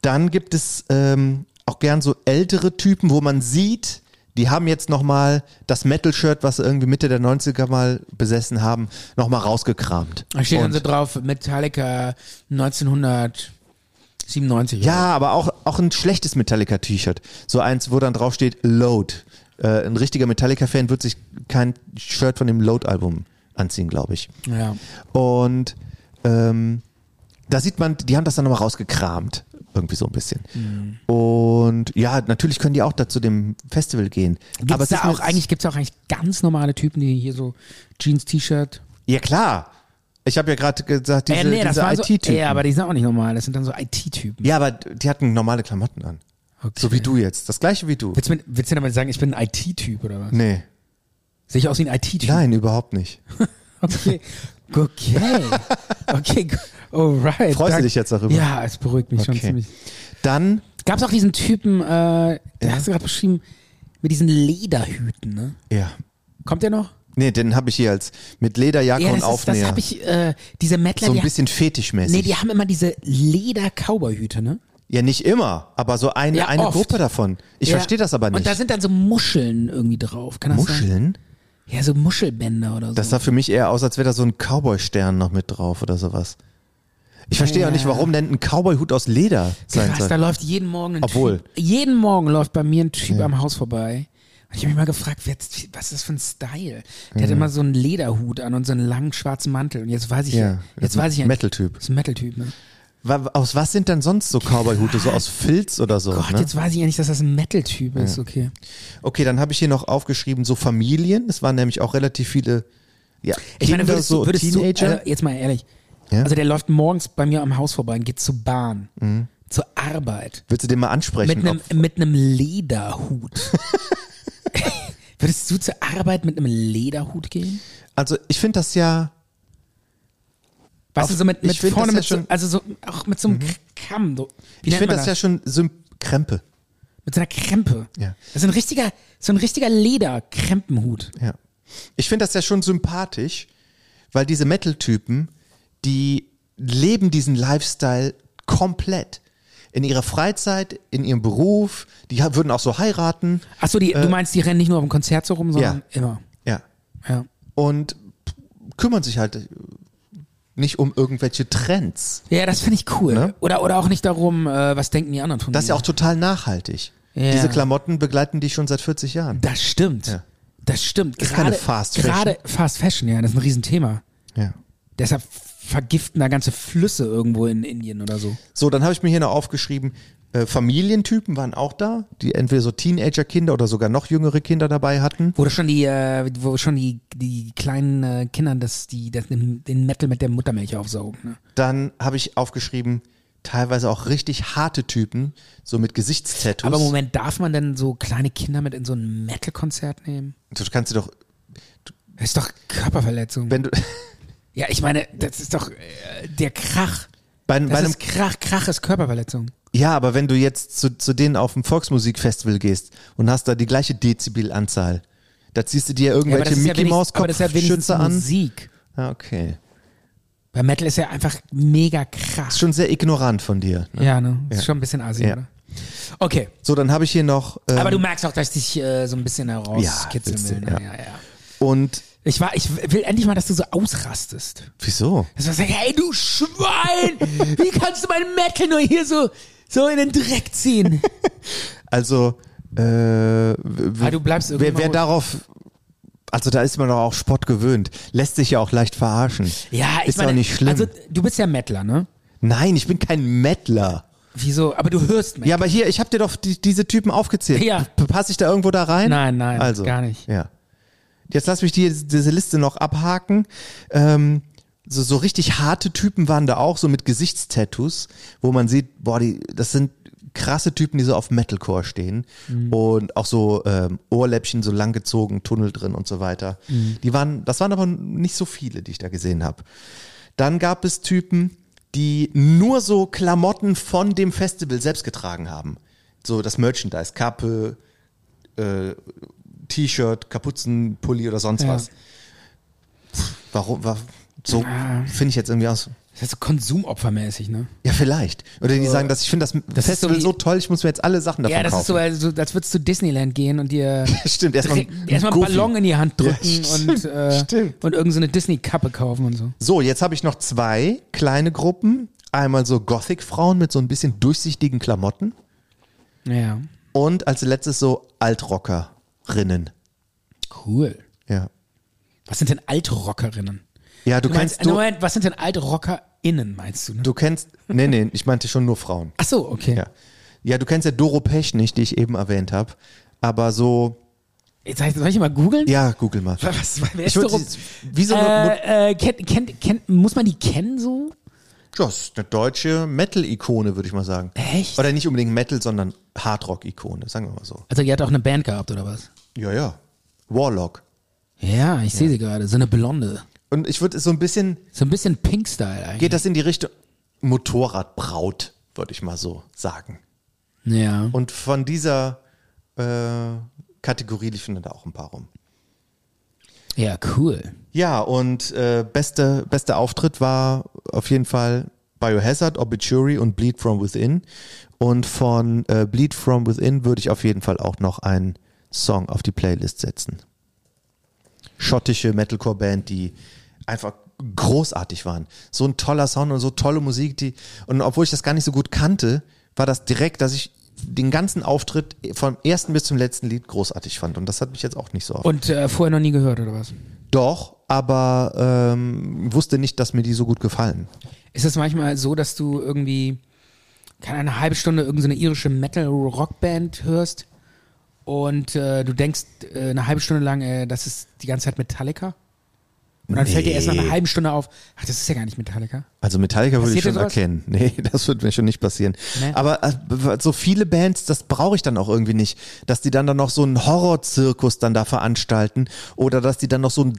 Dann gibt es ähm, auch gern so ältere Typen, wo man sieht, die haben jetzt nochmal das Metal-Shirt, was sie irgendwie Mitte der 90er mal besessen haben, nochmal rausgekramt.
Da steht dann
Und-
so drauf, Metallica 1997.
Ja, aber auch, auch ein schlechtes Metallica-T-Shirt. So eins, wo dann drauf steht Load. Äh, ein richtiger Metallica-Fan wird sich kein Shirt von dem Load-Album anziehen, glaube ich.
Ja.
Und ähm, da sieht man, die haben das dann nochmal rausgekramt. Irgendwie so ein bisschen.
Mhm.
Und ja, natürlich können die auch da zu dem Festival gehen.
Gibt's
aber es ist
da
mir
auch
jetzt-
eigentlich, gibt's da auch eigentlich ganz normale Typen, die hier so Jeans, T-Shirt.
Ja, klar. Ich habe ja gerade gesagt, diese, diese
Äh, waren
IT-Typen.
so, ja, aber die sind auch nicht normal. Das sind dann so IT-Typen.
ja, aber die hatten normale Klamotten an.
Okay.
So wie du jetzt. Das gleiche wie du.
Willst du, mir- willst du damit sagen, ich bin ein IT-Typ oder was?
Nee.
Sehe ich aus wie ein IT-Typ?
Nein, überhaupt nicht.
Okay. Okay. Okay. gu- Alright.
Freust du
Dank-
dich jetzt darüber?
Ja, es beruhigt mich schon
Okay.
ziemlich.
Dann
Gab es auch diesen Typen, äh, der hast du gerade beschrieben, mit diesen Lederhüten, ne?
Ja.
Kommt der noch?
Nee, den habe ich hier als mit Lederjacke und
das, ist, das
Aufnäher.
habe ich, äh, diese Mettler,
so ein
die,
bisschen fetischmäßig.
nee, die haben immer diese Leder-Cowboy-Hüte, ne?
ja, nicht immer, aber so eine,
Ja,
eine
oft.
Gruppe davon. Ich
Ja.
verstehe das aber nicht.
Und da sind dann so Muscheln irgendwie drauf. Kann das Sein?
Muscheln?
Ja, so Muschelbänder oder so.
Das sah für mich eher aus, als wäre da so ein Cowboy-Stern noch mit drauf oder sowas. Ich verstehe
Ja.
auch nicht, warum denn ein Cowboy-Hut aus Leder sein
Krass, da
soll.
läuft jeden Morgen ein
Obwohl.
Typ. Jeden Morgen läuft bei mir ein Typ am Haus vorbei. Und ich habe mich mal gefragt, wer jetzt- was ist das für ein Style? Der hat immer so einen Lederhut an und so einen langen schwarzen Mantel. Und jetzt weiß ich
Ja,
ja. Jetzt
ist ein
weiß ich ja.
Metal-Typ.
Ist ein Metal-Typ, ne?
Wa- Aus was sind denn sonst so Cowboy-Hute? So aus Filz oder so?
Gott,
ne?
jetzt weiß ich ja nicht, dass das ein Metal-Typ ist, okay.
Okay, dann habe ich hier noch aufgeschrieben, so Familien. Es waren nämlich auch relativ viele ja,
Ich
Kinder,
meine, würdest
so
du, würdest
Teenager.
du, also jetzt mal ehrlich.
Ja?
Also der läuft morgens bei mir am Haus vorbei und geht zur Bahn,
Mhm.
zur Arbeit.
Willst du den mal ansprechen?
Mit einem,
ob-
mit einem Lederhut. Würdest du zur Arbeit mit einem Lederhut gehen?
also ich finde das ja
Weißt du, so mit,
ich
mit
find das
vorne
ja
mit so,
schon- Mhm.
also so, auch mit so einem Kamm. So, Wie
Ich
nennt
finde
man
das, ja schon so Krempe.
Mit so einer Krempe.
Ja.
Das ist ein richtiger, so ein richtiger Lederkrempenhut.
Ja. Ich finde das ja schon sympathisch, weil diese Metal-Typen, die leben diesen Lifestyle komplett. In ihrer Freizeit, in ihrem Beruf, die ha- würden auch so heiraten. Äh.
Achso, die, du meinst, die rennen nicht nur auf dem Konzert so rum, sondern
ja.
immer.
Ja.
Ja.
Und kümmern sich halt nicht um irgendwelche Trends.
Ja, das finde ich cool.
Ne?
Oder, oder auch nicht darum, äh, was denken die anderen von
Das
mir.
ist ja auch total nachhaltig.
Ja.
Diese Klamotten begleiten dich schon seit 40 Jahren.
Das stimmt.
Ja.
Das stimmt.
Ist keine Fast Fashion.
Gerade Fast Fashion, ja, das ist ein Riesenthema.
Ja.
Deshalb vergiften da ganze Flüsse irgendwo in Indien oder so.
So, dann habe ich mir hier noch aufgeschrieben, äh, Familientypen waren auch da, die entweder so Teenager-Kinder oder sogar noch jüngere Kinder dabei hatten.
Wo schon die, äh, wo schon die, die kleinen äh, Kindern das, die, das, den den Metal mit der Muttermilch aufsaugen. Ne?
Dann habe ich aufgeschrieben, teilweise auch richtig harte Typen, so mit Gesichtstattoos.
Aber Moment, darf man denn so kleine Kinder mit in so ein Metal-Konzert nehmen?
Du kannst dir doch,
Das ist doch Körperverletzung.
wenn du,
ja, ich meine, das ist doch äh, der Krach.
bei, bei
Das
einem
ist Krach, Krach ist Körperverletzung.
Ja, aber wenn du jetzt zu, zu denen auf dem Volksmusikfestival gest und hast da die gleiche Dezibelanzahl, da ziehst du dir
Ja, aber
irgendwelche
das ist ja
Mickey
wenigstens-
Maus
aber das ist ja wenigstens
Kopfschütze an.
Musik.
Ja, okay.
Bei Metal ist ja einfach mega krass.
Ist schon sehr ignorant von dir. Ne?
ja, ne? Ist schon ein bisschen assi,
Ja.
oder? Okay.
So, dann habe ich hier noch ähm,
Aber du merkst auch, dass ich dich äh, so ein bisschen
Ja,
herauskitzeln
willst
will.
du,
Ne?
ja.
Ja, ja.
und
Ich, war, ich will endlich mal, dass du so ausrastest.
wieso?
Dass du sagst, hey du Schwein, wie kannst du meinen Metal nur hier so, so in den Dreck ziehen?
Also äh, w- w-
Ah, du bleibst
wer,
irgendwann
wer
mal-
darauf also da ist man doch auch Spott gewöhnt. Lässt sich ja auch leicht verarschen.
Ja, ich
ist
meine,
auch nicht schlimm.
Also du bist ja Mettler, ne?
Nein, ich bin kein Mettler.
Wieso? Aber du hörst Metal.
Ja, aber hier, ich habe dir doch die, diese Typen aufgezählt.
Ja.
P- Passe ich da irgendwo da rein?
Nein, nein,
also,
gar nicht.
Ja. Jetzt lass mich die, diese Liste noch abhaken. Ähm, so, so richtig harte Typen waren da auch, so mit Gesichtstattoos, wo man sieht, boah, die, das sind krasse Typen, die so auf Metalcore stehen und auch so ähm, Ohrläppchen so langgezogen, Tunnel drin und so weiter. Die waren, das waren aber nicht so viele, die ich da gesehen habe. Dann gab es Typen, die nur so Klamotten von dem Festival selbst getragen haben. So das Merchandise, Kappe, äh, T-Shirt, Kapuzenpulli oder sonst
Ja.
was. Pff, Warum? Wa, so finde ich jetzt irgendwie aus.
Das ist so konsumopfermäßig, ne?
Ja, vielleicht. Oder die sagen, dass ich finde das,
ist
Festival
so wie-
so toll, ich muss mir jetzt alle Sachen davon
Ja, das
kaufen.
ist so, also, so, als würdest du Disneyland gehen und dir
Stimmt, erstmal
direkt-
ein
erstmal einen
Goofy.
Ballon in die Hand drücken
Ja,
und,
stimmt,
äh,
stimmt.
und irgendeine so eine Disney-Kappe kaufen und so.
So, jetzt habe ich noch zwei kleine Gruppen. Einmal so Gothic-Frauen mit so ein bisschen durchsichtigen Klamotten.
Ja.
Und als letztes so Altrockerinnen.
Cool.
Ja.
Was sind denn Altrockerinnen?
Ja, du,
Du
kannst.
meinst,
du,
Moment, was sind denn AltrockerInnen, meinst du? Ne?
du kennst. Nee, nee, ich meinte schon nur Frauen.
Ach so, okay.
Ja. Ja, du kennst ja Doro Pech nicht, die ich eben erwähnt habe. Aber so.
Jetzt soll ich- soll ich mal googeln?
Ja, google mal.
Was, wer
Ich
ist
würd
darum?
sie- wie so eine-
äh, äh, kennt, kennt, kennt, muss man die kennen so?
Das ist eine deutsche Metal-Ikone, würde ich mal sagen.
Echt?
Oder nicht unbedingt Metal, sondern Hardrock-Ikone, sagen wir mal so.
Also die hat auch eine Band gehabt oder was?
Ja, ja. Warlock.
Ja, ich sehe sie gerade. So eine Blonde.
Und ich würde so ein bisschen.
So ein bisschen Pink-Style eigentlich.
Geht das in die Richtung Motorradbraut, würde ich mal so sagen.
Ja.
Und von dieser äh, Kategorie liefen da auch ein paar rum.
Ja, cool.
Ja, und äh, beste, bester Auftritt war auf jeden Fall Biohazard, Obituary und Bleed From Within. Und von äh, Bleed From Within würde ich auf jeden Fall auch noch einen Song auf die Playlist setzen. Schottische Metalcore-Band, die einfach großartig waren. So ein toller Sound und so tolle Musik, die und obwohl ich das gar nicht so gut kannte, war das direkt, dass ich den ganzen Auftritt vom ersten bis zum letzten Lied großartig fand und das hat mich jetzt auch nicht so oft.
Und äh, vorher noch nie gehört oder was?
Doch, aber ähm, wusste nicht, dass mir die so gut gefallen.
Ist es manchmal so, dass du irgendwie, keine Ahnung, eine halbe Stunde irgendeine irische Metal-Rockband hörst und äh, du denkst äh, eine halbe Stunde lang, äh, das ist die ganze Zeit Metallica? Und dann fällt dir erst nach einer
Nee.
halben Stunde auf, ach, das ist ja gar nicht Metallica.
Also Metallica würde ich
Passiert dir
schon
sowas?
erkennen. Nee, das würde mir schon nicht passieren.
Nee.
Aber äh, so viele Bands, das brauche ich dann auch irgendwie nicht. Dass die dann, dann noch so einen Horrorzirkus dann da veranstalten oder dass die dann noch so ein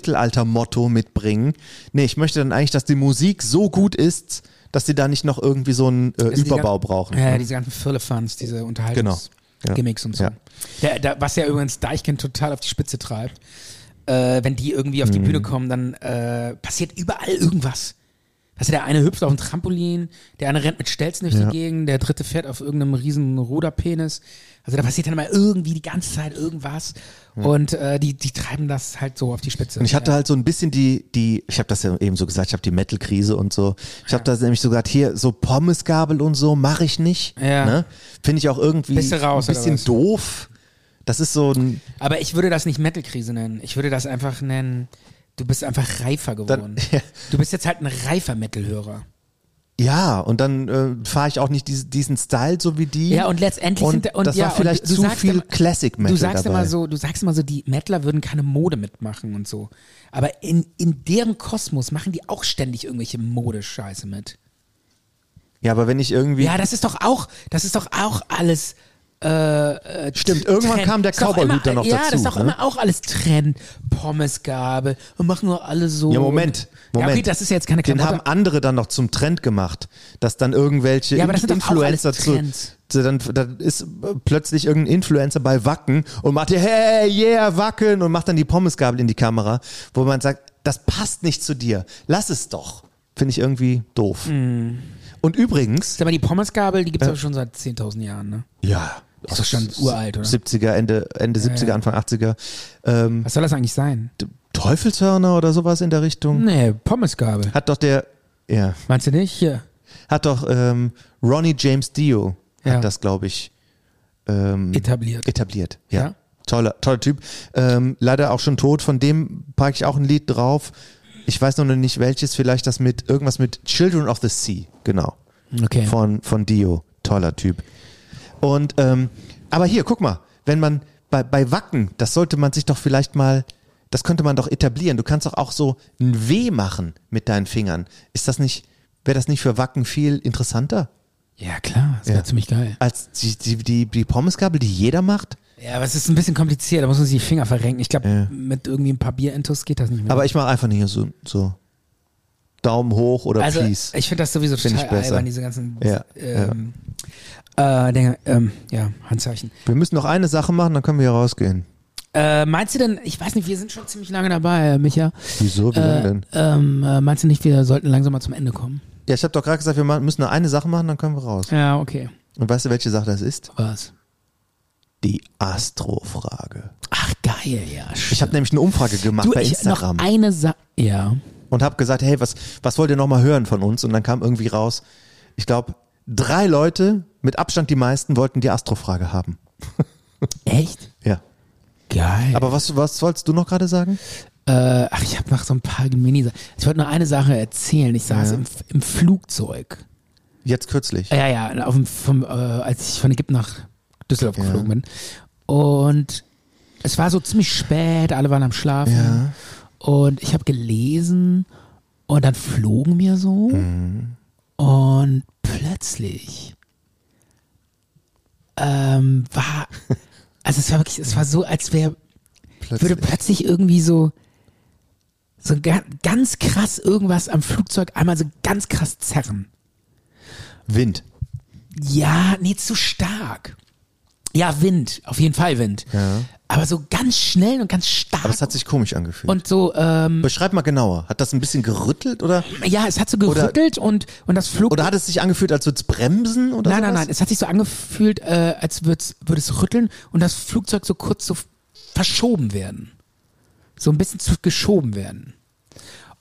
Drachen-Mittelalter-Motto mitbringen. Nee, ich möchte dann eigentlich, dass die Musik so gut ist, dass die da nicht noch irgendwie so einen äh,
Das sind Also die
Überbau
ganzen-
brauchen. ne?
Ja, diese ganzen Firlefanz, diese Unterhaltungs
Genau. Ja.
Gimmicks und so.
Ja.
Der, der, was ja übrigens Deichkind total auf die Spitze treibt.
Mhm.
Äh, wenn die irgendwie auf die Bühne kommen, dann äh, passiert überall irgendwas. Weißt du, der eine hüpft auf dem Trampolin, der eine rennt mit Stelzen durch
Ja.
die Gegend, der dritte fährt auf irgendeinem riesen Ruderpenis. Also da passiert dann immer irgendwie die ganze Zeit irgendwas. Und äh, die, die treiben das halt so auf die Spitze.
Und ich hatte halt so ein bisschen die, die, ich habe das ja eben so gesagt, ich habe die Metal-Krise und so. Ich habe das nämlich so gesagt, hier so Pommesgabel und so mache ich nicht.
Ja.
Ne? Finde ich auch irgendwie
Bist du raus,
ein
oder
bisschen
was?
doof. Das ist so ein,
Aber ich würde das nicht Metal-Krise nennen. Ich würde das einfach nennen, du bist einfach reifer geworden.
ja.
Du bist jetzt halt ein reifer Metal-Hörer.
ja, und dann äh, fahre ich auch nicht diese, diesen Style so wie die.
Ja, und letztendlich
und
sind
das
ja,
war vielleicht
und du
zu
sagst
viel
immer-
Classic Metal
Du sagst
dabei.
immer so, du sagst immer so, die Mettler würden keine Mode mitmachen und so. Aber in, in deren Kosmos machen die auch ständig irgendwelche Modescheiße mit.
Ja, aber wenn ich irgendwie,
Ja, das ist doch auch, das ist doch auch alles. Äh, äh,
Stimmt, irgendwann kam der
Ist doch
Cowboy-Hut
immer-
dann noch
ja,
dazu,
das ist doch
ne?
immer auch alles Trend. Pommesgabel und machen nur alle so.
ja Moment, Moment.
Ja, okay, das ist jetzt keine
Den
Klamotte.
haben andere dann noch zum Trend gemacht, dass dann irgendwelche
Ja, aber das sind doch auch alles
Influencer zu,
Trends.
zu dann, dann ist äh, plötzlich irgendein Influencer bei Wacken und macht hier, hey, yeah, Wacken und macht dann die Pommesgabel in die Kamera, wo man sagt, das passt nicht zu dir, lass es doch. Finde ich irgendwie doof.
Mhm.
Und übrigens,
Sag mal, die Pommesgabel, die gibt's doch schon seit 10.000 Jahren, ne?
ja,
Ist doch schon uralt, oder?
70er, Ende, Ende 70er, Anfang 80er, ähm,
Was soll das eigentlich sein?
Teufelshörner oder sowas in der Richtung.
Nee, Pommesgabel.
Hat doch der, ja,
Meinst du nicht? Hier.
hat doch ähm, Ronnie James Dio
Ja.
hat das, glaube ich, ähm,
Etabliert.
etabliert. Ja.
Ja.
Toller, toller Typ. Ähm, leider auch schon tot. Von dem packe ich auch ein Lied drauf. Ich weiß noch nicht welches. Vielleicht das mit irgendwas mit Children of the Sea. Genau.
Okay.
Von, von Dio. Toller Typ. Und ähm, aber hier, guck mal, wenn man bei, bei Wacken, das sollte man sich doch vielleicht mal, das könnte man doch etablieren. Du kannst doch auch so ein W machen mit deinen Fingern. Ist das nicht, wäre das nicht für Wacken viel interessanter?
Ja, klar. Das wäre
Ja.
ziemlich geil.
Als die, die, die, die Pommesgabel, die jeder macht?
Ja, aber es ist ein bisschen kompliziert. Da muss man sich die Finger verrenken. Ich glaube,
Ja.
mit irgendwie ein paar Bierintus geht das nicht mehr.
Aber ich mache einfach hier so, so Daumen hoch oder
also,
Please.
ich finde das sowieso
Find ich
total
besser.
albern, diese ganzen
Ja,
ähm, Äh, Dinge, ähm, ja, Handzeichen.
Wir müssen noch eine Sache machen, dann können wir hier rausgehen.
Äh, meinst du denn, ich weiß nicht, wir sind schon ziemlich lange dabei, äh, Micha.
Wieso? Wie lange
Äh,
denn?
ähm, äh, meinst du nicht, wir sollten langsam mal zum Ende kommen?
Ja, ich habe doch gerade gesagt, wir ma- müssen nur eine Sache machen, dann können wir raus.
Ja, okay.
Und weißt du, welche Sache das ist?
Was?
Die Astro-Frage.
Ach, geil, ja.
Ich habe nämlich eine Umfrage gemacht
du,
bei
ich,
Instagram
Noch eine Sache. Ja.
und habe gesagt, hey, was, was wollt ihr nochmal hören von uns? Und dann kam irgendwie raus, ich glaube, drei Leute, mit Abstand die meisten, wollten die Astro-Frage haben.
Echt?
Ja.
Geil.
Aber was, was sollst du noch gerade sagen?
Äh, ach, ich habe noch so ein paar mini Ich wollte nur eine Sache erzählen. Ich saß im, im Flugzeug. Ah,
Jetzt kürzlich.
Ja, ja, auf dem, vom, äh, als ich von Ägypten nach Düsseldorf
Ja.
geflogen bin. Und es war so ziemlich spät, alle waren am Schlafen.
Ja.
Und ich habe gelesen und dann flogen wir so.
Mhm.
Und plötzlich ähm, war, also es war wirklich, es war so, als wäre würde plötzlich irgendwie so so ga- ganz krass irgendwas am Flugzeug einmal so ganz krass zerren.
Wind.
Ja, nee, zu stark. Ja, Wind, auf jeden Fall Wind.
Ja.
Aber so ganz schnell und ganz stark.
Aber es hat sich komisch angefühlt.
und so, ähm,
Beschreib mal genauer. Hat das ein bisschen gerüttelt oder,
ja, es hat so gerüttelt und, und das flog.
oder hat es sich angefühlt, als würde es bremsen? Oder
nein, nein,
sowas?
nein. Es hat sich so angefühlt, äh, als würd's- würde es rütteln und das Flugzeug so kurz so verschoben werden. So ein bisschen zu geschoben werden.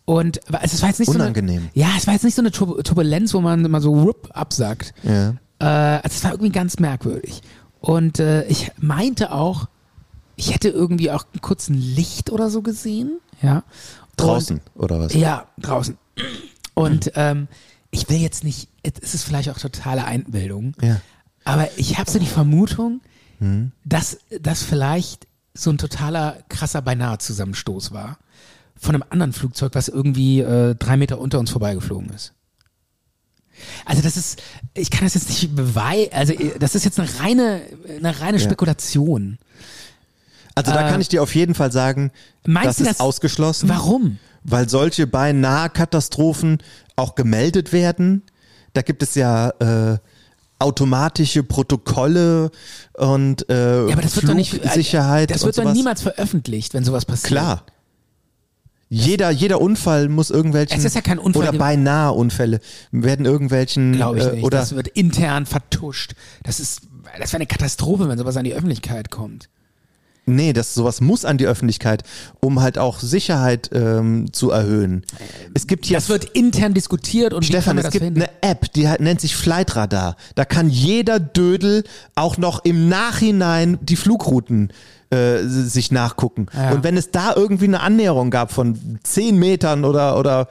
Und wa- also es war jetzt nicht
Unangenehm.
so. Eine, ja, es war jetzt nicht so eine Tur Turbulenz, wo man immer so whoop, absagt.
Ja.
Äh, also es war irgendwie ganz merkwürdig. Und äh, ich meinte auch, ich hätte irgendwie auch einen kurzen Licht oder so gesehen. Ja.
Draußen oder was?
Und, ja, draußen. Und ähm, ich will jetzt nicht, es ist vielleicht auch totale Einbildung,
Ja. Hm.
aber ich habe so die Vermutung, dass das vielleicht so ein totaler krasser Beinahe-Zusammenstoß war von einem anderen Flugzeug, was irgendwie äh, drei Meter unter uns vorbeigeflogen ist. Also das ist, ich kann das jetzt nicht beweisen, also äh, das ist jetzt eine reine, eine reine Spekulation.
Also da kann ich dir auf jeden Fall sagen,
Äh, Meinst
das
du
ist
das-
ausgeschlossen.
Warum?
weil solche beinahe Katastrophen auch gemeldet werden. Da gibt es ja äh, automatische Protokolle und äh,
Ja, aber das wird doch nicht,
Flugsicherheit
das
und
wird doch
sowas.
niemals veröffentlicht, wenn sowas passiert.
klar. Jeder, jeder Unfall muss irgendwelchen.
Es ist ja kein Unfall
Oder
gew-
beinahe Unfälle werden irgendwelchen.
Glaube ich
äh,
nicht.
Oder
das wird intern vertuscht. Das ist, das wäre eine Katastrophe, wenn sowas an die Öffentlichkeit kommt.
nee, das, sowas muss an die Öffentlichkeit, um halt auch Sicherheit ähm, zu erhöhen. Es gibt hier
Das wird intern diskutiert und wie kann
Stefan,
man
es
das
gibt ne-
verhindern?
eine App, die hat- nennt sich Flightradar. Da kann jeder Dödel auch noch im Nachhinein die Flugrouten äh, sich nachgucken.
Ja.
Und wenn es da irgendwie eine Annäherung gab von 10 Metern oder, oder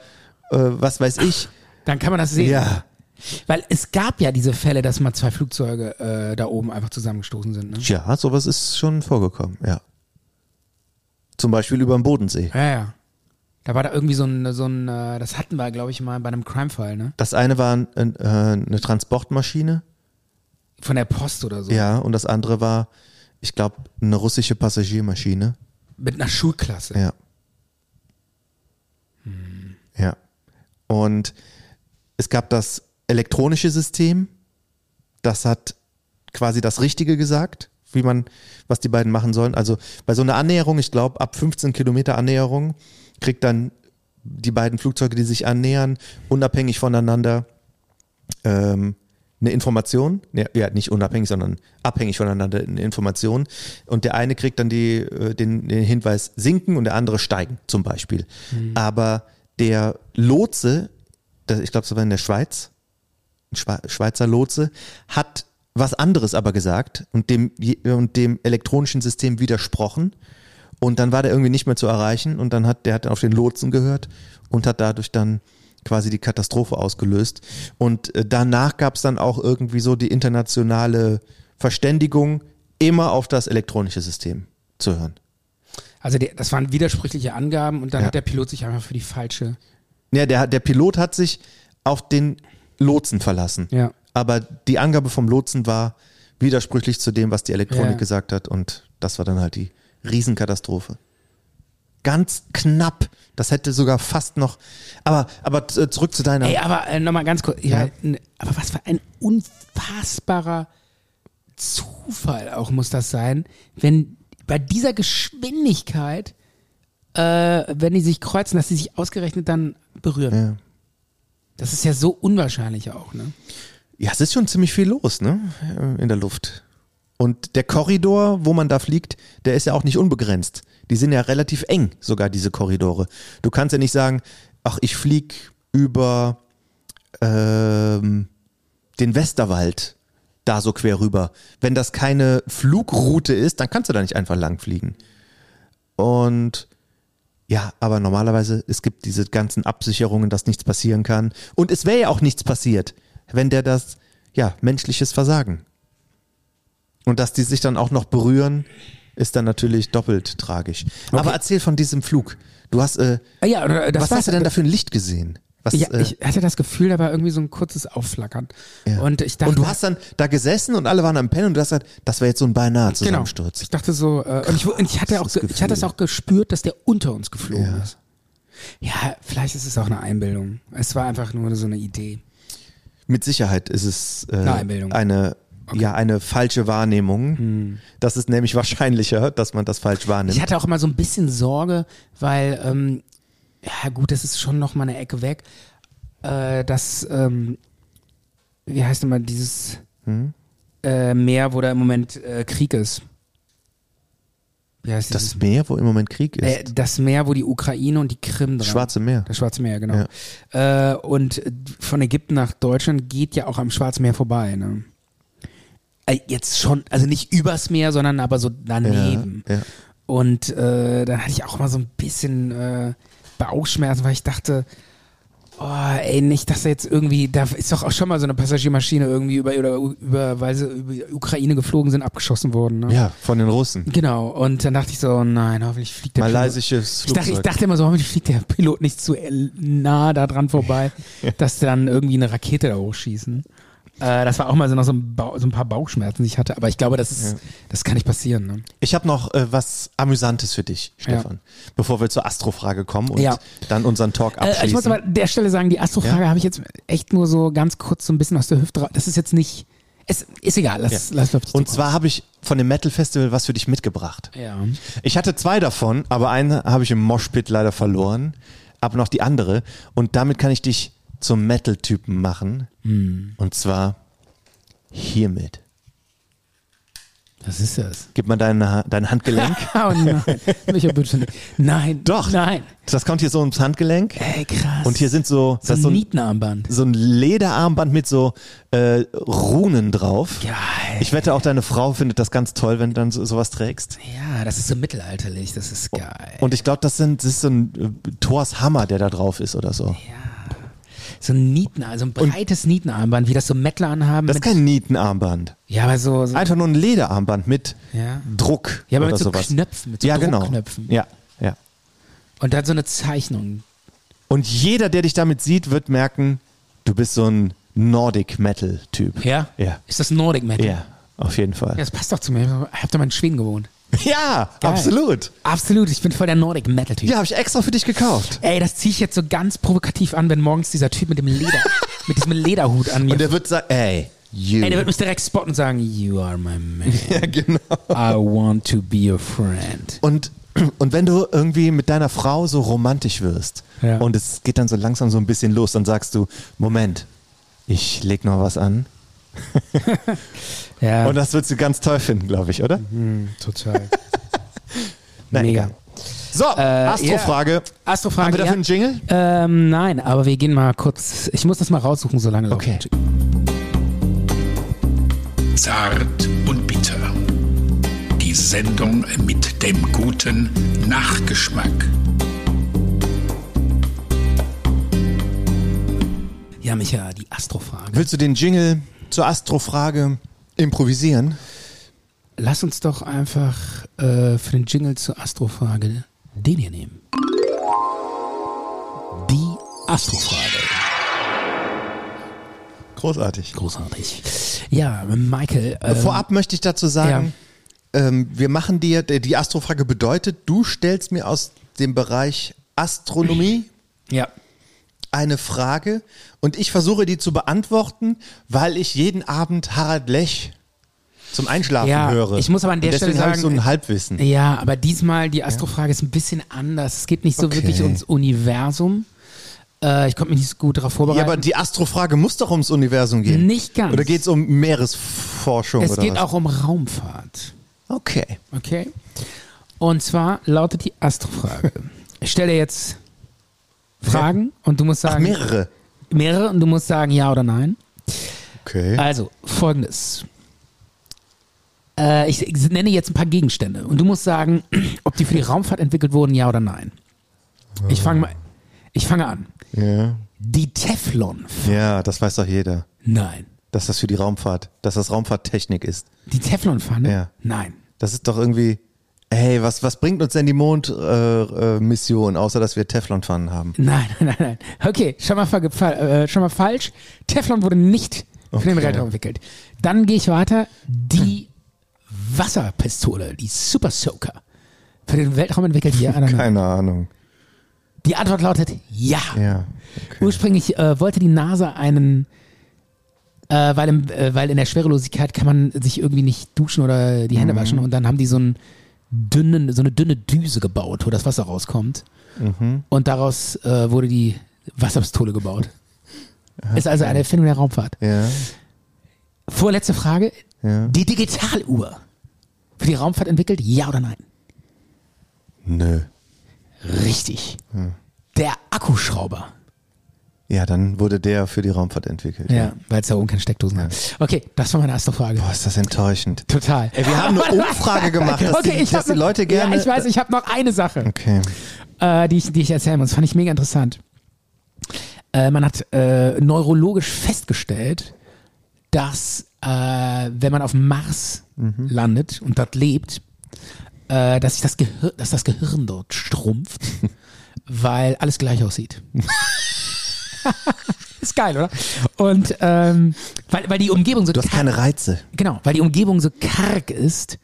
äh, was weiß ich,
Dann kann man das sehen.
ja,
Weil es gab ja diese Fälle, dass mal zwei Flugzeuge äh, da oben einfach zusammengestoßen sind. Ne?
ja, sowas ist schon vorgekommen, ja. Zum Beispiel über dem Bodensee.
Ja, ja. Da war da irgendwie so ein, so ein äh, das hatten wir, glaube ich, mal bei einem Crime-Fall, ne?
Das eine war ein, ein, äh, eine Transportmaschine,
Von der Post oder so.
ja, und das andere war, ich glaube, eine russische Passagiermaschine.
Mit einer Schulklasse.
Ja. Ja. Und es gab das elektronische System, das hat quasi das Richtige gesagt, wie man, was die beiden machen sollen. Also bei so einer Annäherung, ich glaube, ab 15 Kilometer Annäherung kriegt dann die beiden Flugzeuge, die sich annähern, unabhängig voneinander ähm, eine Information, ja, ja, nicht unabhängig, sondern abhängig voneinander eine Information. Und der eine kriegt dann die, äh, den, den Hinweis sinken und der andere steigen, zum Beispiel. Aber der Lotse, das, ich glaube, das war in der Schweiz, ein Schwe Schweizer Lotse, hat was anderes aber gesagt und dem, je- und dem elektronischen System widersprochen. Und dann war der irgendwie nicht mehr zu erreichen und dann hat der hat dann auf den Lotsen gehört und hat dadurch dann quasi die Katastrophe ausgelöst. Und äh, danach gab es dann auch irgendwie so die internationale Verständigung, immer auf das elektronische System zu hören.
Also die, das waren widersprüchliche Angaben und dann
Ja.
hat der Pilot sich einfach für die falsche.
Ja, der, der Pilot hat sich auf den Lotsen verlassen.
Ja.
Aber die Angabe vom Lotsen war widersprüchlich zu dem, was die Elektronik
Ja.
gesagt hat. Und das war dann halt die Riesenkatastrophe. Ganz knapp. Das hätte sogar fast noch. Aber, aber z- zurück zu deiner.
Ey, aber äh, nochmal ganz kurz. Ja,
Ja.
n- Aber was für ein unfassbarer Zufall auch muss das sein, wenn bei dieser Geschwindigkeit, äh, wenn die sich kreuzen, dass sie sich ausgerechnet dann berühren.
Ja.
Das ist ja so unwahrscheinlich auch, ne?
ja, es ist schon ziemlich viel los, ne? In der Luft. Und der Korridor, wo man da fliegt, der ist ja auch nicht unbegrenzt. Die sind ja relativ eng, sogar diese Korridore. Du kannst ja nicht sagen, ach, ich flieg über ähm, den Westerwald da so quer rüber. Wenn das keine Flugroute ist, dann kannst du da nicht einfach lang fliegen. Und ja, aber normalerweise, es gibt diese ganzen Absicherungen, dass nichts passieren kann. Und es wäre ja auch nichts passiert, wenn der das, ja, menschliches Versagen. Und dass die sich dann auch noch berühren, ist dann natürlich doppelt tragisch. Aber erzähl von diesem Flug. Du hast, äh,
Ah Ja, oder das
was
war's.
hast du denn da für ein Licht gesehen? Was,
Ja,
äh,
ich hatte das Gefühl, da war irgendwie so ein kurzes Aufflackern.
ja.
Und ich dachte,
und du hast dann da gesessen und alle waren am Pennen und du hast gesagt, das wäre jetzt so ein beinahe
Genau.
Zusammensturz.
Ich dachte so, äh, und ich, und ich hatte auch,
Krasses
ge- ich hatte es
Gefühl.
auch gespürt, dass der unter uns geflogen
Ja.
ist. Ja, vielleicht ist es auch eine Einbildung. Es war einfach nur so eine Idee.
Mit Sicherheit ist es äh,
Einbildung. Hm.
eine ja eine falsche Wahrnehmung. Das ist nämlich wahrscheinlicher, dass man das falsch wahrnimmt.
Ich hatte auch immer so ein bisschen Sorge, weil, ähm, ja gut, das ist schon noch mal eine Ecke weg, äh, dass, ähm, wie heißt denn mal dieses
Hm?
äh, Meer, wo da im Moment äh, Krieg ist? Wie heißt dieses
das Meer, wo im Moment Krieg ist,
Äh, das Meer, wo die Ukraine und die Krim
das
dran.
Schwarze Meer.
Das Schwarze Meer, genau. Äh, und von Ägypten nach Deutschland geht ja auch am Schwarzen Meer vorbei. Ne? Äh, jetzt schon, also nicht übers Meer, sondern aber so daneben.
Ja, ja.
Und äh, dann hatte ich auch immer so ein bisschen äh, Bauchschmerzen, weil ich dachte, oh, ey, nicht, dass er jetzt irgendwie, da ist doch auch schon mal so eine Passagiermaschine irgendwie über, über, über weil sie über die Ukraine geflogen sind, abgeschossen worden. Ne?
Ja, von den Russen.
Genau, und dann dachte ich so, nein, hoffentlich fliegt der Pilot-
Malaysisches
ich dachte, ich
Flugzeug.
dachte immer so, hoffentlich fliegt der Pilot nicht zu el- nah da dran vorbei, dass dann irgendwie eine Rakete da hochschießen. Äh, das war auch mal so noch so ein, Bau- so ein paar Bauchschmerzen, die ich hatte. Aber ich glaube, das, ist, das kann nicht passieren. Ne?
Ich habe noch äh, was Amüsantes für dich, Stefan, bevor wir zur Astrofrage kommen und
Ja.
dann unseren Talk abschließen.
Äh, ich muss aber an der Stelle sagen, die Astrofrage habe ich jetzt echt nur so ganz kurz so ein bisschen aus der Hüfte raus. Das ist jetzt nicht, Es ist egal, lass, lass läuft
Und zwar habe ich von dem Metal Festival was für dich mitgebracht.
Ja.
Ich hatte zwei davon, aber einen habe ich im Moshpit leider verloren, aber noch die andere. Und damit kann ich dich zum Metal-Typen machen. Und zwar hiermit.
Was ist das?
Gib mal dein, Ha- dein Handgelenk.
Oh nein. Welcher Bildschirm? Nein.
Doch.
Nein.
Das kommt hier so ums Handgelenk.
Ey, krass.
Und hier sind so, das
so
ist
ein
so, ein,
Nietenarmband.
so ein Lederarmband mit so äh, Runen drauf.
Geil.
Ich wette auch, deine Frau findet das ganz toll, wenn du dann so, sowas trägst.
Ja, das ist so mittelalterlich. Das ist geil.
Oh, Und ich glaube, das, sind- das ist so ein äh, Thors Hammer, der da drauf ist oder so.
so ein Nietenarmband, so ein breites Nietenarmband, wie das so Mettler anhaben.
Das ist
mit-
kein Nietenarmband.
ja, aber so. so
Einfach nur ein Lederarmband mit
Ja.
Druck
Ja, aber
oder
mit so
sowas.
Knöpfen, mit so
ja, genau.
Druckknöpfen.
Ja, ja.
und dann so eine Zeichnung.
Und jeder, der dich damit sieht, wird merken, du bist so ein Nordic Metal Typ.
Ja?
Ja.
Ist das Nordic Metal?
Ja, auf jeden Fall.
Ja, das passt doch zu mir. Ich hab doch mal in Schweden gewohnt.
Ja,
Geil.
absolut.
Absolut, ich bin voll der Nordic Metal Typ.
Ja, habe ich extra für dich gekauft.
Ey, das ziehe ich jetzt so ganz provokativ an, wenn morgens dieser Typ mit dem Leder, mit diesem Lederhut an mir.
Und der wird sagen, ey, you.
Ey, der wird mich direkt spotten und sagen, you are my man.
ja, genau.
I want to be your friend.
Und, und wenn du irgendwie mit deiner Frau so romantisch wirst
Ja.
und es geht dann so langsam so ein bisschen los, dann sagst du, Moment, ich leg noch was an.
Ja,
Und das würdest du ganz toll finden, glaube ich, oder?
total.
Nein,
Mega.
egal.
Äh,
So, Astro-Frage.
Astrofrage.
Haben wir dafür einen Jingle?
ja? ähm, nein, aber wir gehen mal kurz. Ich muss das mal raussuchen, solange. Laura.
Okay.
Zart und bitter. Die Sendung mit dem guten Nachgeschmack.
Ja, Micha, die Astrofrage.
Willst du den Jingle zur Astro-Frage improvisieren?
Lass uns doch einfach äh, für den Jingle zur Astrofrage den hier nehmen. Die Astrofrage.
Großartig.
Großartig. Ja, Michael. Ähm,
Äh, Vorab möchte ich dazu sagen, ähm, wir machen dir, die Astrofrage bedeutet, du stellst mir aus dem Bereich Astronomie
Ja.
eine Frage und ich versuche die zu beantworten, weil ich jeden Abend Harald Lech zum Einschlafen
Ja,
höre.
ich muss aber an der
und deswegen
Stelle
habe ich so
sagen,
ein Halbwissen.
Ja, aber diesmal die Astrofrage ist ein bisschen anders. Es geht nicht so
Okay.
wirklich ums Universum. Äh, ich konnte mich nicht so gut darauf
Ja,
vorbereiten.
aber die Astrofrage muss doch ums Universum gehen.
Nicht ganz.
Oder geht es um Meeresforschung?
es
oder
geht
was?
auch um Raumfahrt.
Okay.
Okay. Und zwar lautet die Astrofrage. Ich stelle jetzt Fragen und du musst
Ach,
sagen.
mehrere.
Mehrere und du musst sagen ja oder nein.
Okay.
Also, folgendes. Äh, ich, ich nenne jetzt ein paar Gegenstände und du musst sagen, ob die für die Raumfahrt entwickelt wurden, ja oder nein.
Äh.
Ich fange mal. Ich fange an.
Ja.
Die Teflon.
ja, das weiß doch jeder,
Nein.
dass das für die Raumfahrt, dass das Raumfahrttechnik ist.
Die Teflonpfanne?
Ja.
Nein.
Das ist doch irgendwie, hey, was, was bringt uns denn die Mondmission, äh, Mission, außer dass wir Teflonpfannen haben?
Nein, nein, nein, nein. Okay, schon mal, ver- fa- äh, schon mal falsch. Teflon wurde nicht für den
Okay.
Weltraum entwickelt. Dann gehe ich weiter. Die Wasserpistole, die Super Soaker. Für den Weltraum entwickelt, ja oder nein?
Keine Ahnung.
Die Antwort lautet ja.
Ja.
Ursprünglich äh, wollte die NASA einen, äh, weil, im, äh, weil in der Schwerelosigkeit kann man sich irgendwie nicht duschen oder die Hände
Mhm.
waschen und dann haben die so, einen dünnen, so eine dünne Düse gebaut, wo das Wasser rauskommt.
Mhm.
Und daraus äh, wurde die Wasserpistole gebaut. Ist also eine Erfindung der Raumfahrt.
Ja.
Vorletzte Frage.
Ja.
Die Digitaluhr. Für die Raumfahrt entwickelt? Ja oder nein?
Nö.
Richtig. Der Akkuschrauber.
Ja, dann wurde der für die Raumfahrt entwickelt.
Ja, weil es da oben keine Steckdosen hat. Okay, das war meine erste Frage.
Boah, Oh, ist das enttäuschend.
Total.
Ey, wir haben eine Umfrage gemacht, dass,
okay,
die,
ich
dass
hab
die
noch,
Leute gerne.
Ja, ich weiß, ich habe noch eine Sache,
Okay.
äh, die, ich, die ich erzählen muss. Fand ich mega interessant. Äh, man hat äh, neurologisch festgestellt, dass äh, wenn man auf dem Mars
Mhm.
landet und dort lebt, äh, dass, sich das Gehir dass das Gehirn dort schrumpft, weil alles gleich aussieht. Ist geil, oder? Und ähm, weil, weil die Umgebung so
Du hast
kalt-
keine Reize.
Genau, weil die Umgebung so karg ist,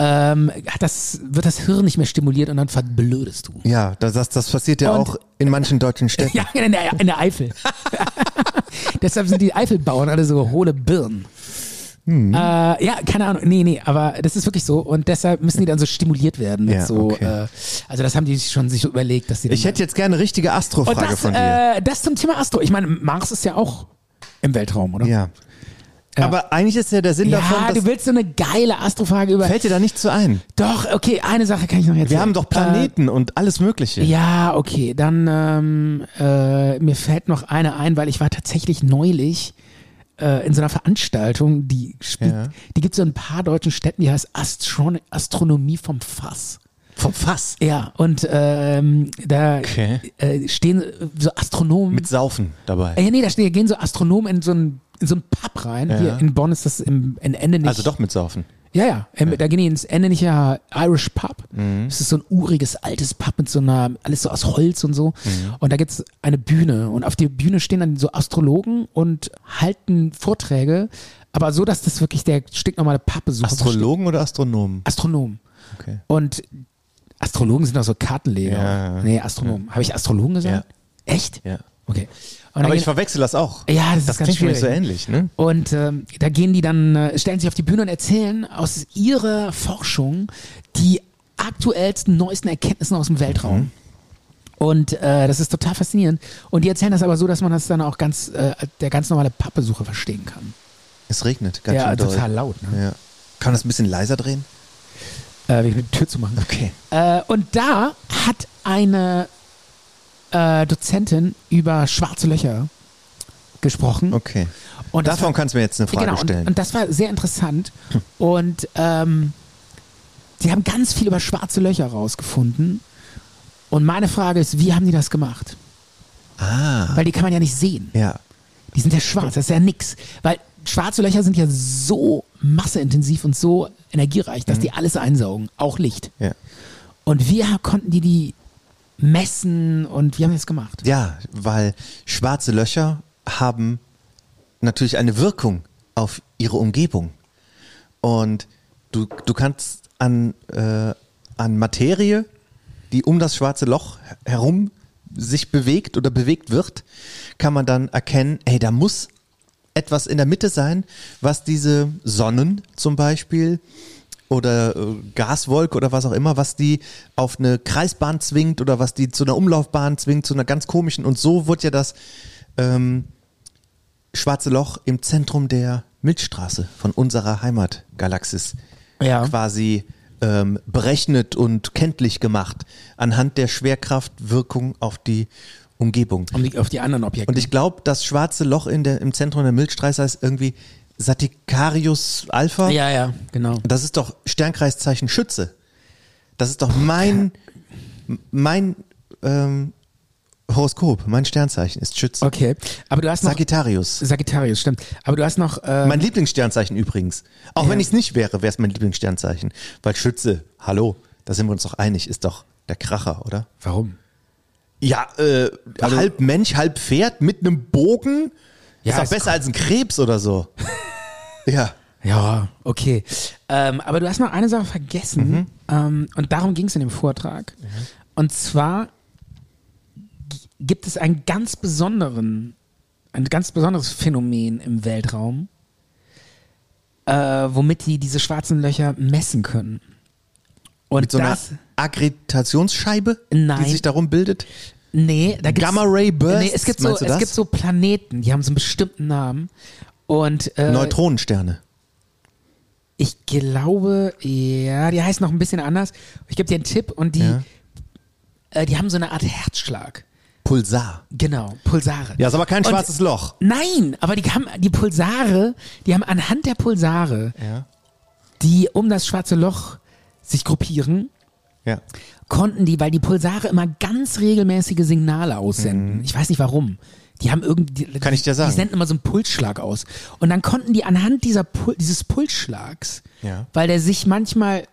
ähm, hat das, wird das Hirn nicht mehr stimuliert und dann verblödest du.
Ja, das, das, das passiert ja
Und-
auch in manchen deutschen Städten.
Ja, in der, in der Eifel. Deshalb sind die Eifelbauern alle so hohle Birnen.
Hm.
Äh, ja, keine Ahnung. Nee, nee, aber das ist wirklich so. Und deshalb müssen die dann so stimuliert werden. Mit
Ja,
so,
okay.
äh, also das haben die sich schon sich so überlegt, dass sie
Ich
dann-
hätte jetzt gerne eine richtige
Und
Astro-Frage
das,
von dir.
Äh, das zum Thema Astro. Ich meine, Mars ist ja auch im Weltraum, oder?
ja. Aber eigentlich ist ja der Sinn
äh, Ja,
davon,
du
das
willst so eine geile Astrofrage über.
fällt dir da nicht zu ein.
Doch, okay, eine Sache kann ich noch erzählen.
Wir haben doch Planeten und alles Mögliche.
Äh, ja, okay, dann ähm, äh, mir fällt noch eine ein, weil ich war tatsächlich neulich äh, in so einer Veranstaltung, die spielt,
Ja.
die gibt es so in ein paar deutschen Städten, die heißt Astron Astronomie vom Fass.
Vom Fass.
Ja, und ähm, da
Okay.
äh, stehen so Astronomen.
Mit Saufen dabei.
Ja, nee, da stehen, gehen so Astronomen in so ein in so ein Pub rein. Hier in Bonn ist das im in Ende nicht.
also doch mit Saufen.
Ja, ja. Ähm, Da gehen die ins Ende nicht ja Irish Pub.
Mhm.
Das ist so ein uriges, altes Pub mit so einer, alles so aus Holz und so.
Mhm.
Und da gibt's eine Bühne. Und auf der Bühne stehen dann so Astrologen und halten Vorträge. Aber so, dass das wirklich der stinknormale Pappbesuch
Astrologen oder Astronomen?
Astronomen.
Okay.
Und Astrologen sind auch so Kartenleger.
Ja, ja.
Nee, Astronomen. Habe ich Astrologen gesagt? Echt?
Ja.
Okay. Und dann
Aber ich
gehen-
verwechsel das auch.
Ja, das ist
das
ganz
klingt mir
schwierig.
so ähnlich, ne?
Und ähm, da gehen die dann, äh, stellen sich auf die Bühne und erzählen aus ihrer Forschung die aktuellsten, neuesten Erkenntnisse aus dem Weltraum. Und äh, das ist total faszinierend. Und die erzählen das aber so, dass man das dann auch ganz, äh, der ganz normale Pappbesucher verstehen kann.
Es regnet ganz
ja,
schön doll.
total laut. Ne?
Ja. Kann man das ein bisschen leiser drehen?
Äh, will ich mir die Tür zu machen.
Okay.
Äh, und da hat eine äh, Dozentin über schwarze Löcher gesprochen.
Okay.
Und das
Davon
war-
kannst du mir jetzt eine Frage
genau,
stellen.
Und, und das war sehr interessant. Und ähm, sie haben ganz viel über schwarze Löcher rausgefunden. Und meine Frage ist, wie haben die das gemacht?
ah.
Weil die kann man ja nicht sehen.
Ja.
Die sind ja schwarz, das ist ja nix. Weil schwarze Löcher sind ja so masseintensiv und so energiereich, dass die alles einsaugen, auch Licht.
Mhm. Ja.
Und wie konnten die die messen und wie haben die das gemacht?
Ja, weil schwarze Löcher haben natürlich eine Wirkung auf ihre Umgebung. Und du, du kannst an, äh, an Materie, die um das schwarze Loch her- herum sich bewegt oder bewegt wird, kann man dann erkennen, hey, da muss etwas in der Mitte sein, was diese Sonnen zum Beispiel oder äh, Gaswolke oder was auch immer, was die auf eine Kreisbahn zwingt oder was die zu einer Umlaufbahn zwingt, zu einer ganz komischen. Und so wird ja das ähm, schwarze Loch im Zentrum der Milchstraße von unserer Heimatgalaxis
Ja.
quasi ähm, berechnet und kenntlich gemacht anhand der Schwerkraftwirkung auf die Umgebung.
Um die, auf die anderen Objekte.
Und ich glaube, das schwarze Loch in der, im Zentrum der Milchstraße heißt irgendwie Saticarius Alpha.
ja, ja, genau.
Das ist doch Sternkreiszeichen Schütze. Das ist doch
Oh,
mein, m- mein ähm, Horoskop, mein Sternzeichen ist Schütze.
Okay, aber du hast noch
Sagittarius.
Sagittarius, stimmt. Aber du hast noch äh,
Mein Lieblingssternzeichen übrigens. Auch wenn ich es nicht wäre, wäre es mein Lieblingssternzeichen. Weil Schütze, hallo, da sind wir uns doch einig, ist doch der Kracher, oder?
Warum?
Ja, äh, halb Mensch, halb Pferd mit einem Bogen.
Ja,
ist doch
ist
besser als ein Krebs oder so. ja.
Ja, okay. Ähm, aber du hast noch eine Sache vergessen
Mhm.
ähm, und darum ging es in dem Vortrag. Und zwar g- gibt es einen ganz besonderen, ein ganz besonderes Phänomen im Weltraum, äh, womit die diese schwarzen Löcher messen können. Und
Mit so einer
das,
Agritationsscheibe,
Nein.
die sich darum bildet.
Nee, da gibt's,
Gamma Ray Bursts,
Nee, es gibt so,
meinst du
es
das?
gibt so Planeten, die haben so einen bestimmten Namen. Und äh,
Neutronensterne.
ich glaube, ja, die heißen noch ein bisschen anders. Ich gebe dir einen Tipp und die,
Ja.
äh, die haben so eine Art Herzschlag.
Pulsar.
Genau, Pulsare.
Ja, ist aber kein
Und-
schwarzes Loch.
Nein, aber die haben die Pulsare, die haben anhand der Pulsare,
Ja.
die um das schwarze Loch sich gruppieren,
Ja.
konnten die, weil die Pulsare immer ganz regelmäßige Signale aussenden. Ich weiß nicht warum. Die haben irgendwie. die-
Mhm. Kann ich dir sagen.
Die senden immer so einen Pulsschlag aus. Und dann konnten die anhand dieser Pul dieses Pulsschlags,
Ja.
weil der sich manchmal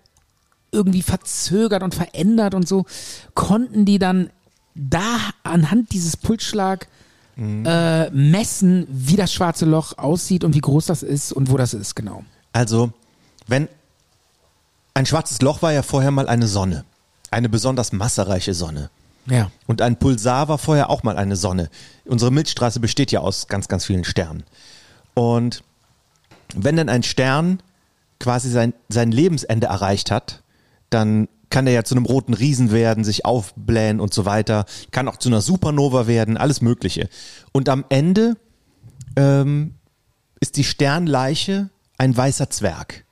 irgendwie verzögert und verändert und so, konnten die dann da anhand dieses Pulsschlag
Mhm.
äh, messen, wie das schwarze Loch aussieht und wie groß das ist und wo das ist, genau.
Also, wenn ein schwarzes Loch war ja vorher mal eine Sonne. Eine besonders massereiche Sonne.
Ja.
Und ein Pulsar war vorher auch mal eine Sonne. Unsere Milchstraße besteht ja aus ganz, ganz vielen Sternen. Und wenn dann ein Stern quasi sein, sein Lebensende erreicht hat, dann kann der ja zu einem roten Riesen werden, sich aufblähen und so weiter, kann auch zu einer Supernova werden, alles Mögliche. Und am Ende ähm, ist die Sternleiche ein weißer Zwerg.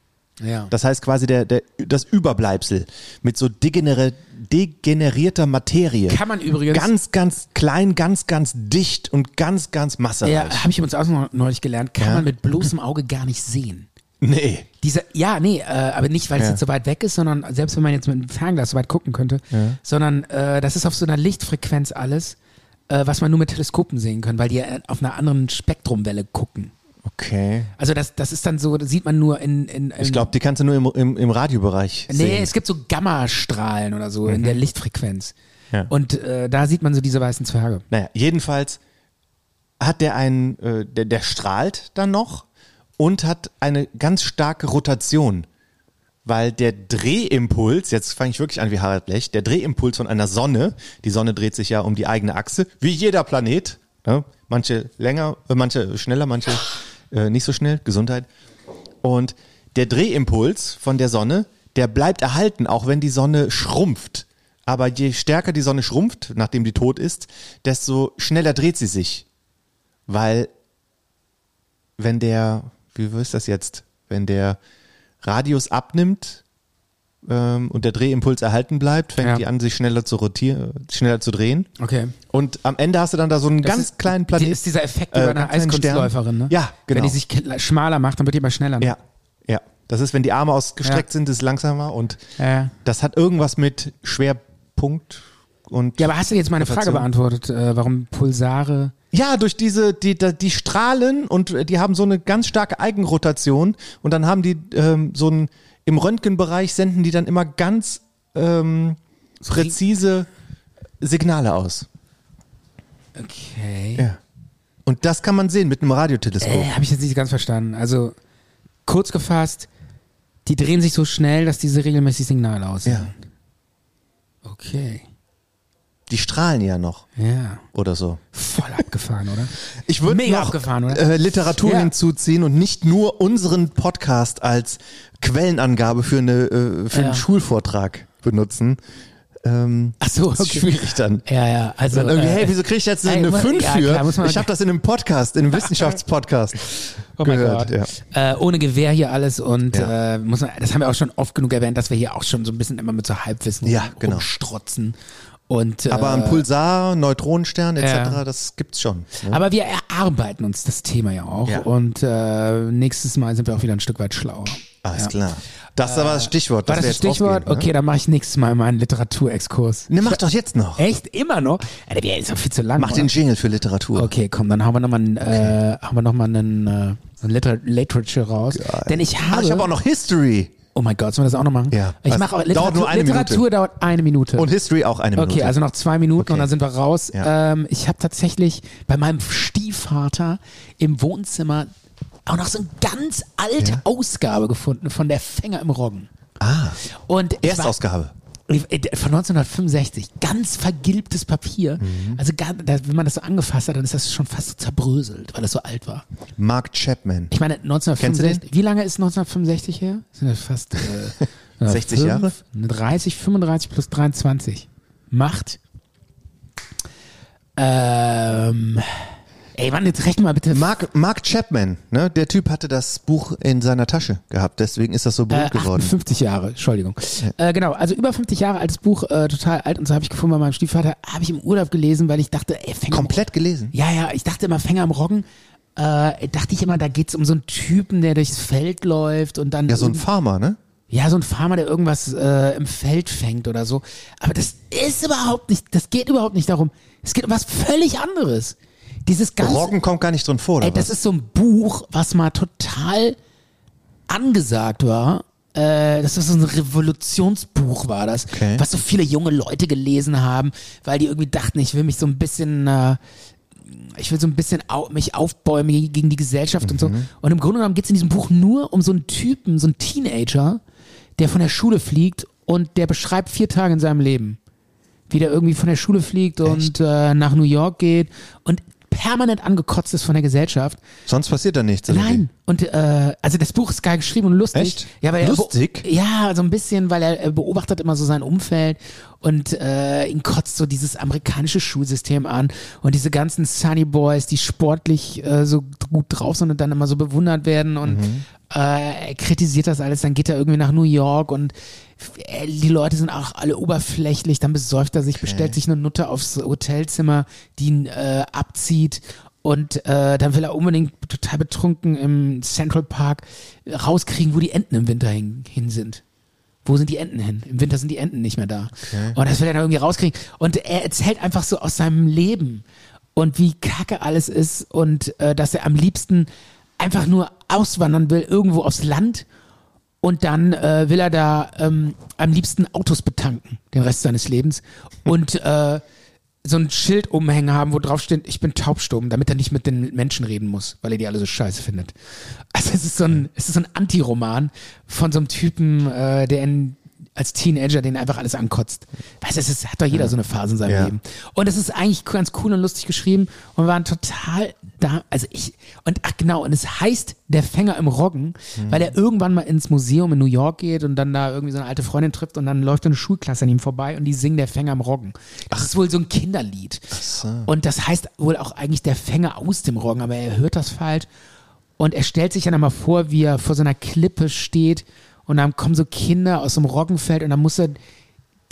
Ja.
Das heißt quasi der, der, das Überbleibsel mit so degenere, degenerierter Materie.
Kann man übrigens-
Ganz, ganz klein, ganz, ganz dicht und ganz, ganz massereich.
ja, habe ich übrigens auch noch neulich gelernt, kann
Ja.
man mit bloßem Auge gar nicht sehen.
Nee.
Diese, ja, nee, äh, aber nicht, weil es
Ja.
jetzt so weit weg ist, sondern selbst wenn man jetzt mit dem Fernglas so weit gucken könnte, sondern äh, das ist auf so einer Lichtfrequenz alles, äh, was man nur mit Teleskopen sehen kann, weil die ja auf einer anderen Spektrumwelle gucken.
Okay.
Also das, das ist dann so, das sieht man nur in... in, in
Ich glaube, die kannst du nur im, im, im Radiobereich
Nee,
sehen. Mhm.
es gibt so Gammastrahlen oder so in der Lichtfrequenz.
Ja.
Und äh, da sieht man so diese weißen Zwerge.
Naja, jedenfalls hat der einen, äh, der, der strahlt dann noch und hat eine ganz starke Rotation, weil der Drehimpuls, jetzt fange ich wirklich an wie Harald Lech, der Drehimpuls von einer Sonne, die Sonne dreht sich ja um die eigene Achse, wie jeder Planet, ne? manche länger, äh, manche schneller, manche äh, nicht so schnell, Gesundheit. Und der Drehimpuls von der Sonne, der bleibt erhalten, auch wenn die Sonne schrumpft. Aber je stärker die Sonne schrumpft, nachdem die tot ist, desto schneller dreht sie sich. Weil, wenn der, wie ist das jetzt, wenn der Radius abnimmt ähm, und der Drehimpuls erhalten bleibt, fängt
Ja.
die an, sich schneller zu rotieren, schneller zu drehen.
Okay.
Und am Ende hast du dann da so einen
Das
ganz
ist-
kleinen Planeten.
Das ist dieser Effekt wie bei
äh,
einer
ganz kleinen Stern.
Eiskunstläuferin, ne?
Ja, genau.
Wenn die sich kle- schmaler macht, dann wird die immer schneller. ne?
Ja, ja. Das ist, wenn die Arme ausgestreckt
Ja.
sind, ist es langsamer und
Ja.
das hat irgendwas mit Schwerpunkt und
Ja, aber hast du jetzt meine Frage
Rotation.
beantwortet, äh, warum Pulsare...
Ja, durch diese, die, da- die strahlen und äh, die haben so eine ganz starke Eigenrotation und dann haben die ähm, so ein, im Röntgenbereich senden die dann immer ganz ähm, präzise Signale aus.
Okay.
Ja. Und das kann man sehen mit einem Radioteleskop.
Äh, Habe ich jetzt nicht ganz verstanden. Also, kurz gefasst, die drehen sich so schnell, dass diese regelmäßig Signale aussenden. Ja. Okay.
Die strahlen ja noch
Ja.
oder so.
Voll abgefahren, oder?
Ich würde
Mega
noch
abgefahren, oder?
Äh, Literatur
Ja.
hinzuziehen und nicht nur unseren Podcast als Quellenangabe für, eine, äh, für
Ja.
einen Schulvortrag benutzen. Ähm,
Ach so,
das ist schwierig dann.
Ja, ja, also.
Dann irgendwie,
äh,
hey, wieso krieg ich jetzt
ey,
eine
muss-
5
ja,
für?
klar, muss man-
ich habe das in einem Podcast, in einem Wissenschaftspodcast
oh mein
gehört. Ja.
Gott. Äh, ohne Gewehr hier alles und
Ja.
äh, muss man, das haben wir auch schon oft genug erwähnt, dass wir hier auch schon so ein bisschen immer mit so Halbwissen
Ja, genau.
rumstrotzen. Und, äh,
Aber ein Pulsar, Neutronenstern etc.,
Ja.
das gibt's schon. Ne?
aber wir erarbeiten uns das Thema ja auch
Ja.
und äh, nächstes Mal sind wir auch wieder ein Stück weit schlauer.
Alles klar. Das war das Stichwort.
Äh, War das
wir
das
jetzt
Stichwort?
draufgehen,
Okay, dann mache ich nächstes Mal meinen Literaturexkurs.
Ne? ne, mach doch jetzt noch.
Echt? Immer noch? Alter, der ist doch viel zu lang.
Mach den
oder?
Jingle für Literatur.
Okay, komm, dann haben wir nochmal äh, haben wir noch mal einen, äh, einen Liter Literature raus. Denn ich
Ah,
habe.
ich habe auch noch History.
oh mein Gott, sollen wir das auch noch machen?
Ja.
Ich
Also,
mache auch
dauert
Literatur.
nur eine
Literatur
Minute.
dauert eine Minute.
Und History auch eine Minute.
okay, also noch zwei Minuten und
Okay.
dann sind wir raus.
Ja.
Ähm, ich habe tatsächlich bei meinem Stiefvater im Wohnzimmer auch noch so eine ganz alte
Ja.
Ausgabe gefunden von der Fänger im Roggen.
ah,
Und ich war- äh,
Erstausgabe.
Von 1965, ganz vergilbtes Papier.
Mhm.
Also, gar, da, wenn man das so angefasst hat, dann ist das schon fast so zerbröselt, weil das so alt war.
Mark Chapman.
Ich meine,
Kennst du
1965.
den?
Wie lange ist 1965 her? Sind das fast äh,
60
fünf,
Jahre?
30, 35 plus 23. Macht. Ähm, ey, Mann, jetzt rechne mal bitte. Äh,
Mark, Mark Chapman, ne? Der Typ hatte das Buch in seiner Tasche gehabt, deswegen ist das so berühmt
Äh,
geworden.
58 Jahre, Entschuldigung. Äh, genau, also über 50 Jahre altes Buch, äh, total alt. Und so habe ich gefunden bei meinem Stiefvater, habe ich im Urlaub gelesen, weil ich dachte, ey, fäng
Komplett gelesen.
Ja, ja, ich dachte immer, Fänger am Roggen, äh, dachte ich immer, da geht's um so einen Typen, der durchs Feld läuft und dann.
Ja, so ein
irgend-
Farmer, ne?
ja, so ein Farmer, der irgendwas äh, im Feld fängt oder so. Aber das ist überhaupt nicht, das geht überhaupt nicht darum. Es geht um was völlig anderes. Dieses ganze.
Roggen kommt gar nicht drin vor, oder
Ey, das
was?
ist so ein Buch, was mal total angesagt war. Äh, Das ist so ein Revolutionsbuch, war das,
Okay.
was so viele junge Leute gelesen haben, weil die irgendwie dachten, ich will mich so ein bisschen, äh, ich will so ein bisschen au mich aufbäumen ge- gegen die Gesellschaft und so. Und im Grunde genommen geht es in diesem Buch nur um so einen Typen, so einen Teenager, der von der Schule fliegt und der beschreibt vier Tage in seinem Leben wie der irgendwie von der Schule fliegt und äh, nach New York geht. Und permanent angekotzt ist von der Gesellschaft.
Sonst passiert da nichts. oder
Nein. Und äh, also das Buch ist geil geschrieben und lustig.
Echt?
Ja, weil er be-
Lustig?
ja, so ein bisschen, weil er äh, beobachtet immer so sein Umfeld und äh, ihn kotzt so dieses amerikanische Schulsystem an und diese ganzen Sunny Boys, die sportlich äh, so gut drauf sind und dann immer so bewundert werden und
Mhm.
äh, er kritisiert das alles, dann geht er irgendwie nach New York und äh, die Leute sind auch alle oberflächlich, dann besäuft er sich, bestellt sich eine Nutte aufs Hotelzimmer, die ihn äh, abzieht und äh, dann will er unbedingt total betrunken im Central Park rauskriegen, wo die Enten im Winter hin, hin sind. Wo sind die Enten hin? Im Winter sind die Enten nicht mehr da. Und das will er dann irgendwie rauskriegen. Und er erzählt einfach so aus seinem Leben und wie kacke alles ist und äh, dass er am liebsten einfach nur auswandern will, irgendwo aufs Land. Und dann äh, will er da ähm, am liebsten Autos betanken, den Rest seines Lebens. Und äh, so ein Schild umhängen haben, wo drauf steht, ich bin taubstumm, damit er nicht mit den Menschen reden muss, weil er die alle so scheiße findet. Also es ist so ein, es ist so ein Anti-Roman von so einem Typen, äh, der in, als Teenager den einfach alles ankotzt. Weißt du, es ist, hat doch jeder so eine Phase in seinem
Ja.
Leben. Und es ist eigentlich ganz cool und lustig geschrieben und wir waren total da, also ich, und ach genau, und es heißt Der Fänger im Roggen, weil er irgendwann mal ins Museum in New York geht und dann da irgendwie so eine alte Freundin trifft und dann läuft eine Schulklasse an ihm vorbei und die singen Der Fänger im Roggen. Das ist wohl so ein Kinderlied. Und das heißt wohl auch eigentlich Der Fänger aus dem Roggen, aber er hört das falsch und er stellt sich dann einmal vor, wie er vor so einer Klippe steht und dann kommen so Kinder aus dem Roggenfeld und dann muss er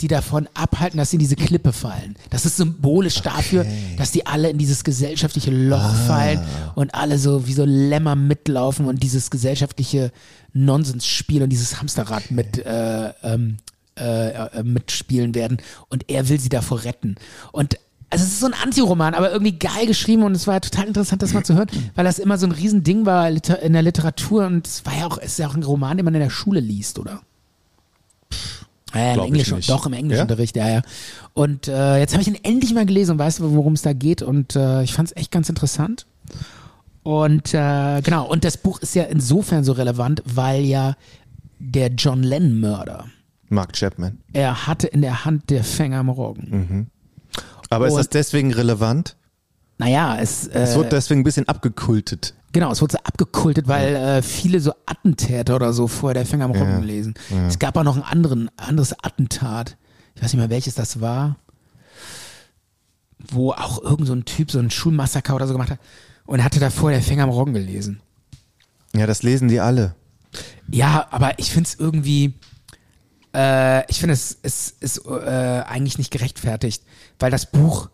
die davon abhalten, dass sie in diese Klippe fallen. Das ist symbolisch dafür, dass die alle in dieses gesellschaftliche Loch fallen und alle so wie so Lämmer mitlaufen und dieses gesellschaftliche Nonsensspiel und dieses Hamsterrad mit äh, ähm, äh, äh, mitspielen werden. Und er will sie davor retten. Und also es ist so ein Antiroman, aber irgendwie geil geschrieben und es war total interessant, das mal zu hören, weil das immer so ein Riesending war liter- in der Literatur und es war ja auch, es ist ja auch ein Roman, den man in der Schule liest, oder? Ja, im
glaub ich
Englischen,
nicht.
doch, im Englischunterricht, ja, ja. Und äh, jetzt habe ich ihn endlich mal gelesen und weiß, worum es da geht. Und äh, ich fand es echt ganz interessant. Und äh, genau, und das Buch ist ja insofern so relevant, weil ja der John Lennon-Mörder,
wie? Mark Chapman.
er hatte in der Hand der Fänger am Roggen.
Aber ist
Und-
das deswegen relevant?
Naja, es, äh,
Es wird deswegen ein bisschen abgekultet.
genau, es wurde so abgekultet, weil äh, viele so Attentäter oder so vorher der Fänger am Roggen lesen. Es gab auch noch ein anderen, anderes Attentat. Ich weiß nicht mehr, welches das war. wo auch irgend so ein Typ so ein Schulmassaker oder so gemacht hat und hatte davor der Fänger am Roggen gelesen.
Ja, das lesen die alle.
Ja, aber ich finde es irgendwie, äh, ich finde es es ist äh, eigentlich nicht gerechtfertigt, weil das Buch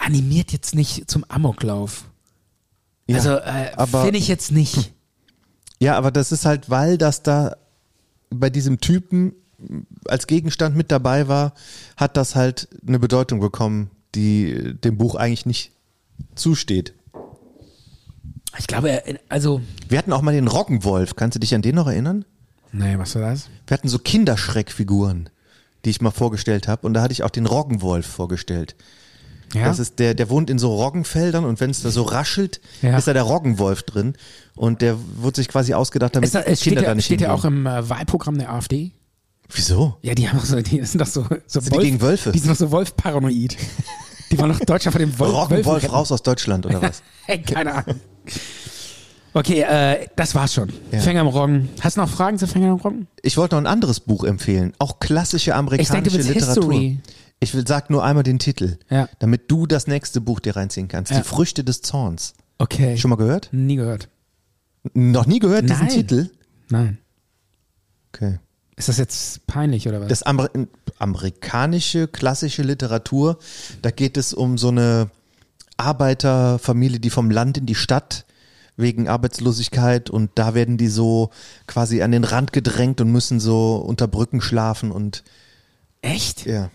animiert jetzt nicht zum Amoklauf.
Ja,
also äh,
aber-
finde ich jetzt nicht.
Ja, aber das ist halt, weil das da bei diesem Typen als Gegenstand mit dabei war, hat das halt eine Bedeutung bekommen, die dem Buch eigentlich nicht zusteht.
Ich glaube, äh, also.
Wir hatten auch mal den Roggenwolf. Kannst du dich an den noch erinnern?
Nee, was war das?
Wir hatten so Kinderschreckfiguren, die ich mal vorgestellt habe. Und da hatte ich auch den Roggenwolf vorgestellt.
Ja.
Das ist der, der wohnt in so Roggenfeldern und wenn es da so raschelt,
Ja.
ist da der Roggenwolf drin. Und der wurde sich quasi ausgedacht, damit
es, es steht,
Kinder da
ja,
nicht
steht ja auch
hingehen.
im äh, Wahlprogramm der AfD.
Wieso?
Ja, die haben auch so, die sind doch so, so
Sind die gegen Wölfe?
Die sind doch so Wolf-paranoid. Die waren doch Deutschland von dem Wolf. Wölfen
Roggenwolf
retten.
raus aus Deutschland oder was?
Hey, keine Ahnung. Okay, äh, das war's schon.
Ja.
Fänger am Roggen. Hast du noch Fragen zu Fänger am Roggen?
Ich wollte noch ein anderes Buch empfehlen, auch klassische amerikanische
willst
Literatur.
History.
Ich will, sag nur einmal den Titel,
Ja.
damit du das nächste Buch dir reinziehen kannst.
Ja.
Die Früchte des Zorns.
Okay.
Schon mal gehört?
Nie gehört.
Noch nie gehört diesen
Nein.
Titel?
Nein.
Okay.
Ist das jetzt peinlich oder was?
Das Amer amerikanische klassische Literatur, da geht es um so eine Arbeiterfamilie, die vom Land in die Stadt wegen Arbeitslosigkeit und da werden die so quasi an den Rand gedrängt und müssen so unter Brücken schlafen und
Echt?
Ja.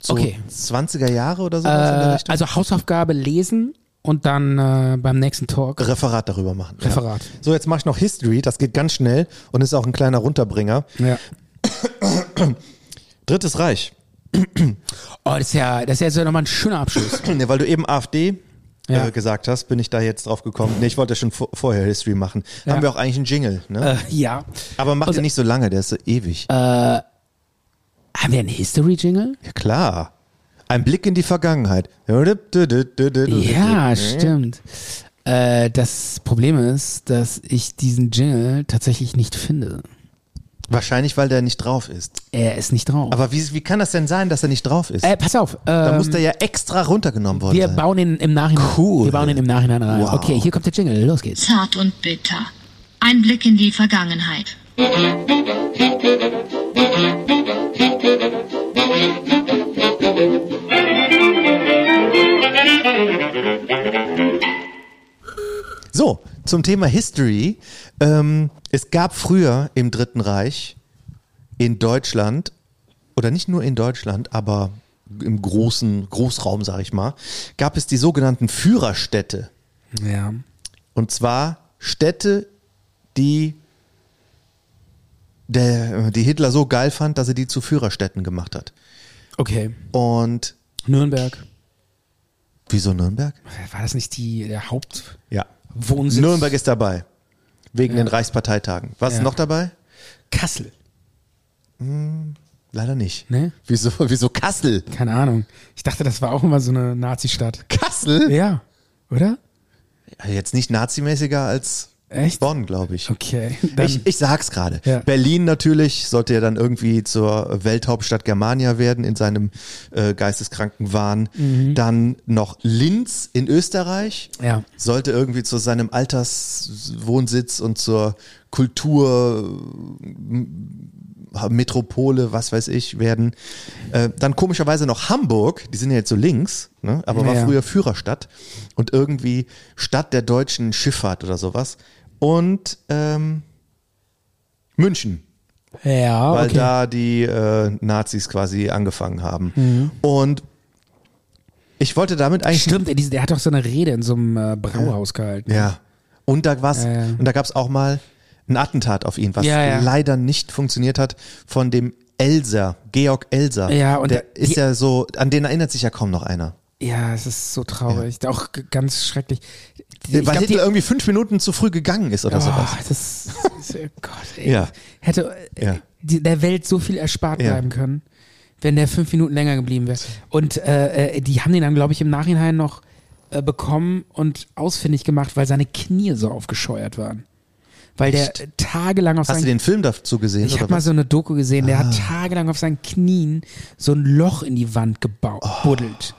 So
Okay.
20er Jahre oder sowas in der
Äh,
Richtung?
also Hausaufgabe lesen und dann äh, beim nächsten Talk.
Referat darüber machen.
Referat.
Ja. So, jetzt mache ich noch History, das geht ganz schnell und ist auch ein kleiner Runterbringer.
Ja.
Drittes Reich.
Oh, das ist ja, das ist ja so nochmal ein schöner Abschluss.
ne, weil du eben AfD
Ja.
äh, gesagt hast, bin ich da jetzt drauf gekommen. Nee, ich wollte ja schon vor, vorher History machen.
Ja.
Haben wir auch eigentlich einen Jingle, ne?
äh, ja.
Aber mach
also-
den nicht so lange, der ist so ewig.
Haben wir einen History-Jingle?
ja, klar. Ein Blick in die Vergangenheit.
Ja, stimmt. Äh, das Problem ist, dass ich diesen Jingle tatsächlich nicht finde.
Wahrscheinlich, weil der nicht drauf ist.
Er ist nicht drauf.
Aber wie, wie kann das denn sein, dass er nicht drauf ist?
äh, pass auf.
da
ähm,
muss der ja extra runtergenommen worden
wir
sein.
bauen ihn im Nachhinein.
Cool.
Wir bauen ihn im Nachhinein rein.
Wow.
Okay, hier kommt der Jingle. Los geht's.
Zart und bitter. Ein Blick in die Vergangenheit.
So, zum Thema History. Ähm, es gab früher im Dritten Reich in Deutschland, oder nicht nur in Deutschland, aber im großen Großraum, sag ich mal, gab es die sogenannten Führerstädte.
Ja.
Und zwar Städte, die der, die Hitler so geil fand, dass er die zu Führerstädten gemacht hat.
Okay.
Und
Nürnberg.
wieso Nürnberg?
War das nicht die, der Haupt?
Ja.
Wohnsitz.
Nürnberg ist dabei. Wegen den Reichsparteitagen. Was
Ja.
ist noch dabei?
Kassel.
Leider nicht.
Ne?
Wieso, wieso Kassel?
Keine Ahnung. Ich dachte, das war auch immer so eine Nazi-Stadt.
Kassel?
Ja. Oder?
Jetzt nicht nazimäßiger als
Echt?
Bonn, glaube ich.
Okay.
Ich, ich sag's gerade.
Ja.
Berlin natürlich sollte ja dann irgendwie zur Welthauptstadt Germania werden in seinem äh, geisteskranken Wahn. Dann noch Linz in Österreich.
Mhm. Ja.
Sollte irgendwie zu seinem Alterswohnsitz und zur Kulturmetropole, was weiß ich, werden. Äh, dann komischerweise noch Hamburg, die sind ja jetzt so links, ne? aber war
Ja.
früher Führerstadt und irgendwie Stadt der deutschen Schifffahrt oder sowas. Und ähm, München,
ja,
weil
Ah, okay.
da die äh, Nazis quasi angefangen haben. Und ich wollte damit eigentlich.
Mhm. Stimmt, er, diese- der hat doch so eine Rede in so einem äh, Brauhaus gehalten.
Ja. Und da war's,
Ja, ja.
und da gab es auch mal ein Attentat auf ihn, was
Ja, ja.
leider nicht funktioniert hat, von dem Elser, Georg Elser.
Ja, und
der
der-
ist
die-
ja so, an den erinnert sich ja kaum noch einer.
Ja, es ist so traurig. Auch g- ganz schrecklich. Die-
Weil
glaub,
Hitler irgendwie fünf Minuten zu früh gegangen ist oder
oh,
sowas.
das ist, oh Gott, ey.
Ja.
Hätte äh,
Ja.
die, der Welt so viel erspart
Ja.
bleiben können, wenn der fünf Minuten länger geblieben wäre. Und äh, äh, die haben den dann, glaube ich, im Nachhinein noch äh, bekommen und ausfindig gemacht, weil seine Knie so aufgescheuert waren. Weil der
Echt?
äh, tagelang auf
Hast du
seinen
den Film dazu gesehen?
Ich
oder
habe mal
was? Ah.
so eine Doku gesehen, der hat tagelang auf seinen Knien so ein Loch in die Wand gebaut, buddelt.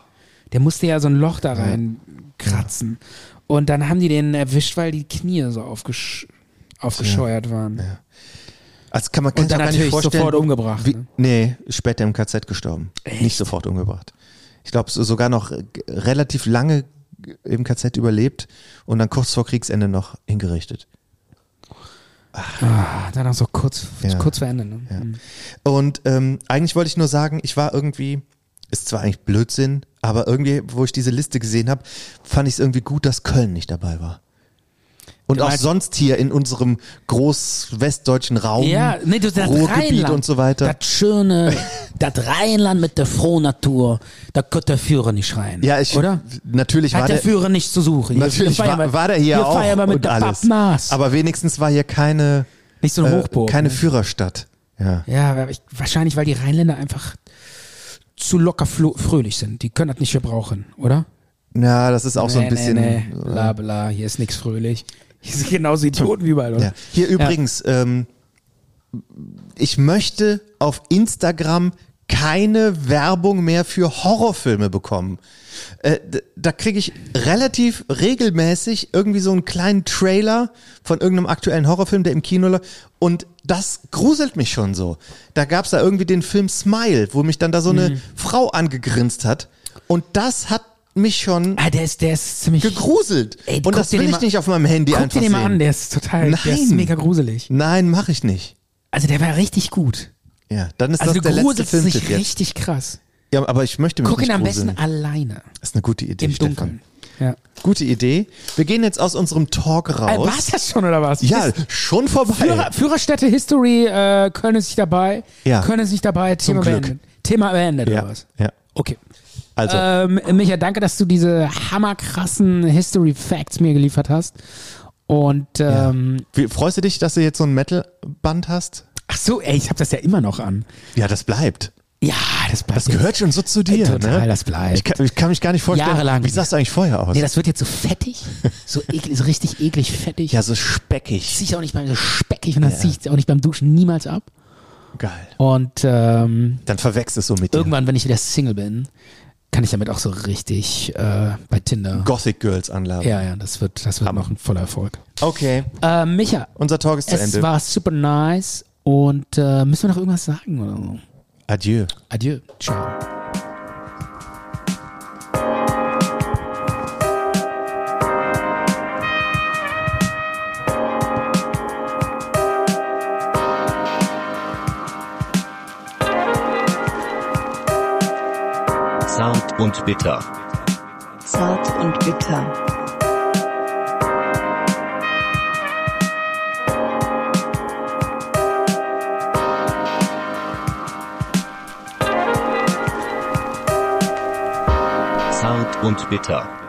Der musste ja so ein Loch da rein kratzen. Und dann haben die den erwischt, weil die Knie so aufgesch aufgescheuert waren.
Also kann man kann ich
Und dann
auch gar nicht
natürlich
vorstellen,
sofort umgebracht,
Wie,
ne?
Nee, später im KZ gestorben. Nicht sofort umgebracht. Ich glaube, sogar noch äh, g- relativ lange im KZ überlebt und dann kurz vor Kriegsende noch hingerichtet.
Ah, dann auch so kurz,
Ja.
kurz vor Ende. Ne? Mhm.
Und ähm, eigentlich wollte ich nur sagen, ich war irgendwie, ist zwar eigentlich Blödsinn, aber irgendwie, wo ich diese Liste gesehen habe, fand ich es irgendwie gut, dass Köln nicht dabei war. Und
Du
auch
meinst-
sonst hier in unserem großwestdeutschen Raum,
Ja, nee, du, das
Um Ruhrgebiet
Rheinland,
und so weiter.
Das schöne, das Rheinland mit der frohen Natur, da könnte der Führer nicht rein.
Ja, ich
oder?
natürlich war
Hat der
der,
Führer nichts zu suchen. Hier-
natürlich
hier feiern
war,
wir-
war der hier, auch
feiern wir mit
und
der
alles.
Pappmaß.
Aber wenigstens war hier keine
nicht so ein
äh,
Hochburg.
keine
ne?
Führerstadt. Ja.
Ja, aber ich, wahrscheinlich, weil die Rheinländer einfach zu locker flo- fröhlich sind. Die können das nicht verbrauchen, oder?
ja, das ist auch so ein bisschen äh,
Nee, nee. Bla, bla, hier ist nichts fröhlich. Hier sind genauso Idioten wie überall, oder?
Ja. Hier übrigens, ähm, ich möchte auf Instagram keine Werbung mehr für Horrorfilme bekommen. Äh, d- da kriege ich relativ regelmäßig irgendwie so einen kleinen Trailer von irgendeinem aktuellen Horrorfilm, der im Kino läuft. Und das gruselt mich schon so. Da gab es da irgendwie den Film Smile, wo mich dann da so eine
Mhm.
Frau angegrinst hat. Und das hat mich schon
Ah, der ist, der ist ziemlich.
gegruselt.
Ey, guck
Und das
dir
will
den
ich
mal-
nicht auf meinem Handy
Guck
einfach
dir den mal
sehen.
an, der ist total, der ist
Nein.
mega gruselig.
Nein, mache ich nicht.
Also der war richtig gut.
Ja, dann ist
Also
das
du
der letzte
gruselst dich
Filmtipp jetzt.
richtig krass.
Ja, aber ich möchte mich
Guck
nicht
ihn am
gruseln.
besten alleine.
Das ist eine gute Idee,
Im
Stefan.
Dunkeln. Ja.
Gute Idee. Wir gehen jetzt aus unserem Talk
Ey,
raus.
war's das schon oder Äh, was?
Ja, schon vorbei.
Führer, Führerstätte History, äh, Köln ist nicht dabei.
Ja.
Köln ist nicht dabei. Thema
Glück.
beendet. Thema beendet oder
ja,
was?
ja.
Okay.
Also,
Ähm, Micha, danke, dass du diese hammerkrassen History Facts mir geliefert hast. Und ähm,
wie, freust du dich, dass du jetzt so ein Metal-Band hast?
ach so, ey, ich habe das ja immer noch an.
Ja, das bleibt.
Ja, das bleibt.
Das gehört schon so zu dir.
Total,
ne?
das bleibt.
Ich kann, ich kann mich gar nicht vorstellen.
Jahrelang.
Wie sah es eigentlich vorher aus?
Nee, das wird jetzt so fettig, so, eklig, so richtig eklig fettig.
ja, so speckig.
Zieh ich auch nicht beim so speckig und das
Ja.
zieh ich auch nicht beim Duschen niemals ab.
Geil.
Und ähm,
Dann verwechselst es so mit dir.
irgendwann, wenn ich wieder Single bin, kann ich damit auch so richtig äh, bei Tinder.
Gothic Girls anladen.
Ja, ja, das wird, das wird noch ein voller Erfolg.
Okay,
Äh, Micha,
unser Talk ist zu
es
Ende.
war super nice und äh, müssen wir noch irgendwas sagen oder so?
Adieu.
Adieu. Ciao.
Zart und bitter.
Zart und bitter.
Zart und bitter.